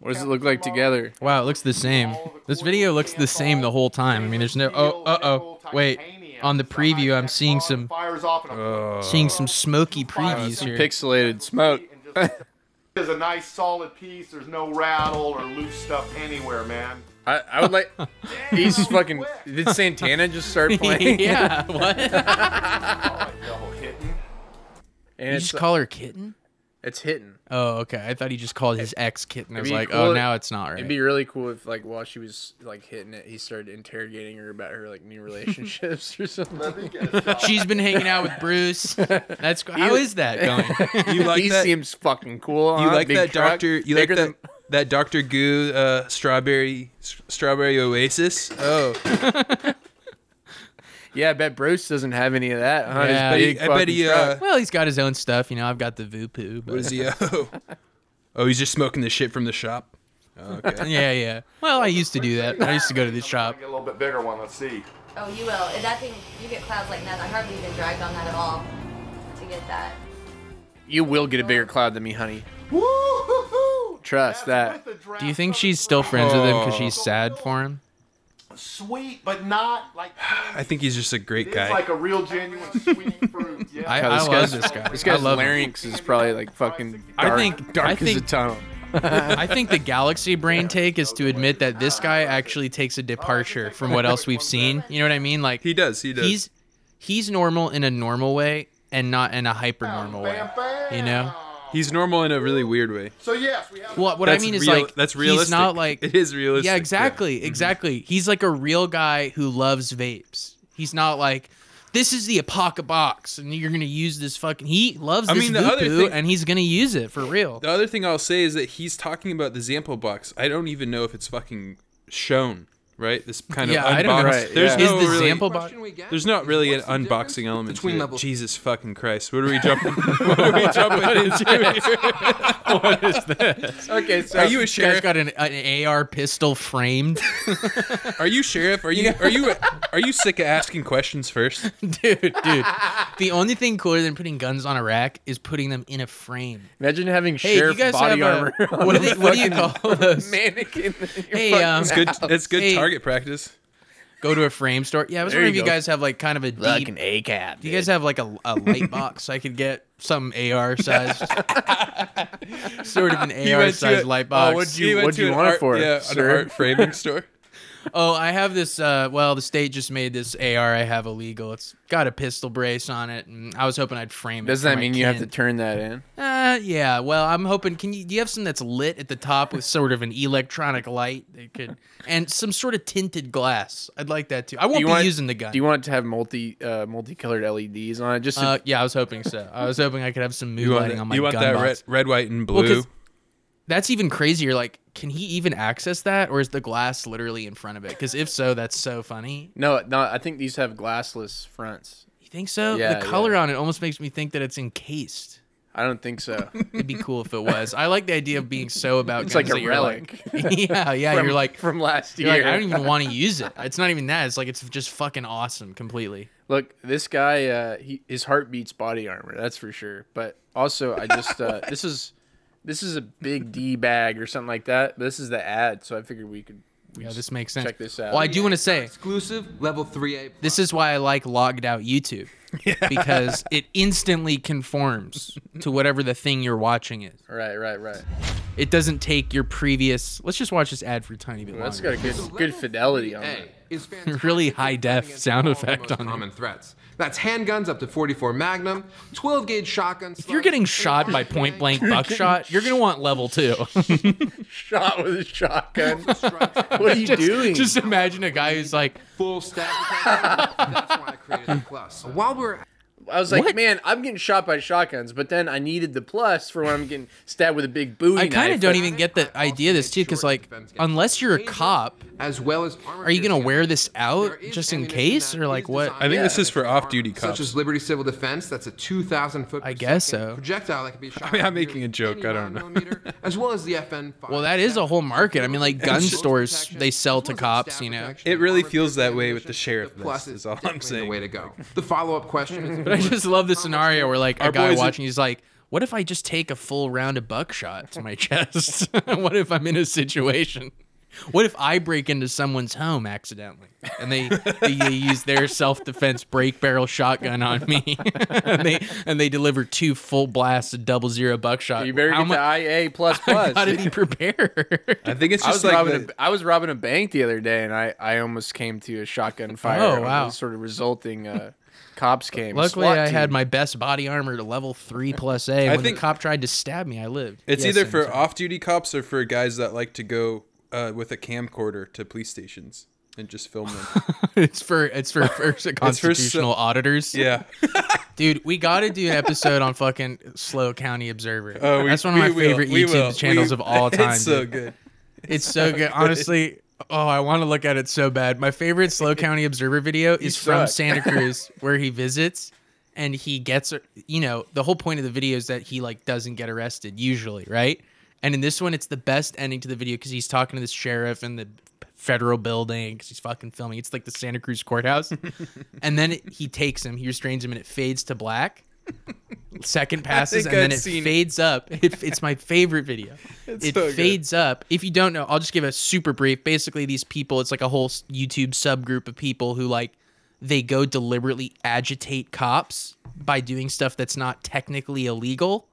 B: What does it look like together?
C: Wow, it looks the same. This video looks the same the whole time. I mean, there's no. Oh, uh oh. Wait. On the preview, I'm seeing some Oh.
I: Fires off in a
C: seeing Uh, some smoky previews here.
B: Pixelated smoke.
I: is a nice solid piece. There's no rattle or loose stuff anywhere, man.
B: I, I would like. He's fucking. Did Santana just start playing?
C: yeah. What? You
I: All right, double hitting.
B: And it's,
C: just call her kitten?
B: it's hitting.
C: Oh, okay. I thought he just called his ex kitten. I was
B: be
C: like,
B: cool-
C: oh, now it's not
B: It'd
C: right.
B: be really cool if, like, while she was like hitting it, he started interrogating her about her like new relationships or something.
I: Let me get a shot.
C: She's been hanging out with Bruce. That's how is that going?
D: You like
B: he
D: that? You
B: seems fucking cool. huh?
D: like
B: Big
D: that
B: truck,
D: doctor? You like
B: bigger
D: that that Doctor Goo uh, strawberry s- strawberry oasis? Oh,
B: Yeah, I bet Bruce doesn't have any of that. Huh? His
C: Yeah.
B: big
D: I bet
B: fucking
D: he.
B: truck.
D: Uh,
C: Well, he's got his own stuff, you know. I've got the Vupu,
D: what is
C: but
D: he? Oh, oh, he's just smoking the shit from the shop. Oh, okay.
C: yeah, yeah. Well, I used to do that. I used to go to the shop.
I: Get a little bit bigger one. Let's see.
J: Oh, you will. And That thing, you get clouds like nothing. I hardly even dragged on that at all to get that.
B: you will get a bigger cloud than me, honey.
I: Woo-hoo-hoo!
B: Trust
I: That's
B: that.
I: with the draft
C: Do you think
I: on
C: she's
I: the
C: still friends with him because
D: Oh.
C: she's sad for him?
I: sweet, but not like
D: I think he's just a great
I: it's
D: guy.
I: like a real genuine sweet fruit. Yeah.
D: I- I love this guy.
B: This guy's
D: I love him.
B: larynx is probably like fucking.
C: I
B: Dark,
C: think-
B: dark
C: I
B: as a
C: think-
B: tunnel.
C: I think the galaxy brain take is to admit that this guy actually takes a departure from what else we've seen. You know what I mean? Like he
D: does. He
C: does. He's he's normal in a normal way and not in a hyper normal way. You know?
D: He's normal in a really weird way.
I: So yes, we have.
C: What what I
D: That's
C: mean is
D: real-
C: like
D: that's
C: He's
D: realistic.
C: not like
D: It is realistic,
C: Yeah,
D: yeah.
C: exactly, exactly. He's like a real guy who loves vapes. He's not like this is the apoca box and you're gonna use this fucking. He loves
D: I
C: this
D: mean, the other
C: Vupu,
D: thing-
C: and he's gonna use it for real.
D: The other thing I'll say is that he's talking about the Zampo box. I don't even know if it's fucking shown, right? This kind of
C: Yeah,
D: unboxed.
C: I don't know. Right,
D: There's
C: yeah.
D: no
C: Is the
D: Oh, really,
C: Zampo box- Question we get
D: There's not really an unboxing element
C: between
D: to it.
C: level-
D: Jesus fucking Christ! What are we jumping? what are we jumping into? here?
C: what is this?
D: Okay, so- Are you a
C: This
D: sheriff?
C: Guy's got an, an AR pistol framed.
D: Are you sheriff? Are you are you are you sick of asking questions first?
C: dude, dude. The only thing cooler than putting guns on a rack is putting them in a frame.
B: Imagine having
C: Hey,
B: sheriff
C: you guys
B: body
C: have a-
B: armor. on
C: what do
B: the
C: they- what do you
B: fucking
C: call those?
B: Mannequin. in your
C: Hey,
B: fucking
C: um,
D: It's good.
B: house.
D: It's good
C: Hey.
D: target practice.
C: Go to a frame store. Yeah, I was
D: There
C: wondering if
D: you
C: you
D: go.
C: guys have like kind of a deep.
B: Like an ACAB,
C: Do you guys have like a, a light box I could get? Some AR size, sort of an
B: He
C: AR
B: went to
C: size
B: a-
C: light
B: oh,
C: box.
B: what'd you- He went what'd to you an want it art- for, yeah, an sir? art framing
D: store.
C: Oh, I have this. Uh, well, the state just made this AR I have illegal. It's got a pistol brace on it, and I was hoping I'd frame it.
B: Does
C: for
B: that
C: my
B: mean you have
C: kin.
B: to turn that in?
C: Uh, yeah. Well, I'm hoping. Can you? Do you have some that's lit at the top with sort of an electronic light that could, and some sort of tinted glass? I'd like that too.
B: Do
C: I won't
B: you
C: be
B: want-
C: using the gun.
B: Do you want it to have multi uh, multicolored LEDs on it? Just to,
C: uh, yeah, I was hoping so. I was hoping I could have some mood
D: You want
C: lighting
D: that-
C: on my
D: you want
C: gun
D: that
C: box.
D: red- red, white, and
C: Well, 'cause
D: blue?
C: that's even crazier. Like, can he even access that, or is the glass literally in front of it? Because if so, that's so funny.
B: no, no. I think these have glassless fronts.
C: You think so?
B: Yeah,
C: the
B: yeah.
C: color on it almost makes me think that it's encased.
B: I don't think so.
C: It'd be cool if it was. I like the idea of being so about.
B: It's like
C: guns
B: a
C: that you're
B: relic.
C: like- yeah, yeah.
B: From-
C: you're like
B: from last
C: you're like,
B: year.
C: I don't even want to use it. It's not even that. It's like it's just fucking awesome completely.
B: Look, this guy, uh, he, his heart beats body armor. That's for sure. But also, I just uh, this is this is a big D bag or something like that. This is the ad, so I figured we could. We
C: Yeah,
B: just
C: this makes sense.
B: Check this out.
C: Well, I do want to say
K: exclusive level three A.
C: This is why I like logged out YouTube because it instantly conforms to whatever the thing you're watching is.
B: Right, right, right.
C: It doesn't take your previous. Let's just watch this ad for a tiny bit
B: Well, that's
C: longer.
B: got a good good fidelity on it.
K: Is
C: really high def sound effect on
K: common threats. That's handguns up to 44 Magnum, 12 gauge shotguns.
C: If you're getting shot by point blank buckshot, you're gonna want level two.
B: Shot with a shotgun. what are you doing?
C: Just imagine a guy who's like
K: full stack. That's why I created the plus. While we're
B: I was like, man, I'm getting shot by shotguns, but then I needed the plus for when I'm getting stabbed with a big booty.
C: I kind
B: knife.
C: of don't even get the idea of this too, because like, unless you're a cop,
K: as well as armor,
C: are you gonna wear this out just in case, or like what?
D: I think this is for off-duty
K: such
D: cops.
K: as Liberty Civil Defense, that's a 2,000 foot. I
C: guess so.
K: Projectile that can be shot.
D: I mean, I'm making a joke. I don't know.
K: as well as the FN.
C: Well, that is a whole market. I mean, like gun stores, they sell to cops, you know.
D: It really feels that way with the sheriff.
K: Plus,
D: Plus,
K: it's
D: is all I'm
K: the
D: saying.
K: way to go. The follow-up question is.
C: But I just love the scenario where like a
K: Our
C: guy
K: boys-
C: watching, he's like, "What if I just take a full round of buckshot to my chest? what if I'm in a situation?" What if I break into someone's home accidentally and they, they, they use their self defense break barrel shotgun on me and they and they deliver two full blasts of double zero buckshot?
B: You better
C: How
B: get
C: mu-
B: the IA plus
C: I
B: plus.
C: gotta be prepared.
D: I think it's
B: I was,
D: just like
B: robbing
D: the,
B: a, I was robbing a bank the other day, and I, I almost came to a shotgun fire.
C: Oh,
B: It was
C: wow.
B: Sort of resulting uh, cops came.
C: Luckily,
B: SWAT
C: I had
B: team.
C: my best body armor to level three plus A.
D: I
C: When
D: think-
C: the cop tried to stab me, I lived.
D: It's
C: Yes,
D: either
C: and
D: for
C: so-
D: off-duty cops or for guys that like to go uh, with a camcorder to police stations and just film them.
C: it's for it's for first constitutional auditors.
D: yeah.
C: dude, we got to do an episode on fucking Slow County Observer.
D: Oh, we-
C: That's one of my
D: we will,
C: favorite
D: we
C: YouTube
D: will,
C: channels
D: we-
C: of all
D: it's
C: time.
D: so
C: dude.
D: good.
C: It's so good. Honestly, oh, I want to look at it so bad. My favorite Slow County Observer video is from
B: suck.
C: Santa Cruz, where he visits and he gets, you know, the whole point of the video is that he like doesn't get arrested usually, right? And in this one, it's the best ending to the video because he's talking to the sheriff in the federal building because he's fucking filming. It's like the Santa Cruz courthouse, and then it, he takes him, he restrains him, and it fades to black. second passes
K: think
C: and then
K: I've
C: it
K: seen it.
C: fades up. It, it's my favorite video.
K: It's
C: it
K: so good.
C: fades up. If you don't know, I'll just give a super brief. Basically, these people, it's like a whole s- YouTube subgroup of people who like they go deliberately agitate cops by doing stuff that's not technically illegal.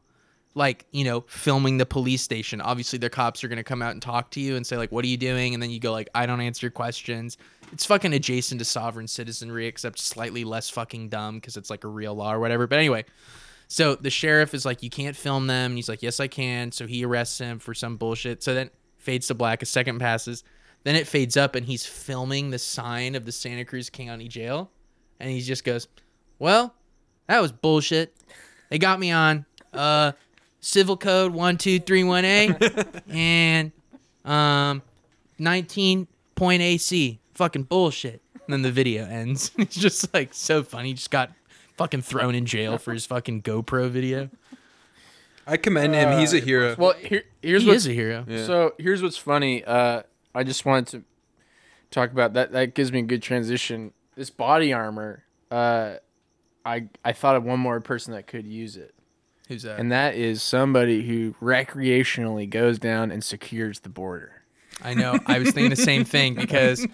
C: Like, you know, filming the police station. Obviously, their cops are going to come out and talk to you and say like, "What are you doing?" and then you go like, "I don't answer your questions." It's fucking adjacent to sovereign citizenry except slightly less fucking dumb cuz it's like a real law or whatever. But anyway, so the sheriff is like, you can't film them. And he's like, yes, I can. So he arrests him for some bullshit. So then fades to black. A second passes. Then it fades up and he's filming the sign of the Santa Cruz County Jail. And he just goes, well, that was bullshit. They got me on uh, civil code 1231A and um, 19.AC. Fucking bullshit. And then the video ends. It's just like so funny. He just got fucking thrown in jail for his fucking GoPro video.
D: I commend him. He's
B: Uh,
D: a hero.
B: Well, here, here's
C: He
B: what's-
C: is a hero. Yeah.
B: So here's what's funny. Uh, I just wanted to talk about that. That gives me a good transition. This body armor. Uh, I I thought of one more person that could use it.
C: Who's that?
B: And that is somebody who recreationally goes down and secures the border.
C: I know. I was thinking the same thing because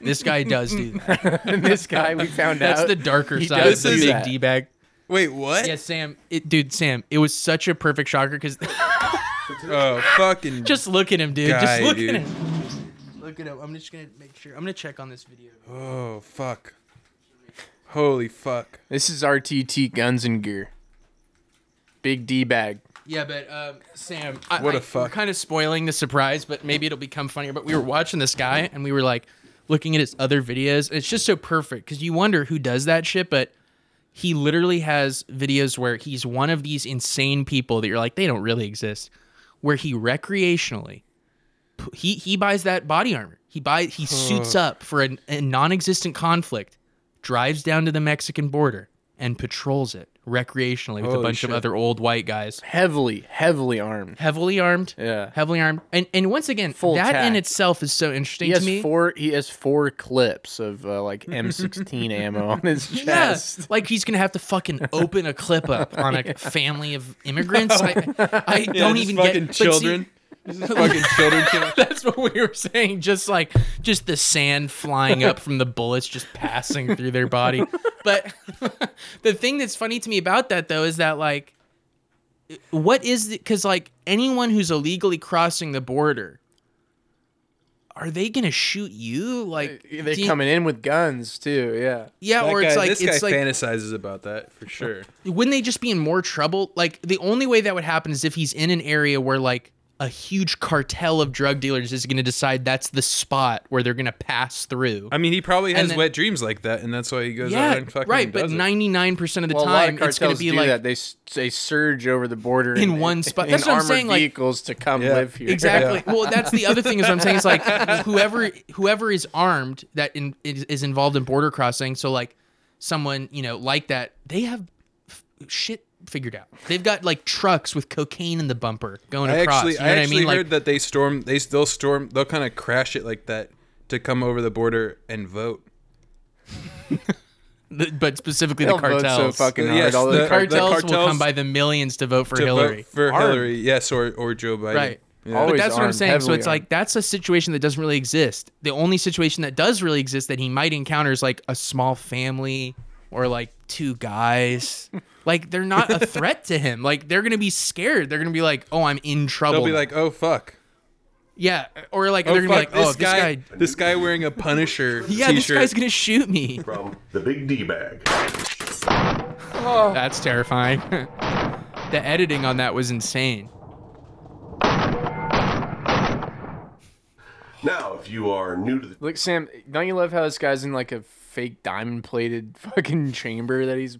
C: this guy does do that.
B: And this guy, we found
C: That's
B: out,
C: the darker
B: he
C: side of
B: does
C: the
B: do
C: big
B: that.
C: D bag.
D: Wait, what?
C: Yeah, Sam. It, dude, Sam. It was such a perfect shocker because
D: Oh, fucking.
C: just look at him, dude.
D: guy,
C: just look
D: dude.
C: at him. Just Look at him. I'm just gonna make sure. I'm gonna check on this video.
D: Oh fuck. Holy fuck.
B: This is RTT guns and gear. Big D bag.
C: Yeah, but um, Sam, I,
B: What
C: what
B: a
C: a
B: fuck.
C: We're kind of spoiling the surprise, but maybe it'll become funnier. But we were watching this guy, and we were like looking at his other videos. It's just so perfect because you wonder who does that shit, but he literally has videos where he's one of these insane people that you're like they don't really exist, where he recreationally p- he he buys that body armor. He buys he suits
K: Huh.
C: up for an, a non-existent conflict, drives down to the Mexican border and patrols it recreationally with a
B: Holy
C: bunch
B: shit.
C: of other old white guys.
B: Heavily, heavily armed.
C: Heavily armed.
B: Yeah.
C: Heavily armed. And and once again,
B: Full
C: that in
B: tack.
C: itself is so interesting
B: He
C: to
B: has
C: me.
B: four. He has four clips of uh, like M16 ammo on his
C: yeah,
B: chest.
C: like he's gonna have to fucking open a clip up on a
B: Yeah.
C: family of immigrants. I, I
D: Yeah,
C: don't
D: just
C: even get
D: fucking
C: but see-
D: children. This is fucking children channel.
C: That's what we were saying. Just like just the sand flying up from the bullets, just passing through their body. But the thing that's funny to me about that though is that like, what is because like anyone who's illegally crossing the border, are they gonna shoot you? Like
B: They're
C: do you-
B: coming in with guns too. Yeah.
C: Yeah, or it's like
D: this
C: it's
D: guy
C: like
D: fantasizes about that for sure.
C: wouldn't they just be in more trouble? Like the only way that would happen is if he's in an area where like a huge cartel of drug dealers is going to decide that's the spot where they're going to pass through.
D: I mean, he probably
C: And
D: has
C: then-
D: wet dreams like that, and that's why he goes out
C: yeah,
D: and fucking
C: right. But
D: does it.
C: ninety nine percent of the
B: well, a lot
C: time,
B: of cartels
C: it's going to be
B: do
C: like
B: that. They s- they surge over the border
C: In
B: and-
C: one spot.
B: in
C: That's what I'm
B: armored
C: saying, like-
B: vehicles to come live here.
C: Exactly. Well, that's the other thing is what I'm saying is like whoever whoever is armed that in, is, is involved in border crossing. So like someone you know like that, they have f- shit figured out. They've got like trucks with cocaine in the bumper going
D: I
C: across.
D: actually,
C: you know
D: I
C: what I
D: actually
C: mean? Like
D: heard that they storm. They still storm. They'll kind of crash it like that to come over the border and vote.
C: The- but specifically
D: They'll
C: the
D: vote so
C: cartels.
D: fucking hard. Yes, All the- the-
C: the,
D: the
C: cartels will
D: cartels
C: come by the millions to vote for
D: to
C: Hillary.
D: vote for
C: Armed.
D: Hillary, yes, or or Joe Biden.
C: Right.
D: Yeah.
C: But that's what I'm saying. So it's like that's a situation that doesn't really exist. The only situation that does really exist that he might encounter is like a small family or like two guys. like they're not a threat to him. Like they're gonna be scared. They're gonna be like, oh, I'm in trouble.
D: They'll be
C: now.
D: like, oh fuck.
C: yeah, or like
D: Oh,
C: they're gonna be
D: fuck,
C: like, oh, this guy,
D: this guy wearing a Punisher
C: yeah,
D: t-shirt.
C: this guy's gonna shoot me.
L: From the big D bag.
C: That's terrifying. the editing on that was insane.
L: Now, if you are new to the
B: Look, Sam. Don't you love how this guy's in like a fake diamond-plated fucking chamber that he's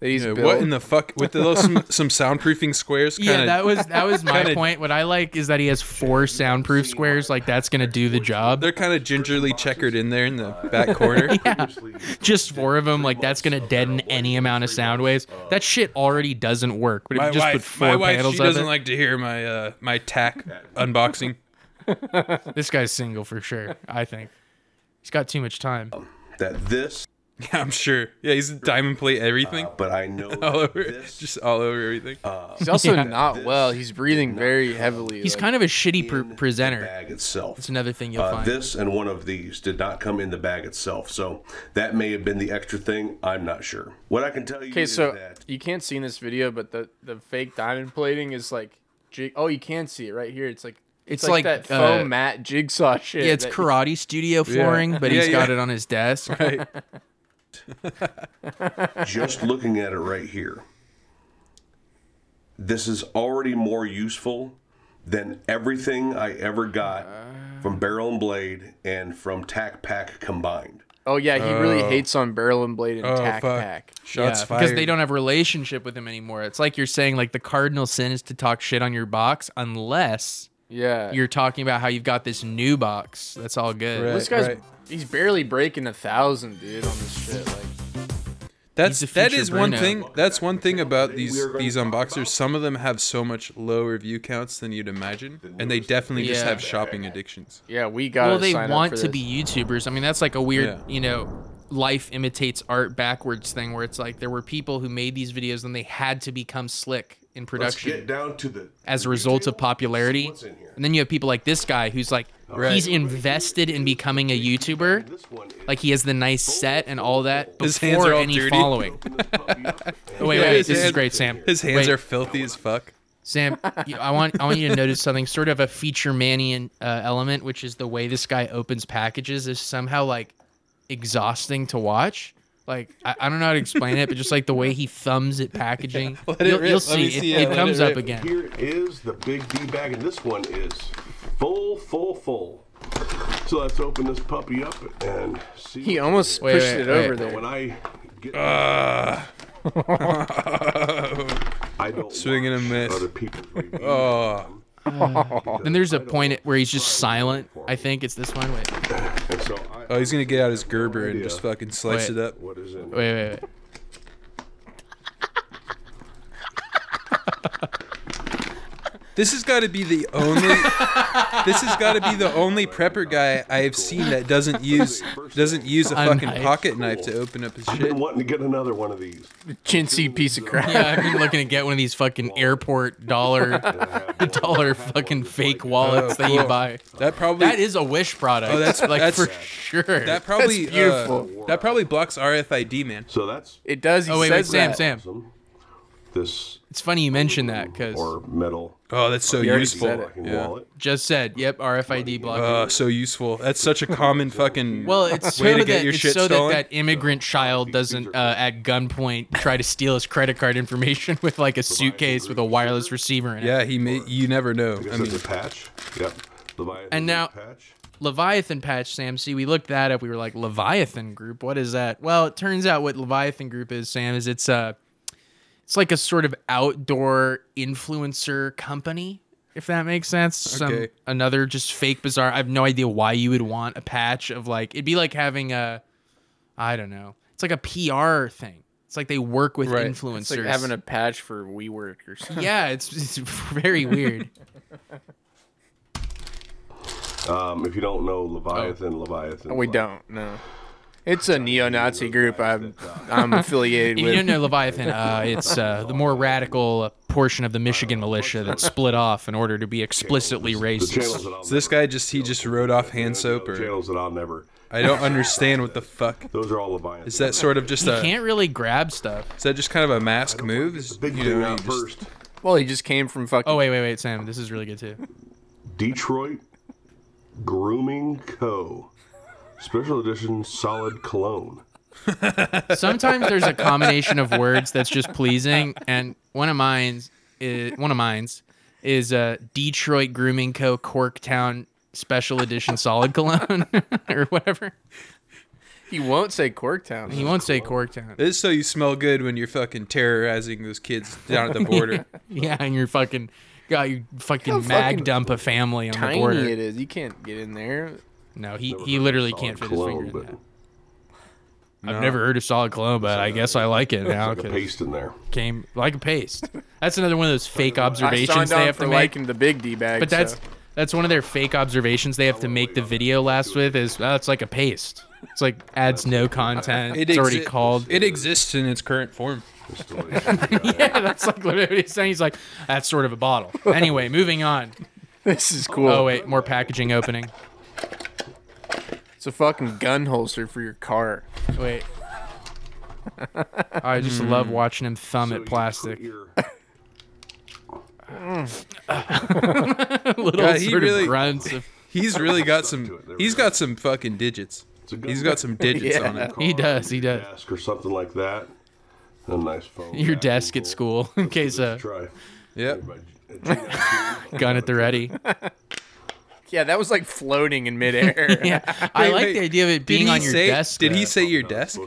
B: that he's
D: Yeah,
B: built?
D: what in the fuck with the little some, some soundproofing squares? Kinda,
C: yeah, that was that was my
D: kinda-
C: point. What I like is that he has four soundproof squares. Like that's gonna do the job.
D: They're kind of gingerly checkered in there in the back corner.
C: yeah, just four of them. Like that's gonna deaden any amount of sound waves. That shit already doesn't work. But if
D: my
C: you just put
D: wife,
C: four
D: my wife,
C: panels
D: she
C: of
D: doesn't
C: it-
D: like to hear my uh, my tack unboxing. Oh,
C: this guy's single for sure. I think he's got too much time.
L: that this
D: Yeah, I'm sure. Yeah, he's diamond plate everything.
L: but I know
D: all
C: Oh,
D: over, just all over everything.
C: Uh,
B: He's also not well. He's breathing very heavily.
C: He's
B: like-
C: kind of a shitty pr- presenter.
L: bag itself.
C: It's another thing you'll
L: Uh,
C: find.
L: This and one of these did not come in the bag itself, so that may have been the extra thing. I'm not sure. What I can tell you
B: Okay,
L: is
B: so
L: that
B: you can't see in this video, but the the fake diamond plating is like, jig- oh, you can see it right here. It's like
C: It's
B: it's,
C: like,
B: like, that foam
C: uh,
B: mat jigsaw shit.
C: yeah, it's
B: that-
C: karate studio flooring, but he's
B: he's
C: got it on his desk.
B: Right.
L: just looking at it right here, this is already more useful than everything I ever got from Barrel and Blade and from Tac Pack combined.
B: Oh yeah, he really
L: Oh.
B: hates on barrel and blade and
L: Oh,
B: tack
L: fuck.
B: pack.
C: yeah, because they don't have a relationship with him anymore. It's like you're saying like the cardinal sin is to talk shit on your box unless
B: Yeah.
C: Uh, you're talking about how you've got this new box. That's all good.
B: this guy's he's barely breaking a thousand, dude, on this shit. Like
D: That's
B: He's a
D: that
B: future
D: is one
B: Bruno.
D: thing. That's one thing about these these unboxers. Some of them have so much lower view counts than you'd imagine, and they definitely just
C: Yeah.
D: have shopping addictions.
B: yeah, we got.
C: Well, they want to be YouTubers. I mean, that's like a weird,
D: Yeah.
C: you know, life imitates art backwards thing where it's like there were people who made these videos and they had to become slick in production.
L: Let's get down to the
C: as a result of popularity. And then you have people like this guy who's like,
D: Oh. Right.
C: he's invested in becoming a YouTuber. Like he has the nice set and all that
D: His hands
C: before
D: are all
C: any
D: dirty.
C: following. Oh, wait,
D: Yeah,
C: wait,
D: his
C: this is
D: hands-
C: great, Sam.
D: His hands
C: Wait.
D: are filthy as fuck.
C: Sam, you- I want I want you to notice something, sort of a feature manian uh, element, which is the way this guy opens packages is somehow like exhausting to watch. Like I, I don't know how to explain it, but just like the way he thumbs at packaging,
L: Let it
C: you'll,
L: rip.
C: you'll
L: Let me
C: see,
L: see it.
C: it, it
L: Let it
C: comes up
L: rip.
C: again.
L: Here is the big D bag, and this one is full, full, full. So let's open this puppy up and see.
B: He almost Wait, pushed wait, it wait. over there.
L: When I get
D: Uh, I
L: don't
D: swing and a miss.
L: other people's reviews,
D: Oh.
C: Then there's a point at where he's just silent. I think it's this one. Wait.
D: Oh, he's gonna get out his Gerber and
C: idea.
D: just fucking slice
C: Wait.
D: it up.
L: What is it?
C: Wait, wait, wait.
D: This has got to be the only. this has got to be the only prepper guy I have seen that doesn't use doesn't use a
L: A
D: fucking
L: knife.
D: pocket knife to open up his
L: I've
D: shit.
L: been wanting to get another one of these.
B: Chintzy piece of crap.
C: Yeah, I've been looking to get one of these fucking airport dollar dollar fucking fake wallets
D: Oh,
C: that you
D: cool.
C: buy.
D: That probably
C: that is a wish product.
D: Oh, that's
C: like
D: that's,
C: for sure.
D: That probably
C: That's beautiful.
D: uh, that probably blocks RFID, man.
L: So that's
B: it does.
C: oh wait, wait, Sam, Sam.
L: This.
C: It's funny you mentioned that because
L: or metal.
D: Oh, that's so
L: You already
D: useful.
L: said it.
D: Yeah.
L: Wallet.
C: just said, yep, RFID blocking.
D: Uh, so useful. That's such a common fucking
C: well, it's
D: way
C: so,
D: to
C: that,
D: get your
C: it's
D: shit
C: so that
D: stolen.
C: that immigrant child doesn't uh, at gunpoint try to steal his credit card information with like a suitcase with a wireless receiver in it.
D: yeah, he may. You never know. I,
L: guess
D: mean,
L: that's a patch. Yep. Leviathan
C: And now Leviathan patch, Sam. See, we looked that up. We were like, Leviathan group. What is that? Well, it turns out what Leviathan group is, Sam, is it's a, it's like a sort of outdoor influencer company, if that makes sense. Some
D: Okay.
C: another just fake bizarre. I have no idea why you would want a patch of like it'd be like having a, I don't know. It's like a PR thing. It's like they work with
B: Right.
C: influencers.
B: It's like having a patch for WeWork or something.
C: yeah, it's, it's very weird.
L: Um, if you don't know Leviathan, Leviathan.
B: Oh. we don't. No, it's a neo-Nazi group. I'm I'm affiliated
C: If
B: with.
C: you don't know Leviathan, uh, it's uh, the more radical portion of the Michigan militia that split off in order to be explicitly racist.
D: so this guy just he just wrote off hand soap or
L: channels that I'll never.
D: I don't understand what the fuck.
L: Those are all Leviathan.
D: Is that sort of just
C: He
D: a?
C: can't really grab stuff.
D: Is that just kind of a mask move? Is, you know, you just-
B: Well, he just came from fucking.
C: Oh wait, wait, wait, Sam. This is really good too.
L: Detroit Grooming Co. Special edition solid cologne.
C: Sometimes there's a combination of words that's just pleasing, and one of mine's is one of mine's is uh, Detroit Grooming Co. Corktown Special Edition Solid Cologne or whatever.
B: He won't say Corktown.
C: He won't say Corktown.
D: This is so you smell good when you're fucking terrorizing those kids down at the border.
C: Yeah, and you're fucking got your
B: How
C: fucking mag
B: fucking
C: dump a family on the
B: Tiny
C: border.
B: it is. You can't get in there.
C: No, he he literally can't fit his finger. in that. I've
B: No.
C: never heard of solid cologne, but I guess I like it now.
L: like a
C: 'cause
L: paste in there.
C: Came like a paste. That's another one of those fake
B: I
C: observations
B: signed on
C: they have
B: for
C: to make.
B: liking the big D bag.
C: But that's
B: so.
C: that's one of their fake observations they have to make the video last with is oh, it's like a paste. It's like adds no content.
D: It
C: it's already
D: exi-
C: called.
D: It exists in its current form.
C: yeah, that's like literally what he's saying. He's like, that's sort of a bottle. Anyway, moving on.
B: This is cool.
C: Oh wait, more packaging opening.
B: It's a fucking gun holster for your car.
C: Wait. I just
B: Hmm.
D: Mm.
C: love watching him thumb at plastic. Mm. Little
D: God, he
C: sort
D: really-
C: of grunts. Of,
D: He's really got some. He's got some fucking digits. He's got some digits on it.
C: He does. He does.
L: Desk or something like that. A nice phone.
C: Your desk at school in case a
L: Try.
D: Yeah.
C: gun at the ready.
B: Yeah, that was like floating in midair.
C: Yeah, I like the idea of it being on your desk.
D: did he
C: though.
D: say your desk?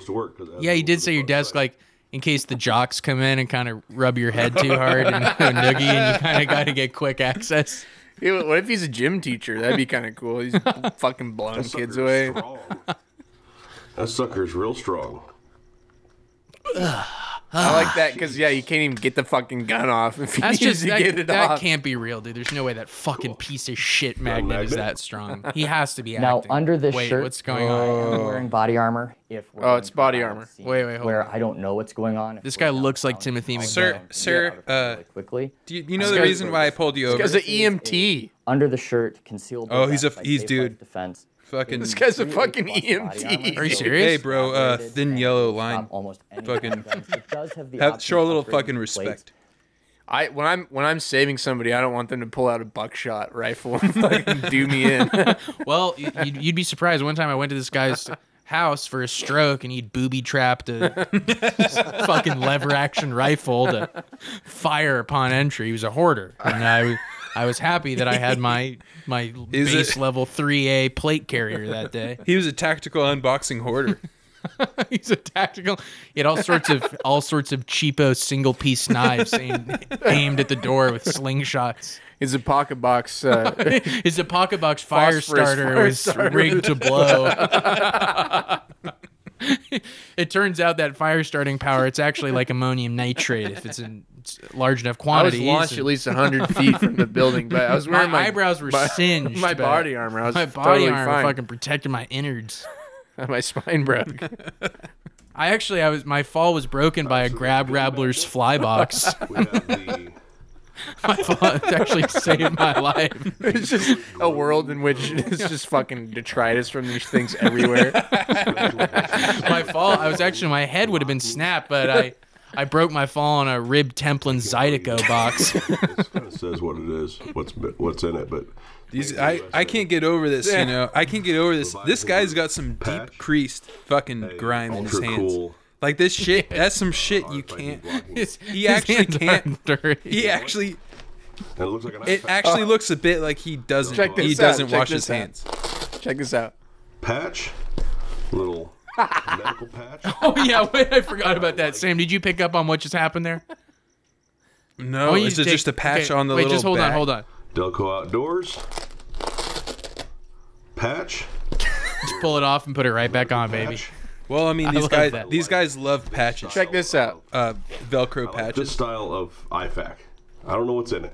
C: Yeah, he did say your desk, like in case the jocks come in and kind of rub your head too hard and throw a noogie, and you kind of got to get quick access.
B: Yeah, what if he's a gym teacher? That'd be kind of cool. He's fucking blowing kids away.
L: That sucker's real strong.
B: I like that because yeah, you can't even get the fucking gun off if
C: That's
B: you
C: just
B: to
C: that,
B: get it
C: that
B: off.
C: can't be real, dude. There's no way that fucking piece of shit magnet, is that strong. He has to be acting.
M: Now, under this
C: Wait,
M: shirt,
C: what's going on?
M: I am wearing body armor. If we're
C: Oh, it's
M: going
C: body
M: to
C: armor.
M: scene
C: Wait, wait, hold
M: where I don't know what's going on.
C: This guy looks like Timothy McVeigh.
D: Sir, sir, uh,
M: quickly.
D: do you, you know the reason why I pulled you over?
B: e-
M: This is a Under the shirt, concealed.
D: Oh,
M: by
D: he's a-
M: by
D: he's
M: Safe
D: dude.
M: Life Defense.
D: Fucking-
B: This guy's a fucking E EMT.
D: Hey, bro. Uh, thin yellow line.
M: Almost
D: fucking.
M: does have the
D: Have,
M: option
D: show a little
M: of upgrading
D: fucking
M: the
D: respect.
B: I when I'm when I'm saving somebody, I don't want them to pull out a buckshot rifle and fucking do me in.
C: well, y- you'd, you'd be surprised. One time I went to this guy's house for a stroke and he'd booby trapped a fucking lever action rifle to fire upon entry. He was a hoarder. And I, I was happy that I had my my
D: Is it-
C: base level 3A plate carrier that day.
D: He was a tactical unboxing hoarder.
C: He's a tactical. He had all sorts of all sorts of cheapo single piece knives aimed, aimed at the door with slingshots.
B: Is a pocket box? Uh,
C: Is a pocket box fire
B: Phosphorus
C: starter
B: fire
C: was
B: starter.
C: rigged to blow. it turns out that fire starting power it's actually like ammonium nitrate if it's in s- large enough quantities.
B: launched at least 100 feet from the building, but I was wearing my-
C: eyebrows were
B: my-
C: singed.
B: my
C: but
B: body armor, I was
C: my body
B: totally
C: armor
B: fine.
C: fucking protected my innards.
B: my spine broke.
C: I actually, I was my fall was broken by a grab rabbler's fly box. my fall it actually saved my life.
B: It's just a world in which it's just fucking detritus from these things everywhere.
C: my fall, I was actually my head would have been snapped, but I, I broke my fall on a rib Templin Zydeco box.
L: It says what it is, what's what's in it, but
D: These, I, I can't get over this, you know. I can't get over this. This guy's got some deep creased fucking grime in his
L: ultra
D: hands.
L: cool.
D: Like this shit, that's some shit you can't.
C: His-
D: He
C: his
D: actually
C: hands aren't
D: can't.
C: dirty.
D: He actually,
L: it looks like an
D: it
L: iPad.
D: actually looks a bit like he doesn't.
B: Check this
D: He
B: out,
D: doesn't
B: check
D: wash
B: this
D: his
B: out.
D: hands.
B: Check this out.
L: patch, little medical patch.
C: Oh yeah, wait, I forgot about that. Sam, did you pick up on what just happened there?
D: No,
C: Oh, you
D: is it
C: take-
D: just a patch
C: okay,
D: on the
C: wait,
D: little
C: just hold on,
D: back?
C: hold on.
L: Delco Outdoors. Patch.
C: Just pull it off and put it right back on, baby.
D: Well, I mean,
C: I
D: these
C: love
D: guys,
C: that.
D: these guys love patches.
B: Check this out.
D: Uh, Velcro
L: I like
D: patches.
L: this style of IFAC. I don't know what's in it,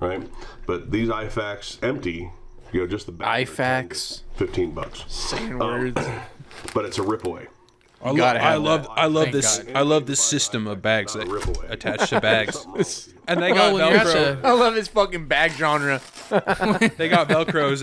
L: right? But these IFACs empty, you know, just the back. IFACs. Fifteen bucks.
B: Saying
L: words. But it's a rip away.
D: I,
L: You
D: lo-
L: gotta have
D: I love,
L: that.
D: I love
L: Thank
D: this,
L: God.
D: I love this system of bags that attach to bags, and they got
B: Well, when you're
D: Velcro.
B: at the- I love this fucking bag genre.
D: They got Velcros,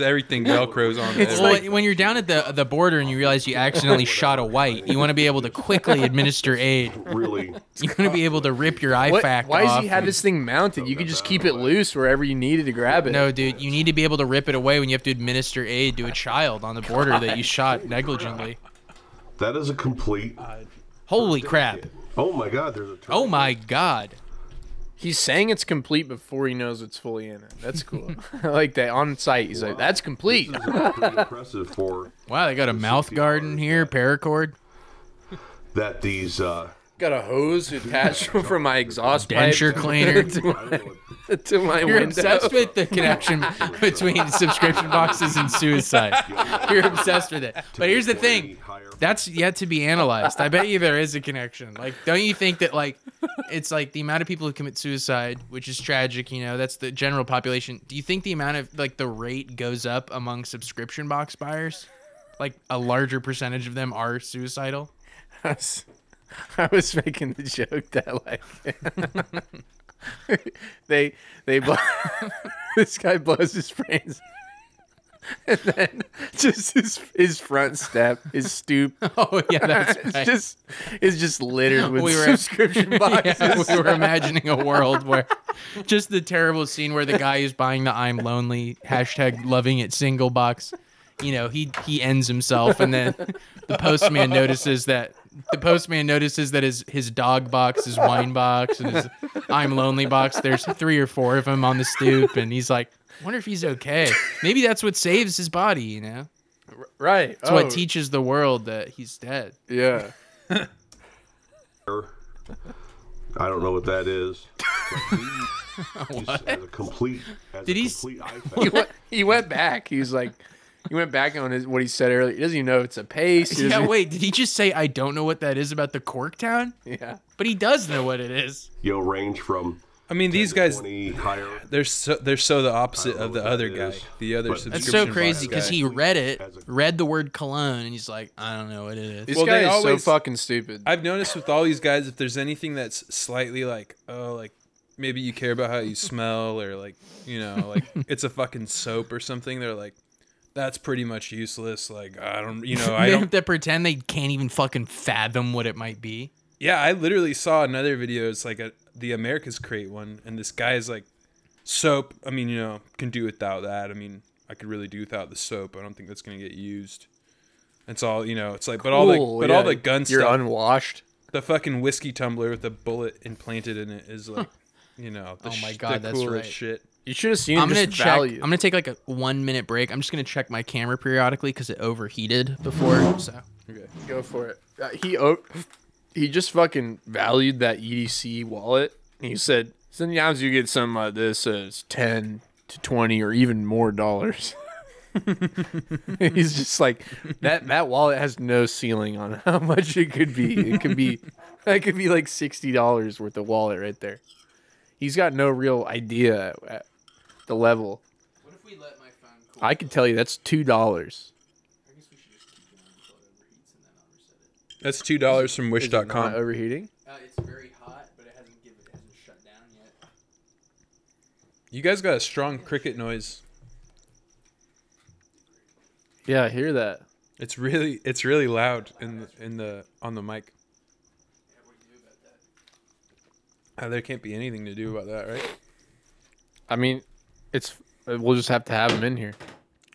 D: everything Velcros on.
C: It's
D: there.
C: like when you're down at the the border and you realize you accidentally shot a white. You want to be able to quickly administer aid.
L: Really,
C: you want to be able to rip your
B: What-
C: IFAC
B: why does
C: off.
B: he have this thing mounted? You could just keep it loose wherever you needed to grab it.
C: No, dude, you need to be able to rip it away when you have to administer aid to a child on the border that you shot negligently.
L: that is a complete.
C: Holy crap!
L: Oh my God, there's a.
C: Oh my god!
B: He's saying it's complete before he knows it's fully in it. That's cool. I like that. On site, he's like, that's complete.
L: pretty impressive for
C: Wow, they got a mouth guard in here, paracord.
L: that these. Uh,
B: Got a hose attached from my exhaust
C: Denture
B: pipe
C: cleaner.
B: to my, to my
C: You're
B: window.
C: obsessed with the connection between subscription boxes and suicide. You're obsessed with it. But here's the thing. That's yet to be analyzed. I bet you there is a connection. Like, don't you think that like it's like the amount of people who commit suicide, which is tragic, you know, that's the general population. Do you think the amount of like the rate goes up among subscription box buyers? like a larger percentage of them are suicidal?
B: I was, I was making the joke that like they they blow, this guy blows his brains. And then just his, his front step, his stoop.
C: Oh yeah, that's
B: it's
C: right.
B: just it's just littered with
C: We were-
B: subscription boxes.
C: Yeah, we were imagining a world where just the terrible scene where the guy is buying the I'm lonely hashtag loving it single box. You know, he he ends himself and then the postman notices that the postman notices that his his dog box, his wine box, and his I'm lonely box, there's three or four of them on the stoop and he's like, Wonder if he's okay. Maybe that's what saves his body, you know?
B: Right.
C: It's
D: Oh.
C: what teaches the world that he's dead.
B: Yeah.
L: I don't know what that is.
C: What?
L: As a complete, as
B: Did
L: a
B: he s-
L: complete eye
B: he went, he went back. He was like, he went back on his what he said earlier. He doesn't even know it's a pace. He
C: Yeah,
B: doesn't-
C: wait, did he just say I don't know what that is about the Corktown?
B: Yeah.
C: But he does know what it is.
L: Yo, range from.
D: I mean, these guys,
L: higher.
D: they're so they're so the opposite of the other guy, the other.
L: but-
C: That's so
D: subscription
C: crazy
D: box
C: because
D: guy.
C: he read it, read the word cologne, and he's like, I don't know what it is.
B: This guy
D: they
B: is so fucking stupid.
D: I've noticed with all these guys, if there's anything that's slightly like, oh, like maybe you care about how you smell, or like, you know, like it's a fucking soap or something, they're like, that's pretty much useless. Like, I don't, you know, I
C: they
D: don't
C: have to pretend they can't even fucking fathom what it might be.
D: Yeah, I literally saw another video. It's like a, the America's Crate one, and this guy is like, soap. I mean, you know, can do without that. I mean, I could really do without the soap. I don't think that's gonna get used. It's all you know. It's like, but all
B: Cool,
D: the but all
B: yeah,
D: the gun
B: you're
D: stuff.
B: unwashed.
D: The fucking whiskey tumbler with the bullet implanted in it is like, you know, the
C: Oh my
D: sh-
C: god,
D: the
C: that's
D: coolest
C: right.
D: shit.
B: You should have seen.
C: I'm gonna
B: just
C: check.
B: value.
C: I'm gonna take like a one minute break. I'm just gonna check my camera periodically because it overheated before. So
B: Okay, go for it. Uh, he o- he just fucking valued that EDC wallet. And he said, sometimes you get something like this as ten to twenty or even more dollars. He's just like that. That wallet has no ceiling on how much it could be. It could be, that could be like sixty dollars worth of wallet right there. He's got no real idea at the level. I could tell you that's two dollars.
D: That's two dollars from Wish.com.
B: Overheating.
C: it's very hot, but it hasn't given, it hasn't shut down yet.
D: You guys got a strong cricket noise.
B: Yeah, I hear that.
D: It's really it's really loud in the, in the on the mic. Uh, there can't be anything to do about that, right?
B: I mean, it's uh, we'll just have to have him in here.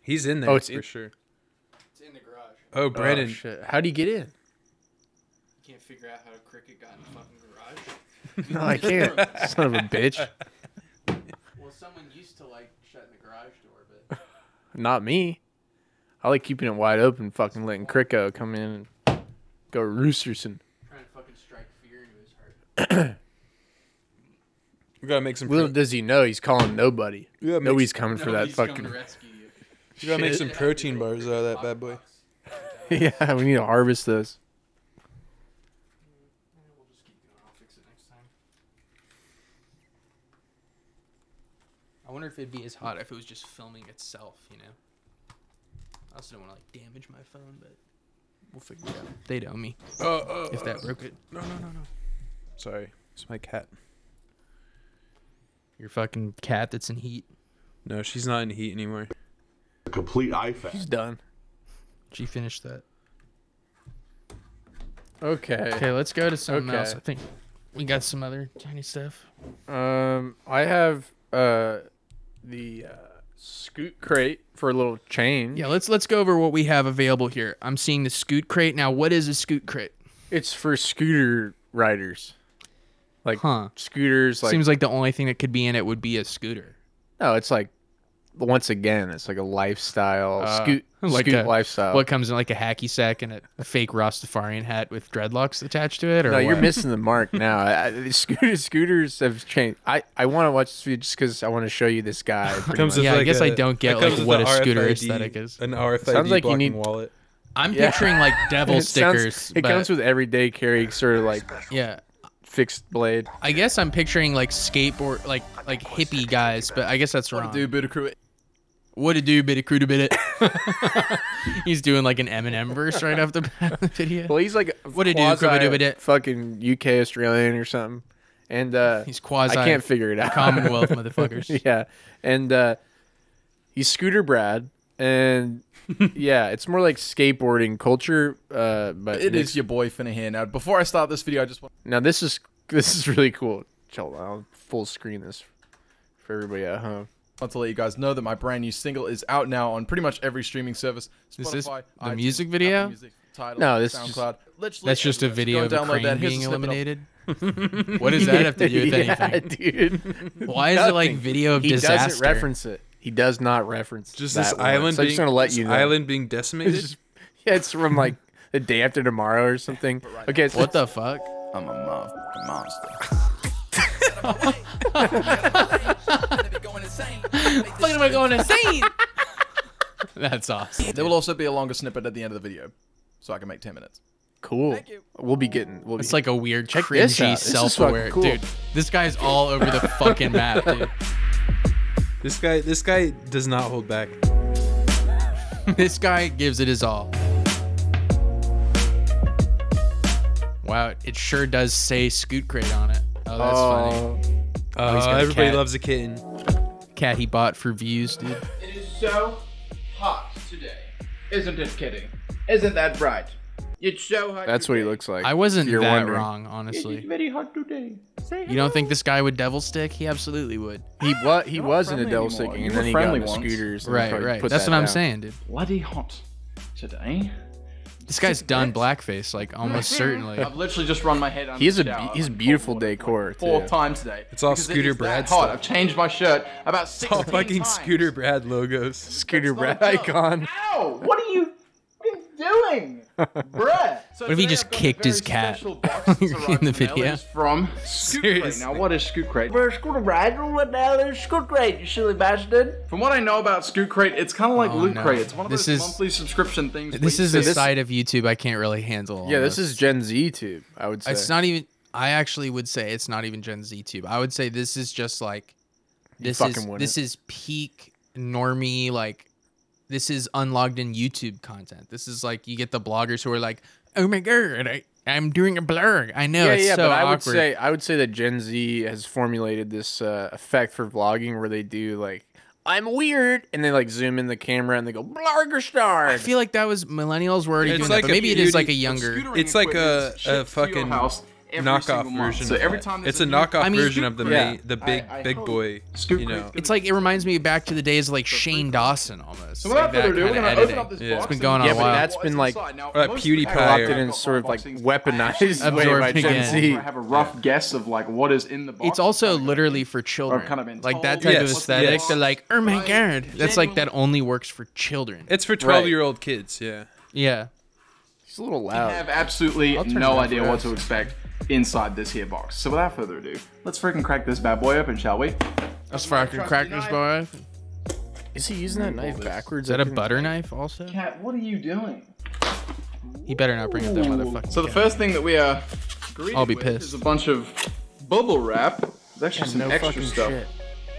D: He's in there
B: Oh, it's
D: for
B: in-
D: sure.
C: It's in the garage.
D: Oh, Brennan.
B: shit. How do you get in?
C: You can't figure out how a cricket got in the fucking garage.
B: No, I can't. Son of a bitch.
C: Well, someone used to like shutting the garage door, but
B: Not me. I like keeping it wide open, fucking letting Kricko come in and go roosterson.
C: trying to fucking strike fear into his heart.
D: We gotta make some.
B: Little does he know he's calling nobody.
D: Yeah, makes-
B: Nobody's coming for that
C: Nobody's coming
B: fucking.
C: to rescue you.
D: You gotta make
B: Shit.
D: some protein bars out of that bad boy.
B: yeah, we need to harvest those.
C: I wonder if it'd be as hot if it was just filming itself, you know. I also don't want to like damage my phone, but we'll figure it out. Uh, They'd owe me
D: Oh, oh,
C: if that
D: oh.
C: broke it.
D: No, no, no, no. Sorry, it's my cat.
C: Your fucking cat that's in heat.
D: No, she's not in heat anymore.
L: Complete IFAC. She's
B: done.
C: She finished that.
B: Okay.
C: Okay, let's go to something
B: Okay.
C: else. I think we got some other tiny stuff.
B: Um, I have uh the uh, scoot crate for a little change.
C: Yeah, let's let's go over what we have available here. I'm seeing the scoot crate now. What is a scoot crate?
B: It's for scooter riders. Like
C: Huh.
B: scooters like
C: Seems like the only thing that could be in it would be a scooter.
B: No, it's like once again, it's like a lifestyle
C: Uh,
B: scoot
C: like
B: scoot
C: a-
B: lifestyle.
C: What comes in like a hacky sack and a, a fake Rastafarian hat with dreadlocks attached to it? Or
B: no, you're
C: what?
B: missing the mark now. I, I, scooters, scooters have changed. I, I want to watch this video just because I want to show you this guy. pretty
D: Comes
B: much.
D: with
C: Yeah, I
D: like
C: guess I
D: a-
C: don't get,
D: it comes
C: like,
D: with
C: what
D: an
C: a scooter
D: RFID
C: aesthetic is.
D: An RFID
B: Sounds like you
D: blocking
B: need-
D: wallet.
C: I'm
B: Yeah.
C: picturing like devil
B: It sounds-
C: stickers.
B: it
C: but
B: comes with everyday carry, sort of like
C: yeah.
B: fixed blade.
C: I guess I'm picturing like skateboard, like like hippie guys, but I guess that's wrong.
B: bit of crew.
C: What a do, bit of crew to bit it. he's doing like an Eminem verse right off the bat of the video.
B: Well, he's like
C: what a do,
B: quasi
C: cribba do, it.
B: Fucking UK Australian or something, and uh,
C: He's quasi
B: I can't figure it out.
C: Commonwealth motherfuckers.
B: yeah, and uh, he's Scooter Brad, and yeah, it's more like skateboarding culture. Uh, but
N: It is your boy Finahan. Now, before I start this video, I just want
B: Now this is this is really cool. Hold on, I'll full screen this for everybody at home.
N: want to let you guys know that my brand new single is out now on pretty much every streaming service. Spotify,
C: Is this the
N: iTunes,
C: music
N: Apple
C: video?
N: Music, Tidal,
C: No, this is just-
N: SoundCloud. Literally
C: that's just a
N: everywhere.
C: video
N: Go
C: of
N: download
C: a crane
N: that. Here's
C: being
N: a snippet of-
C: eliminated? What does that have to do with anything?
B: dude.
C: Why is it like
B: Nothing.
C: video of
B: he
C: disaster?
B: doesn't reference it. He does not reference
D: Just
B: that
D: this
B: one.
D: island
B: So I'm
D: being-
B: just gonna let
D: this
B: you know.
D: island being decimated?
B: It's just- yeah, it's from like the day after tomorrow or something. Okay,
C: What the fuck?
N: I'm a mom. monster.
C: Fuck am I going insane? That's awesome.
N: There will also be a longer snippet at the end of the video, so I can make 10 minutes.
B: Cool. We'll be getting. We'll
C: It's like a weird,
N: Check
C: cringy,
N: this out. This is fucking
C: self-aware
N: cool.
C: dude. This guy's all over the fucking map, dude.
D: This guy, this guy does not hold back.
B: Oh,
C: this guy gives it his all. Wow, it sure does say Scoot Crate on it. Oh, that's
D: Oh.
C: funny.
D: Oh,
C: he's got a
D: everybody
C: cat.
D: loves a kitten.
C: Cat he bought for views, dude.
O: It is so hot today. Isn't it, Kitty? Isn't that right? It's so hot.
B: That's what he looks like.
C: I wasn't
B: if you're
C: that
B: wondering.
C: wrong, honestly.
O: It's very hot today. Say
C: You don't think this guy would devil stick? He absolutely would.
B: He what? He was into
O: friendly
B: devil
O: anymore.
B: sticking,
O: You were
B: and then he got
O: friendly
B: into
O: once.
B: scooters. and
C: Right,
B: fucking
C: right.
B: put
C: That's
B: that
C: what I'm
B: down.
C: saying, dude.
O: bloody hot today.
C: This guy's done blackface, like almost certainly.
O: I've literally just run my head under
B: He has
O: the
B: a
O: shower
B: he's beautiful decor
O: four
B: too.
O: times today.
D: It's all
O: because it
D: Scooter
O: is that
D: Brad
O: hot.
D: stuff.
O: I've changed my shirt about
D: It's
O: six
D: all
O: times.
D: fucking Scooter Brad logos.
B: Scooter
O: Brad icon. Ow! What are you fucking doing, bruh?
C: what if he just kicked his cat in the video?
O: From Scoot Crate. Now, what is Scoot Crate? Where's Scoot Crate? What the hell is Scoot Crate, you silly bastard? From what I know about Scoot Crate, it's kind of like
C: Oh,
O: Loot
C: no.
O: Crate. It's one of
C: This
O: those
C: is-
O: monthly subscription things. where
C: This
O: you
C: is
O: sit-
C: a side of YouTube I can't really handle.
B: Yeah, this
C: almost.
B: is Gen Z tube. I would say
C: It's not even. I actually would say it's not even Gen Z tube. I would say this is just like
B: You
C: this
B: fucking
C: is
B: wouldn't.
C: this is peak normie like this is unlogged in YouTube content. This is like you get the bloggers who are like, oh my god, I, I'm doing a blur. I know
B: yeah,
C: it's
B: yeah,
C: so
B: but I
C: awkward.
B: would say I would say that Gen Z has formulated this uh, effect for vlogging where they do like I'm weird, and they like zoom in the camera and they go Blargerstar.
C: I feel like that was millennials were already doing that, but maybe it is like a younger.
D: It's like a, a fucking
O: house every single
D: knockoff
O: month.
D: version.
O: So
D: of
O: every
D: that.
O: time there's
D: it's
O: a
D: a,
O: new-
D: knockoff
O: I mean,
D: version of the
O: yeah.
D: ma- the
O: I-
D: big
O: I
D: big
O: hope
D: boy.
O: Scoot
D: you know,
C: It's like it reminds me back to the days of like Shane Dawson almost.
O: So
C: like
O: without
C: that
O: further ado, we're
C: kinda
O: gonna open
C: editing.
O: up this Yeah. box
C: It's been
O: and-
C: going on
B: yeah,
C: a
B: but
C: while.
B: that's been like
O: Now, most people-
B: adopted and sort of like weaponized way by Gen Z.
O: I have a rough guess of like what is in the box.
C: It's also literally for children.
O: kind of been
C: like that
O: told
C: type
O: what's in
C: of aesthetic.
O: the
C: They're like, oh my
O: box.
C: god. That's like that only works for children.
D: it's for
C: Right.
D: twelve year old kids. Yeah.
C: Yeah.
B: He's a little
O: I
B: loud.
O: have absolutely
B: I'll turn it
O: no
B: down
O: idea
B: for
O: what
B: us.
O: to expect inside this here box. So without further ado, let's freaking crack this bad boy open, shall we?
C: That's fucking crackers, boy.
B: Is he using that knife backwards?
C: Is that a butter knife also?
O: Cat, what are you doing?
C: He better not bring up that motherfucker.
O: So the first thing that we are greeted
C: I'll be
O: with
C: pissed.
O: is a bunch of bubble wrap. There's actually some
B: no
O: extra
B: fucking
O: stuff
B: shit.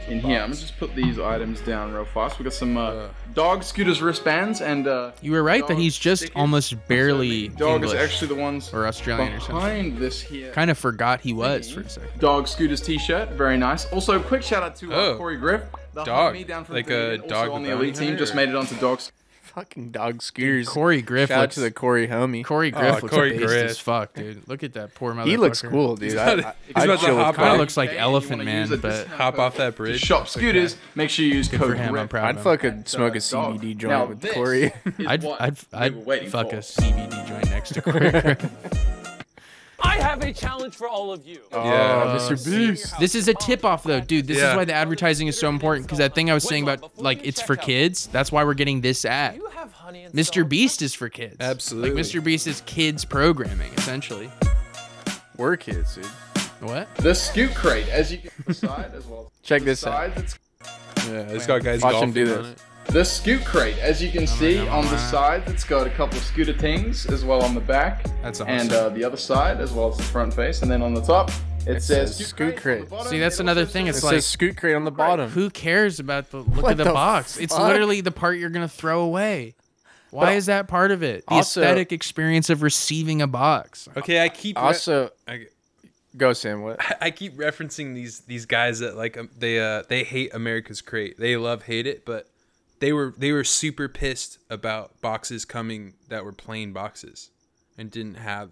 O: in here. I'm gonna just put these items down real fast. We got some uh, dog scooters wristbands and uh,
C: You were right that he's just almost barely
O: dog is
C: English
O: actually the ones
C: or Australian or something.
O: behind this here.
C: Kind of forgot he was for a second.
O: Dog Scooters t-shirt, very nice. Also, quick shout out to uh, Corey Griff, the
D: Dog.
O: homie down from
D: Like
O: Green,
D: a
O: and also
D: dog
O: on the
D: with
O: elite
D: brown
O: team. Just
D: hair?
O: made it onto dogs.
B: Fucking dog scooters.
C: Corey Griff
B: Shout out
C: looks-
B: to the Corey homie.
C: Corey
B: Oh,
C: Griff looks
B: Corey
C: based
B: Griff.
C: as fuck, dude. Look at that poor motherfucker.
B: He looks cool, dude. I- I- I'd
C: I'd
B: chill with
C: hop
B: Corey.
C: kind of looks like Elephant Man, but
D: hop off that bridge.
O: Shop Scooters. Make sure you use
C: Good for
O: code
C: him, I'm
O: Griff.
C: proud of
B: I'd
C: him.
B: fucking smoke a CBD joint
O: Now
B: with
O: this
B: Corey.
O: is
C: I'd,
O: what
C: I'd,
O: we were
C: I'd,
O: waiting
C: fuck
O: for.
C: a CBD joint next to Corey Griff.
P: I have a challenge for all of you.
B: Yeah. Mr. Beast.
C: This is a tip off though, dude. This
B: Yeah.
C: is why the advertising is so important because that thing I was saying about like it's for kids. That's why we're getting this ad. Mr. Beast is for kids. Absolutely. Like Mr. Beast is kids programming essentially.
B: We're kids, dude.
C: What?
O: The Scoot Crate, as you can decide as well.
B: Check this out.
D: Yeah, it's got guys
B: Watch him
D: golfing
B: do
D: on
B: this.
D: it.
O: The Scoot Crate, as you can see
D: God,
O: on
D: wow.
O: the side, it's got a couple of scooter things as well on the back.
D: That's
O: And
D: awesome.
O: uh, the other side as well as the front face, and then on the top, It, says, Scoot Crate.
C: See, that's another thing. It's
B: It
C: like
B: says scoot crate on the bottom.
C: Who cares about the look
B: What
C: of the,
B: the
C: box? It's
B: fuck?
C: literally the part you're gonna throw away. Why
B: But
C: is that part of it? The
B: also-
C: aesthetic experience of receiving a box.
D: Okay, I keep re-
B: Also,
D: I-
B: go Sam. What?
D: I keep referencing these these guys that like um, they uh they hate America's Crate. They love hate it, but they were they were super pissed about boxes coming that were plain boxes and didn't have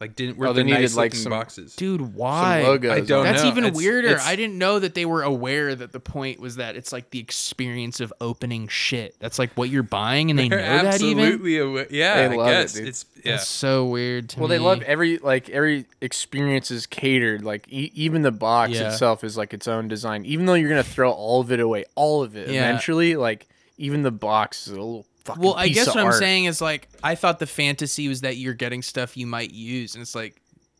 D: like didn't were
B: Oh, they
D: the
B: needed,
D: nice
B: like,
D: looking
B: some-
D: boxes.
C: Dude, why?
D: I don't
C: That's
D: know.
C: even
D: It's-
C: weirder.
D: it's-
C: I didn't know that they were aware that the point was that it's like the experience of opening shit. That's like what you're buying, and they know
D: They're
C: that even.
D: absolutely aware. Yeah,
B: They
D: I
B: love it,
D: guess
B: dude.
D: it's yeah.
C: That's so weird to
B: Well,
C: me.
B: they love every like every experience is catered. Like e- even the box
C: Yeah.
B: itself is like its own design. Even though you're gonna throw all of it away, all of it
C: Yeah.
B: eventually. Like even the box is a little fucking.
C: Well, I
B: piece
C: guess
B: of
C: what I'm
B: art.
C: saying is like I thought the fantasy was that you're getting stuff you might use, and it's like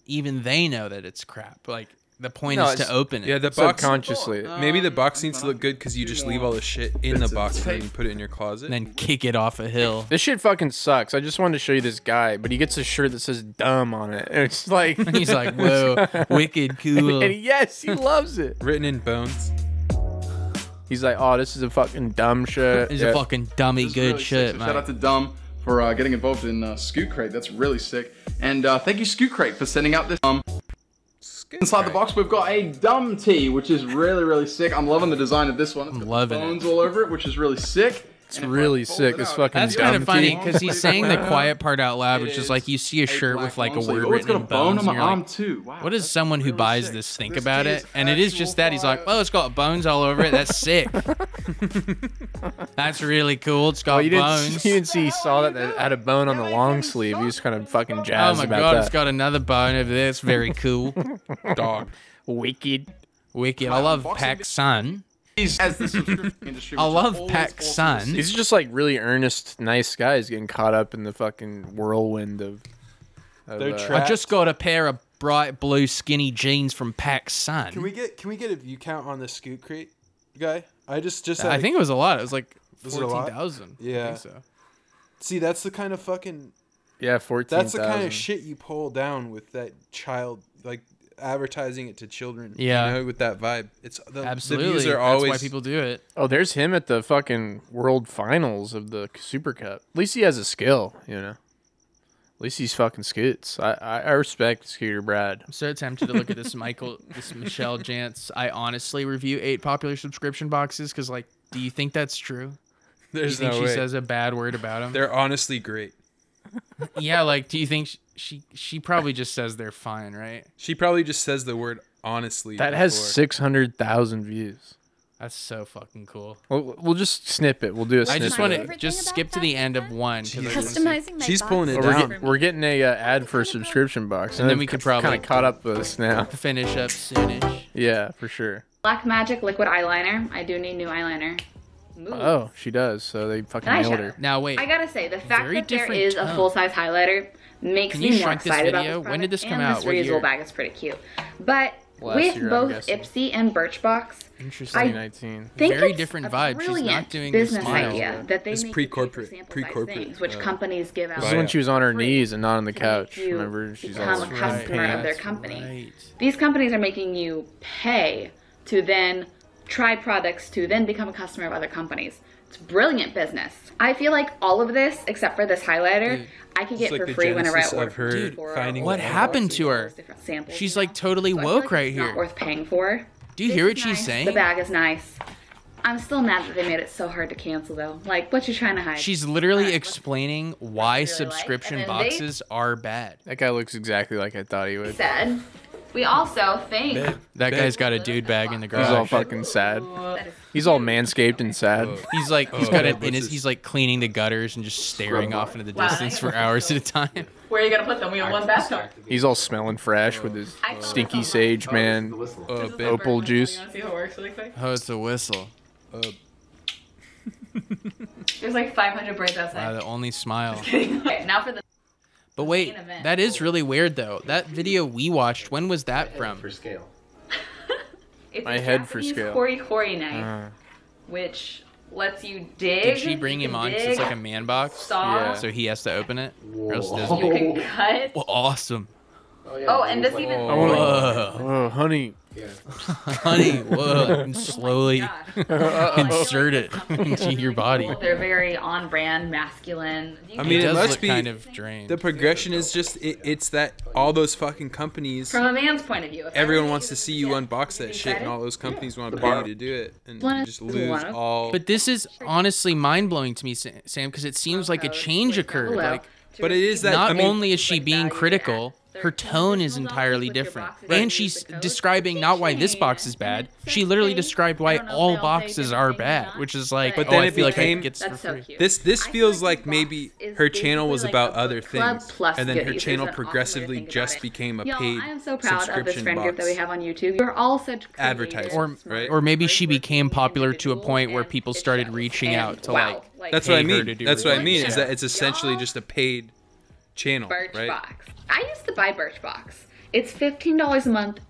C: even they know that it's crap. Like the point
B: No,
C: is to
B: it's-
C: open it.
D: Yeah, the box
B: Subconsciously.
D: Maybe the box needs to look good because you just leave all the shit in the box and then put it in your closet.
C: then kick it off a hill.
B: This shit fucking sucks. I just wanted to show you this guy, but he gets a shirt that says "dumb" on it. And it's like
C: He's like, "Whoa, wicked cool."
B: And, and yes, he loves it.
D: Written in bones.
B: He's like, "Oh, this is a fucking dumb shirt."
C: He's a fucking dummy
O: This is really sick, so Shout out to Dumb for uh, getting involved in uh, Scoot Crate. That's really sick. And uh, thank you, Scoot Crate, for sending out this. Um, inside the box, we've got a Dumb tee, which is really, really sick. I'm loving the design of this one. It's got
C: loving
O: bones all over it, which is really sick.
B: It's really sick. This fucking
C: That's
B: dumb
C: kind of funny
B: tee.
C: because he's saying the quiet part out loud, which is like you see a shirt with like a word written in bones. and you're like,
O: too. Wow.
C: What does someone who buys this think about it? And it is just that he's like, "Oh, it's got bones all over it. That's sick. That's really cool. It's got
B: Oh, you
C: bones.
B: didn't, you didn't see he saw that, that had a bone on the long sleeve. He was kind of fucking
C: Oh
B: jazzed
C: my
B: about
C: god,
B: that.
C: it's got another bone over there. It's very cool.
B: Dog. Wicked.
C: Wicked. I love Pac Sun.
O: As the subscription industry,
C: I
O: which is
C: love
O: always
C: Pac Sun.
B: These are just like really earnest, nice guys getting caught up in the fucking whirlwind of. of
N: They're
B: uh,
C: I just got a pair of bright blue skinny jeans from Pac Sun.
N: Can we get can we get a view count on the Scoot Crate guy? I just just
C: I
N: had
C: think it was a lot. It was like
N: Was it a lot?
C: fourteen thousand.
N: Yeah.
C: I think so.
N: See, that's the kind of fucking
B: yeah, fourteen.
N: that's the kind of shit you pull down with that child like advertising it to children.
C: Yeah.
N: you know, with that vibe. It's the,
C: Absolutely.
N: The views
C: That's
N: are
C: why
N: always
C: people do it.
B: Oh, there's him at the fucking world finals of the Super Cup. At least he has a skill, you know. At least he's fucking scoots. I I, I respect Scooter Brad.
C: I'm so tempted to look at this Michael, this Michelle Jantz. I honestly review eight popular subscription boxes because, like, do you think that's true?
D: There's
C: do you think
D: no
C: she
D: way.
C: says a bad word about him?
D: They're honestly great.
C: yeah, like, do you think she, she she probably just says they're fine, right?
D: She probably just says the word honestly.
B: That has
D: before.
B: six hundred thousand views.
C: That's so fucking cool.
B: We'll, we'll just snip it. We'll do a
C: I
B: snip.
C: just
B: of
C: want
B: it.
C: to just skip to the end of one. 'cause I just-
Q: Customizing my
D: She's
Q: box
D: pulling it
B: Oh,
D: down.
B: we're, get- we're getting a uh, ad for a subscription box,
C: And then we could probably-
B: kind of caught up with us now.
C: Finish up soonish.
B: Yeah, for sure.
F: Black Magic liquid eyeliner. I do need new eyeliner. Move.
B: Oh, she does. So they fucking
F: Nice
B: nailed
F: job.
B: her.
C: Now
F: I gotta say, the fact
C: very
F: that there
C: different
F: is
C: tone.
F: a full size highlighter makes
C: Can you
F: me more
C: shrink this
F: excited about
C: video?
F: this
C: When
F: product.
C: did this come
F: and
C: out?
F: This
C: What year?
F: reusable bag is pretty cute. But
C: Last
F: with
C: year, I'm
F: both
C: guessing.
F: Ipsy and Birchbox,
C: Interesting.
F: I
C: 2019.
F: think
C: Very
F: it's
C: different
F: a
C: vibe. She's not
F: brilliant
C: doing the
F: business
C: smile.
F: idea that they
D: It's
F: make you pay for
D: pre-corporate-
F: sample size
D: pre-corporate,
F: things, which
D: uh,
F: companies give out.
B: This is when she was on her knees and not on the couch.
F: you
B: Remember, she's
F: become
B: all
F: a
B: in
F: customer of their
B: pants.
F: company. These companies are making you pay to then try products to then become a customer of other companies. It's brilliant business. I feel like all of this, except for this highlighter, I could
D: It's
F: get
D: like
F: for
D: the
F: free whenever I
D: genesis
F: order.
D: of her
F: Dude,
D: finding
C: What
D: the-
C: happened to her? She's like totally woke right
F: It's not
C: here.
F: worth paying for.
C: Do you hear what she's saying?
F: The bag is nice. I'm still mad that they made it so hard to cancel though. Like, what you trying to hide?
C: She's literally explaining why subscription
F: and then they-
C: boxes are bad.
B: That guy looks exactly like I thought he would.
F: said. We also think
C: That guy's got a dude bag in the garage.
B: He's all fucking sad. He's all manscaped and sad.
C: He's like he's got it in his. He's like cleaning the gutters and just staring off into the
F: Wow,
C: distance
F: I-
C: for hours at a time.
F: where are you gonna put them? We have one bathtub.
B: He's all smelling fresh with his stinky sage man opal juice.
F: See how it works really quick.
C: Oh, it's a whistle.
F: There's like 500 braids outside.
C: Wow, the only smile.
F: okay, now for the
C: But wait, that is really weird though. That video we watched, when was that from?
K: For scale.
F: it's
C: My
F: a
C: head for
F: Japanese
C: scale. Uh-huh.
F: Hori Hori knife, which lets you dig.
C: Did she bring
F: You
C: him
F: can
C: on? 'cause
F: dig,
C: It's like a man box,
F: saw. Yeah.
C: so he has to open it. Or else it
F: You
C: doesn't.
F: can cut.
C: Well, awesome.
F: Oh, and this even. Oh
B: I wanna-
C: Oh.
B: Whoa, honey.
C: honey,
D: Oh
C: whoa, and slowly insert it into your body.
F: They're very on brand, masculine. You
D: I
F: can
D: mean,
F: tell
D: it
F: it's
D: must be
C: kind of drained.
D: The progression is just it, it's that all those fucking companies.
F: From a man's point of view. If
D: Everyone wants to see you unbox that shit, and all those companies want to pay you to do it, and you just lose all.
C: But this is honestly mind blowing to me, Sa- Sam, because it seems like a change occurred.
D: Hello.
C: Like,
D: But it is that-
C: not
D: I mean-
C: only is she being critical, her tone is entirely different, and she's describing not why this box is bad. She literally described why all boxes are bad, which is like,
D: But
C: oh,
D: then
C: I
D: it
C: feel like I
D: became
C: gets for free.
D: this. This feels like maybe
F: is
D: her channel
F: basically
D: was
F: like
D: about
F: a
D: other
F: book club
D: things,
F: plus
D: and then her
F: goodies.
D: channel
F: There's an awesome way to
D: progressively just became a
F: Y'all,
D: paid
F: I am so proud of this
D: subscription
F: friend group that
D: box.
F: we have on YouTube. You're all such
D: Advertising,
C: Or,
D: right?
C: or maybe she became popular to a point where people started reaching out to
F: wow,
C: like.
D: That's what I
C: pay her
D: mean.
C: to do
D: That's what I
C: reviews.
D: mean is
C: Yeah.
D: that it's essentially just a paid channel, right?
F: Birchbox. I used to buy Birchbox. It's fifteen dollars a month.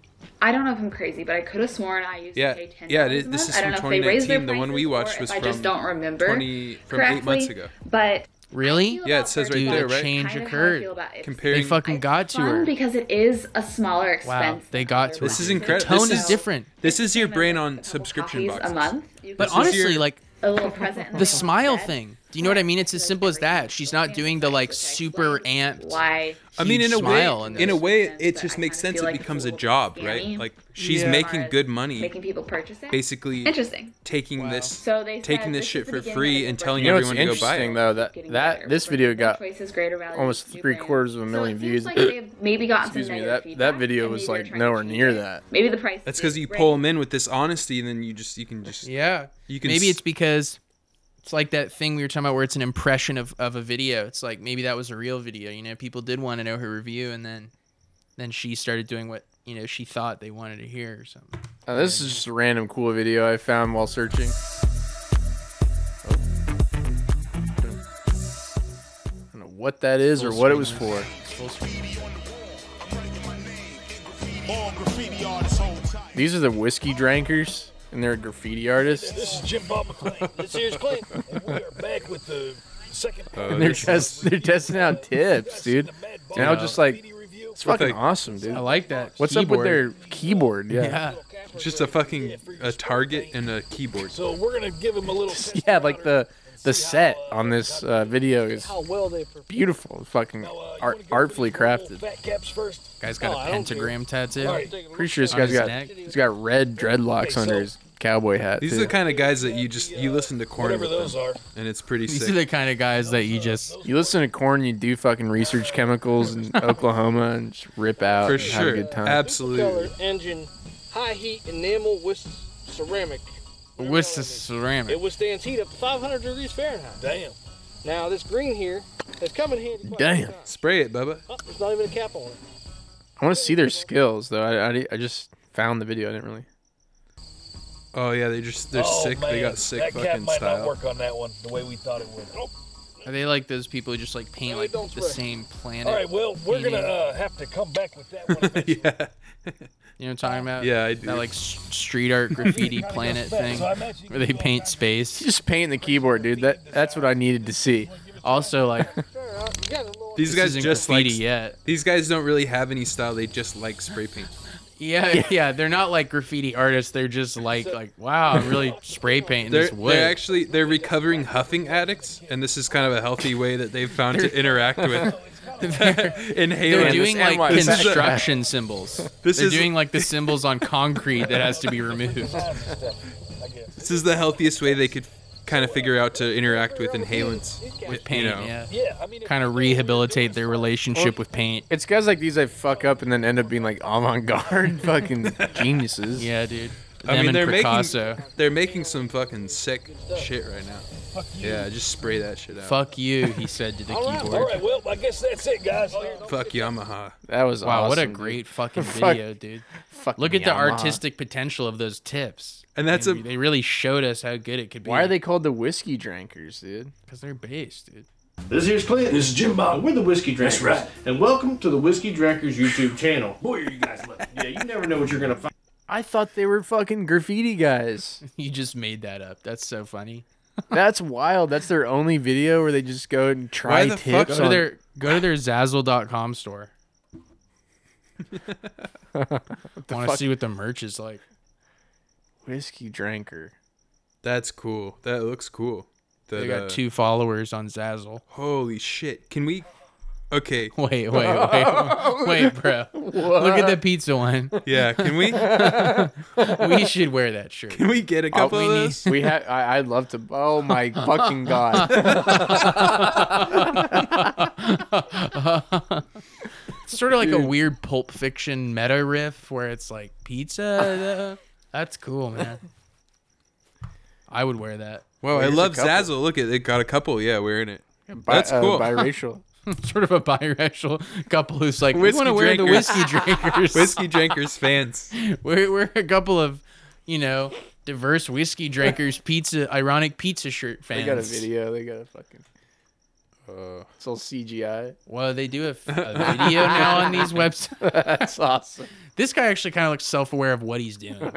F: I don't know if I'm crazy, but I could have sworn I used
D: Yeah,
F: to pay ten.
D: yeah.
F: dollars
D: It is,
F: a
D: this
F: month.
D: is
F: I don't
D: from
F: know if they raised their
D: 2019. The one we watched was
F: I
D: from
F: just don't remember
D: 20 from eight months
F: correctly,
D: ago.
F: But
C: Really?
D: Yeah, it says right
C: Dude,
D: there,
C: a
D: right?
C: change
F: Kind of how I
C: occurred.
F: feel about it.
C: Comparing, they fucking got to
F: fun
C: her.
F: because it is a smaller
C: Wow,
F: expense.
C: they got to her.
D: This is
C: dude.
D: incredible.
C: The tone
D: this
C: is different.
D: This is your brain on subscription
F: copies
D: boxes.
F: a month. You
C: But
F: can-
C: honestly, like
F: a little present. in
C: the smile thing. Do you know what I mean? It's as simple as that. She's not doing the like super amped.
F: Why?
D: I mean, in a way,
C: smile
D: in,
C: in
D: a way, it just makes sense. It becomes a job, right? Like she's
F: Yeah.
D: making good money,
F: Making people purchase it.
D: basically.
F: Interesting.
D: Taking this,
F: So they said
D: taking this
F: this
D: shit
F: is the
D: for
F: beginning
D: free
F: of
D: and
F: the
D: telling
B: you know, it's
D: everyone to go buy
B: interesting
D: it.
B: though that that this video got
F: choices, greater value,
B: almost
F: new
B: three
F: brands.
B: quarters of a million views.
F: like they've maybe gotten some
B: Excuse me.
F: negative
B: That that video was like nowhere near that.
F: Maybe the price.
D: That's because you pull them in with this honesty, and then you just you can just
C: Yeah.
D: you can
C: maybe
D: s-
C: it's because it's like that thing we were talking about where it's an impression of, of a video. It's like maybe that was a real video. You know, people did want to know her review, and then then she started doing what you know she thought they wanted to hear or something.
B: Uh, this is just a random cool video I found while searching. I don't know what that is or
C: Full
B: what it
C: screen
B: was for. These are the whiskey drinkers, and they're graffiti artists.
Q: This is Jim Bob McClain. This here's Clay, and we are back with the second
D: Oh,
Q: part.
B: and they're just they're testing out tips, dude. And I was just like, it's
D: With
B: fucking
D: a-
B: awesome, dude.
C: I like that
B: What's up with their
C: keyboard.
B: keyboard? Yeah.
D: It's just a fucking a target and a keyboard.
Q: So we're gonna give him a little test
B: Yeah, like the the set on this uh, video is
Q: how well they perform. uh,
B: beautiful, fucking art, artfully crafted.
Q: Fat caps first.
C: Guy's got
Q: No, Oh, I
C: a
Q: don't
C: pentagram tattoo.
B: Pretty sure this
C: on
B: guy's
C: his
B: got
C: neck.
B: he's got red dreadlocks under his cowboy hat.
D: These
B: too.
D: are the kind of guys that you just you listen to corn
Q: Whatever
D: with
Q: those
D: them,
Q: are.
D: and it's pretty
C: These
D: sick.
C: are the kind of guys that you just
B: you listen to corn, you do fucking research chemicals in Oklahoma and just rip out
D: For
B: and have
D: sure.
B: a good time.
D: Absolutely.
Q: Color engine, high heat enamel with ceramic.
C: with the ceramic.
Q: It withstands heat up to 500 degrees Fahrenheit. Damn. Now this green here has come in handy. quite a few
B: Damn.
Q: times.
D: Spray it, Bubba.
Q: Oh, there's not even a cap on it.
B: I want to see their skills though. I, I, I just found the video. I didn't really.
D: Oh yeah, they just they're
Q: Oh,
D: sick. They
Q: man,
D: got sick
Q: that cap
D: fucking
Q: might
D: style.
Q: not work on that one the way we thought it would.
C: Are they like those people who just like paint like the same planet?
Q: All right, well, we're gonna
C: painting?
Q: uh, have to come back with that one.
D: yeah.
C: You know what I'm talking about?
D: Yeah, I
C: That
D: do.
C: like s- street art graffiti planet thing where they paint space.
B: Just paint the keyboard, dude. That that's what I needed to see.
C: Also, like
D: These
C: This
D: guys
C: isn't
D: just like
C: graffiti yet.
D: these guys don't really have any style. They just like spray paint.
C: Yeah, yeah, they're not like graffiti artists. They're just like like wow, I'm really spray painting
D: They're,
C: this wood.
D: they're actually they're recovering huffing addicts, and this is kind of a healthy way that they've found to interact with. Inhaling.
C: They're doing like
D: This is a-
C: construction symbols.
D: This
C: they're
D: is-
C: doing like the symbols on concrete that has to be removed.
D: This is the healthiest way they could kind of figure out to interact with inhalants. With
C: paint,
D: you know.
C: yeah. Kind of rehabilitate their relationship with paint.
B: It's guys like these that fuck up and then end up being like avant-garde fucking geniuses.
C: Yeah, dude.
D: I mean, they're
C: Picasso.
D: making they're making some fucking sick shit right now. Yeah, just spray that shit out.
C: Fuck you, he said to the
Q: All right,
C: keyboard.
Q: all right. Well, I guess that's it, guys.
D: Fuck Yamaha.
B: That was
C: wow, what a
B: awesome, dude.
C: great fucking
B: Fuck-
C: video, dude.
B: fucking
C: Look at the
B: Yamaha.
C: artistic potential of those tips.
D: And that's
C: they,
D: a-
C: they really showed us how good it could be.
B: Why are they called the whiskey drinkers, dude?
C: Because they're based, dude.
R: This here's Clint. This is Jim Bob. We're the Whiskey Drinkers.
B: right.
R: And welcome to the Whiskey Drinkers YouTube channel. Boy, are you guys lucky. Yeah, you never know what you're going to find.
B: I thought they were fucking graffiti guys.
C: You just made that up. That's so funny.
B: That's wild. That's their only video where they just go and try tips
C: Go to
B: on-
C: their go to their Zazzle.com store.
B: the
C: Want to
B: fuck?
C: see what the merch is like?
B: Whiskey drinker.
D: That's cool. That looks cool.
C: they
D: That,
C: got
D: uh,
C: two followers on Zazzle.
D: Holy shit! Can we? Okay.
C: Wait, wait, wait, wait, bro. Look at the pizza one.
D: Yeah, can we?
C: we should wear that shirt.
D: Can we get a
B: Oh,
D: couple
B: we
D: of
B: need-
D: those?
B: we ha- I, I'd love to. Oh my fucking god!
C: it's sort of like
B: Dude.
C: a weird Pulp Fiction meta riff where it's like pizza. uh, That's cool, man. I would wear that.
D: Wow, I love Zazzle. Look at it. Got a couple. Yeah, we're in it.
C: bi-
D: That's
C: uh,
D: cool.
B: biracial.
C: sort of a biracial couple who's like, we want to
D: Whiskey
C: wear the whiskey drinkers.
D: drinkers. Whiskey drinkers fans.
C: we're, we're a couple of, you know, diverse whiskey drinkers, pizza, ironic pizza shirt
B: They
C: fans.
B: got a video. They got a fucking. it's all CGI.
C: Well, they do have a video now on these websites.
B: That's awesome.
C: This guy actually kind of looks self-aware of what he's doing.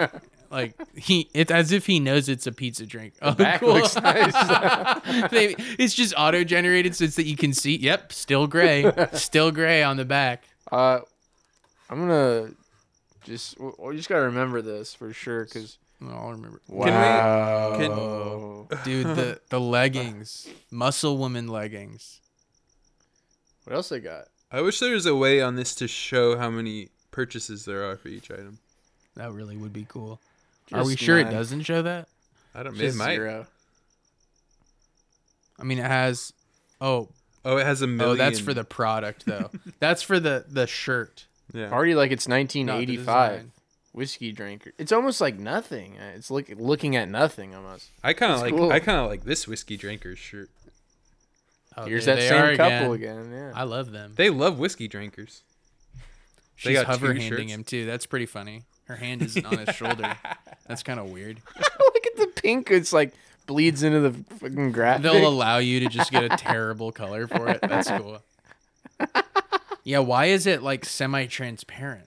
C: Like he, it's as if he knows it's a pizza drink. Oh,
B: back
C: cool.
B: looks nice.
C: They- it's just auto-generated so it's that you can see. Yep, still gray, still gray on the back.
B: Uh, I'm gonna just. w- We just gotta remember this for sure, cause
C: Oh, I'll remember.
B: Wow.
C: dude, the the leggings, muscle woman leggings.
B: what else they got?
D: I wish there was a way on this to show how many purchases there are for each item.
C: That really would be cool. Are we
D: Just
C: sure it
D: nine.
C: doesn't show that?
D: I don't.
C: Just
D: it might.
B: zero.
C: I mean, it has. Oh.
D: Oh, it has a
C: Oh, that's
D: million.
C: for the product though. that's for the the shirt.
D: Yeah.
B: Already like it's
C: Not the
B: 1985.
C: design.
B: Whiskey drinker. It's almost like nothing. Uh, It's look looking at nothing almost.
D: I kind of
B: It's
D: like.
B: cool.
D: I kind of like this whiskey drinkers shirt.
C: Oh,
B: Here's
C: there
B: that
C: they
B: same
C: are
B: couple again, yeah.
C: I love them.
D: They love whiskey drinkers.
C: She's
D: got two
C: hover handing
D: shirts.
C: him too. That's pretty funny. Her hand isn't on his shoulder. That's kind of weird.
B: look at the pink. It's like bleeds into the fucking graphic.
C: They'll allow you to just get a terrible color for it. That's cool. Yeah, why is it like semi-transparent?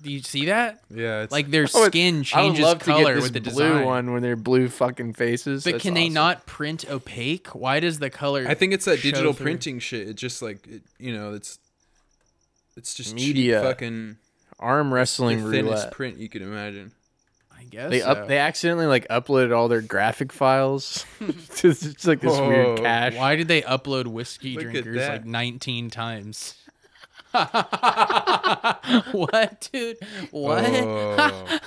C: Do you see that?
D: Yeah, it's,
C: Like their
B: I would-
C: skin
B: Oh, I would
C: changes
B: love to get
C: color
B: this
C: with the
B: blue
C: design.
B: one when they're blue fucking faces.
C: But
B: That's
C: can they
B: awesome.
C: not print opaque? Why does the color?
D: I think it's that
C: show
D: digital
C: through?
D: printing shit. It just like it, you know, it's it's just cheap
B: media
D: fucking
B: arm wrestling
D: the thinnest
B: roulette?
D: print you could imagine.
C: I guess
B: They up.
C: so.
B: They accidentally like uploaded all their graphic files. it's just like this weird
D: Whoa.
B: cache.
C: Why did they upload whiskey
D: Look at
C: drinkers
D: that.
C: like 19 times? what, dude? What?
D: Oh.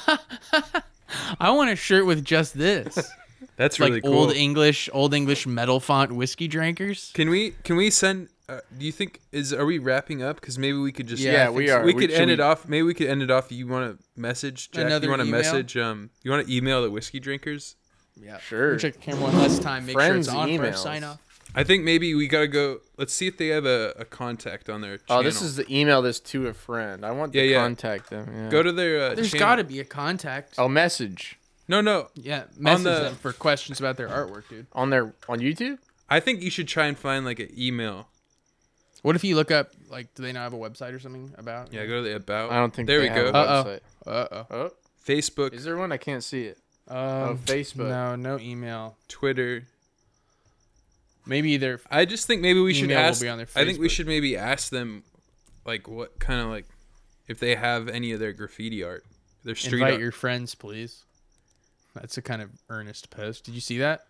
C: I want a shirt with just this.
D: That's
C: like
D: really
C: old
D: cool.
C: English, old English metal font whiskey drinkers.
D: Can we can we send? Uh, do you think is are we wrapping up? Because maybe we could just
B: Yeah, Yeah, I we think so. are.
D: We
B: We-
D: could
B: should
D: end
B: we-
D: it off. Maybe we could end it off. You want to message Jack?
C: Another
D: you want to
C: email?
D: message? Um, you want to email the whiskey drinkers?
C: Yeah,
B: Sure.
C: Check the camera one last time. Make
B: Friends
C: sure it's on
B: emails.
C: first. Sign off.
D: I think maybe we gotta go. Let's see if they have a, a contact on their.
B: Oh, this
D: channel.
B: is the email this to a friend. I want
D: Yeah,
B: to
D: yeah.
B: contact them. Yeah.
D: Go to their. Uh,
C: There's
D: channel.
C: got to be a contact.
B: I'll message
D: No, no.
C: Yeah,
D: on
C: message
D: the.
C: them for questions about their artwork, dude.
B: on their on YouTube.
D: I think you should try and find like an email.
C: What if you look up like, do they not have a website or something about?
D: Yeah, go to the about.
B: I don't think
D: there
B: they
D: we go.
B: have
C: Uh-oh.
B: A website.
C: Uh oh.
B: Oh,
D: Facebook,
B: is there one? I can't see it.
C: Um,
B: Oh, Facebook.
C: No, no email.
D: Twitter.
C: Maybe they're
D: I just think maybe we should
C: Email will
D: ask.
C: be on their
D: I think we
C: Facebook.
D: should maybe ask them, like what kind of like, if they have any of their graffiti art, their street
C: invite
D: art.
C: your friends, please. That's a kind of earnest post. Did you see that?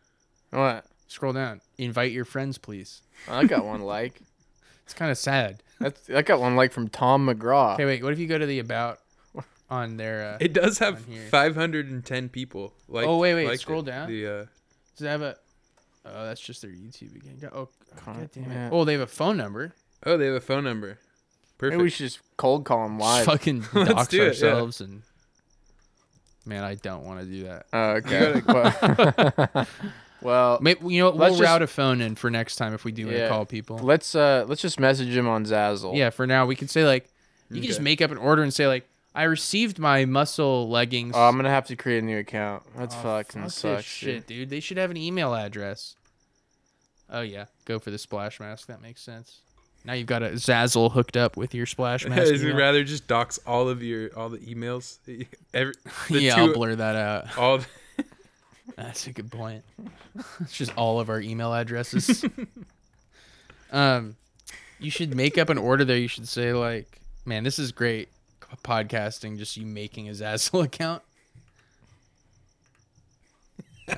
B: What?
C: Scroll down. Invite your friends, please.
B: I got one like.
C: It's kind of sad.
B: That's I got one like from Tom McGraw.
C: Okay, wait. What if you go to the about on their? Uh,
D: it does have
C: on here.
D: 510 people. Like
C: Oh, wait, wait,
D: liked
C: scroll
D: it.
C: down.
D: The uh,
C: Does it have a? Oh, that's just their YouTube again. Go- Oh, God damn
B: yeah.
C: it. Oh, they have a phone number.
D: oh, they have a phone number. Perfect.
B: Maybe we should just cold call him
C: Just
B: live.
C: fucking
D: Let's
C: dox
D: do it, yeah.
C: ourselves and. Man, I don't want to do that.
B: Oh, okay. well, well,
C: Maybe you know what,
B: Let's
C: we'll
B: just-
C: route a phone in for next time if we do want to
B: yeah.
C: call people.
B: Let's uh, let's just message him on Zazzle.
C: Yeah, for now we can say like you can just
D: Okay.
C: make up an order and say like I received my muscle leggings.
D: Uh,
B: Oh, I'm gonna have to create a new account. That's
C: Oh,
B: fucking
C: fuck this
B: sucks.
C: shit, dude. They should have an email address. Oh yeah, go for the splash mask. That makes sense. Now you've got a Zazzle hooked up with your splash mask.
D: Is it
C: email.
D: rather just dox all of your all the emails? Every, the
C: yeah,
D: two-
C: I'll blur that out.
D: all of-
C: That's a good point. it's just all of our email addresses. um, you should make up an order there. You should say like, Man, this is great c- podcasting. Just you making his Azul account.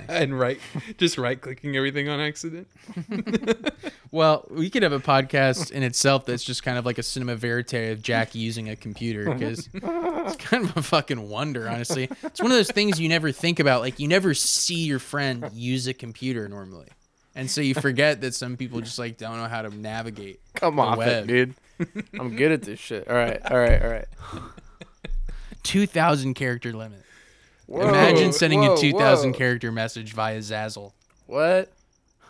D: and right, just right clicking everything on accident.
C: Well, we could have a podcast in itself that's just kind of like a cinema verite of Jack using a computer because it's kind of a fucking wonder, honestly. It's one of those things you never think about. Like, you never see your friend use a computer normally. And so you forget that some people just like don't know how to navigate.
B: Come
C: the
B: off
C: web.
B: it, dude. I'm good at this shit. All right, all right, all right.
C: 2,000 character limit.
B: Whoa,
C: Imagine sending
B: whoa,
C: a 2,000
B: whoa.
C: character message via Zazzle.
B: What?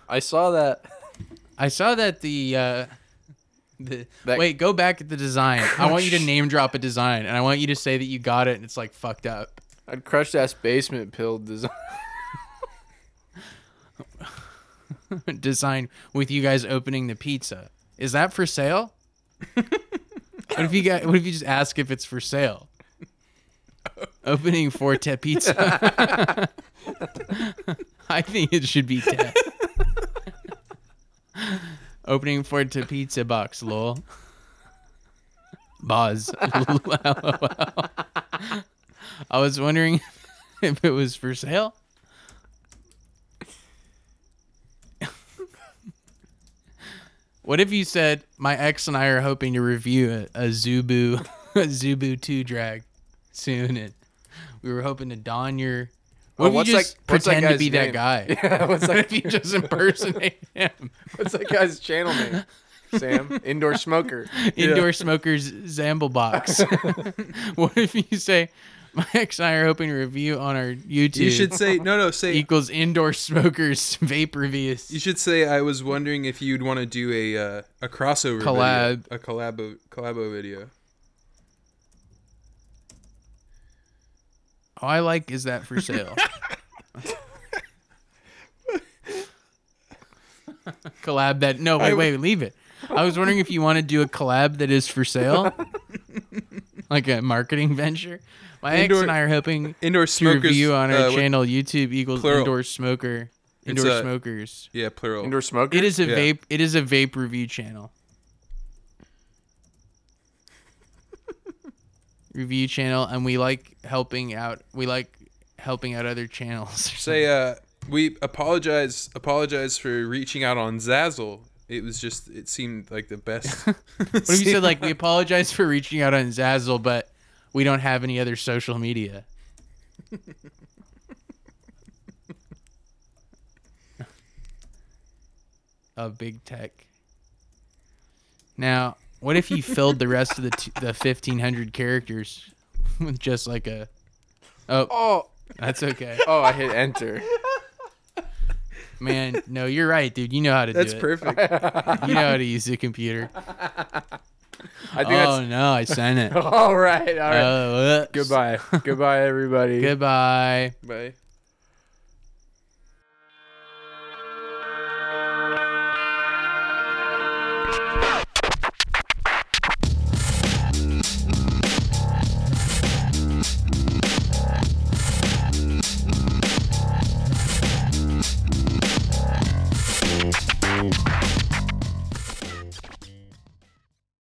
B: I saw that.
C: I saw that the. Uh, the,
B: That-
C: wait, go back at the design. I want you to name drop a design, and I want you to say that you got it, and it's like fucked up.
B: I'd crushed ass basement pill design.
C: design with you guys opening the pizza. Is that for sale? what if you got? What if you just ask if it's for sale? Opening Forte Pizza. I think it should be Ted. Opening Forte Pizza box, lol. Boz. LOL. I was wondering if it was for sale. What if you said, "My ex and I are hoping to review a, a Zubu, a Zubu two drag soon, and we were hoping to don your."
B: Oh,
C: What if
B: what's
C: you just
B: that- what's that
C: pretend to
B: guy's
C: be
B: name?
C: that guy?
B: Yeah, what's
C: what
B: that-
C: if you just impersonate him?
B: What's that guy's channel name? Sam, indoor smoker.
C: Indoor smokers Zamble box. what if you say, "My ex and I are hoping to review on our YouTube."
D: You should say no, no. Say
C: equals indoor smokers vapor vs.
D: You should say I was wondering if you'd want to do a uh, a crossover video.
C: Collab.
D: a collabo collabo video.
C: All I like is that for sale. collab that no wait
D: I-
C: wait leave it. I was wondering if you want to do a collab that is for sale, like a marketing venture. My ex
D: Indoor-
C: and I are hoping
D: indoor
C: to
D: smokers,
C: review on our
D: uh, what-
C: channel YouTube equals
D: plural.
C: indoor smoker
D: It's
C: indoor
D: a-
C: smokers.
D: Yeah, plural.
B: Indoor smoker.
C: It is a
D: Yeah.
C: vape. It is a vape review channel. review channel, and we like helping out. We like helping out other channels.
D: Say uh, we apologize apologize for reaching out on Zazzle. It was just it seemed like the best.
C: What if you said like we apologize for reaching out on Zazzle, but we don't have any other social media? of big tech. Now, what if you filled the rest of the t- the fifteen hundred characters with just like a oh,
B: Oh.
C: that's okay.
B: Oh, I hit enter.
C: Man, no, you're right, dude. You know how to
B: That's
C: do it.
B: perfect.
C: you know how to use a computer.
B: I think
C: oh
B: that's-
C: no, I sent it.
B: all right, all right.
C: Oh, whoops.
B: Goodbye. Goodbye, everybody.
C: Goodbye.
B: Bye.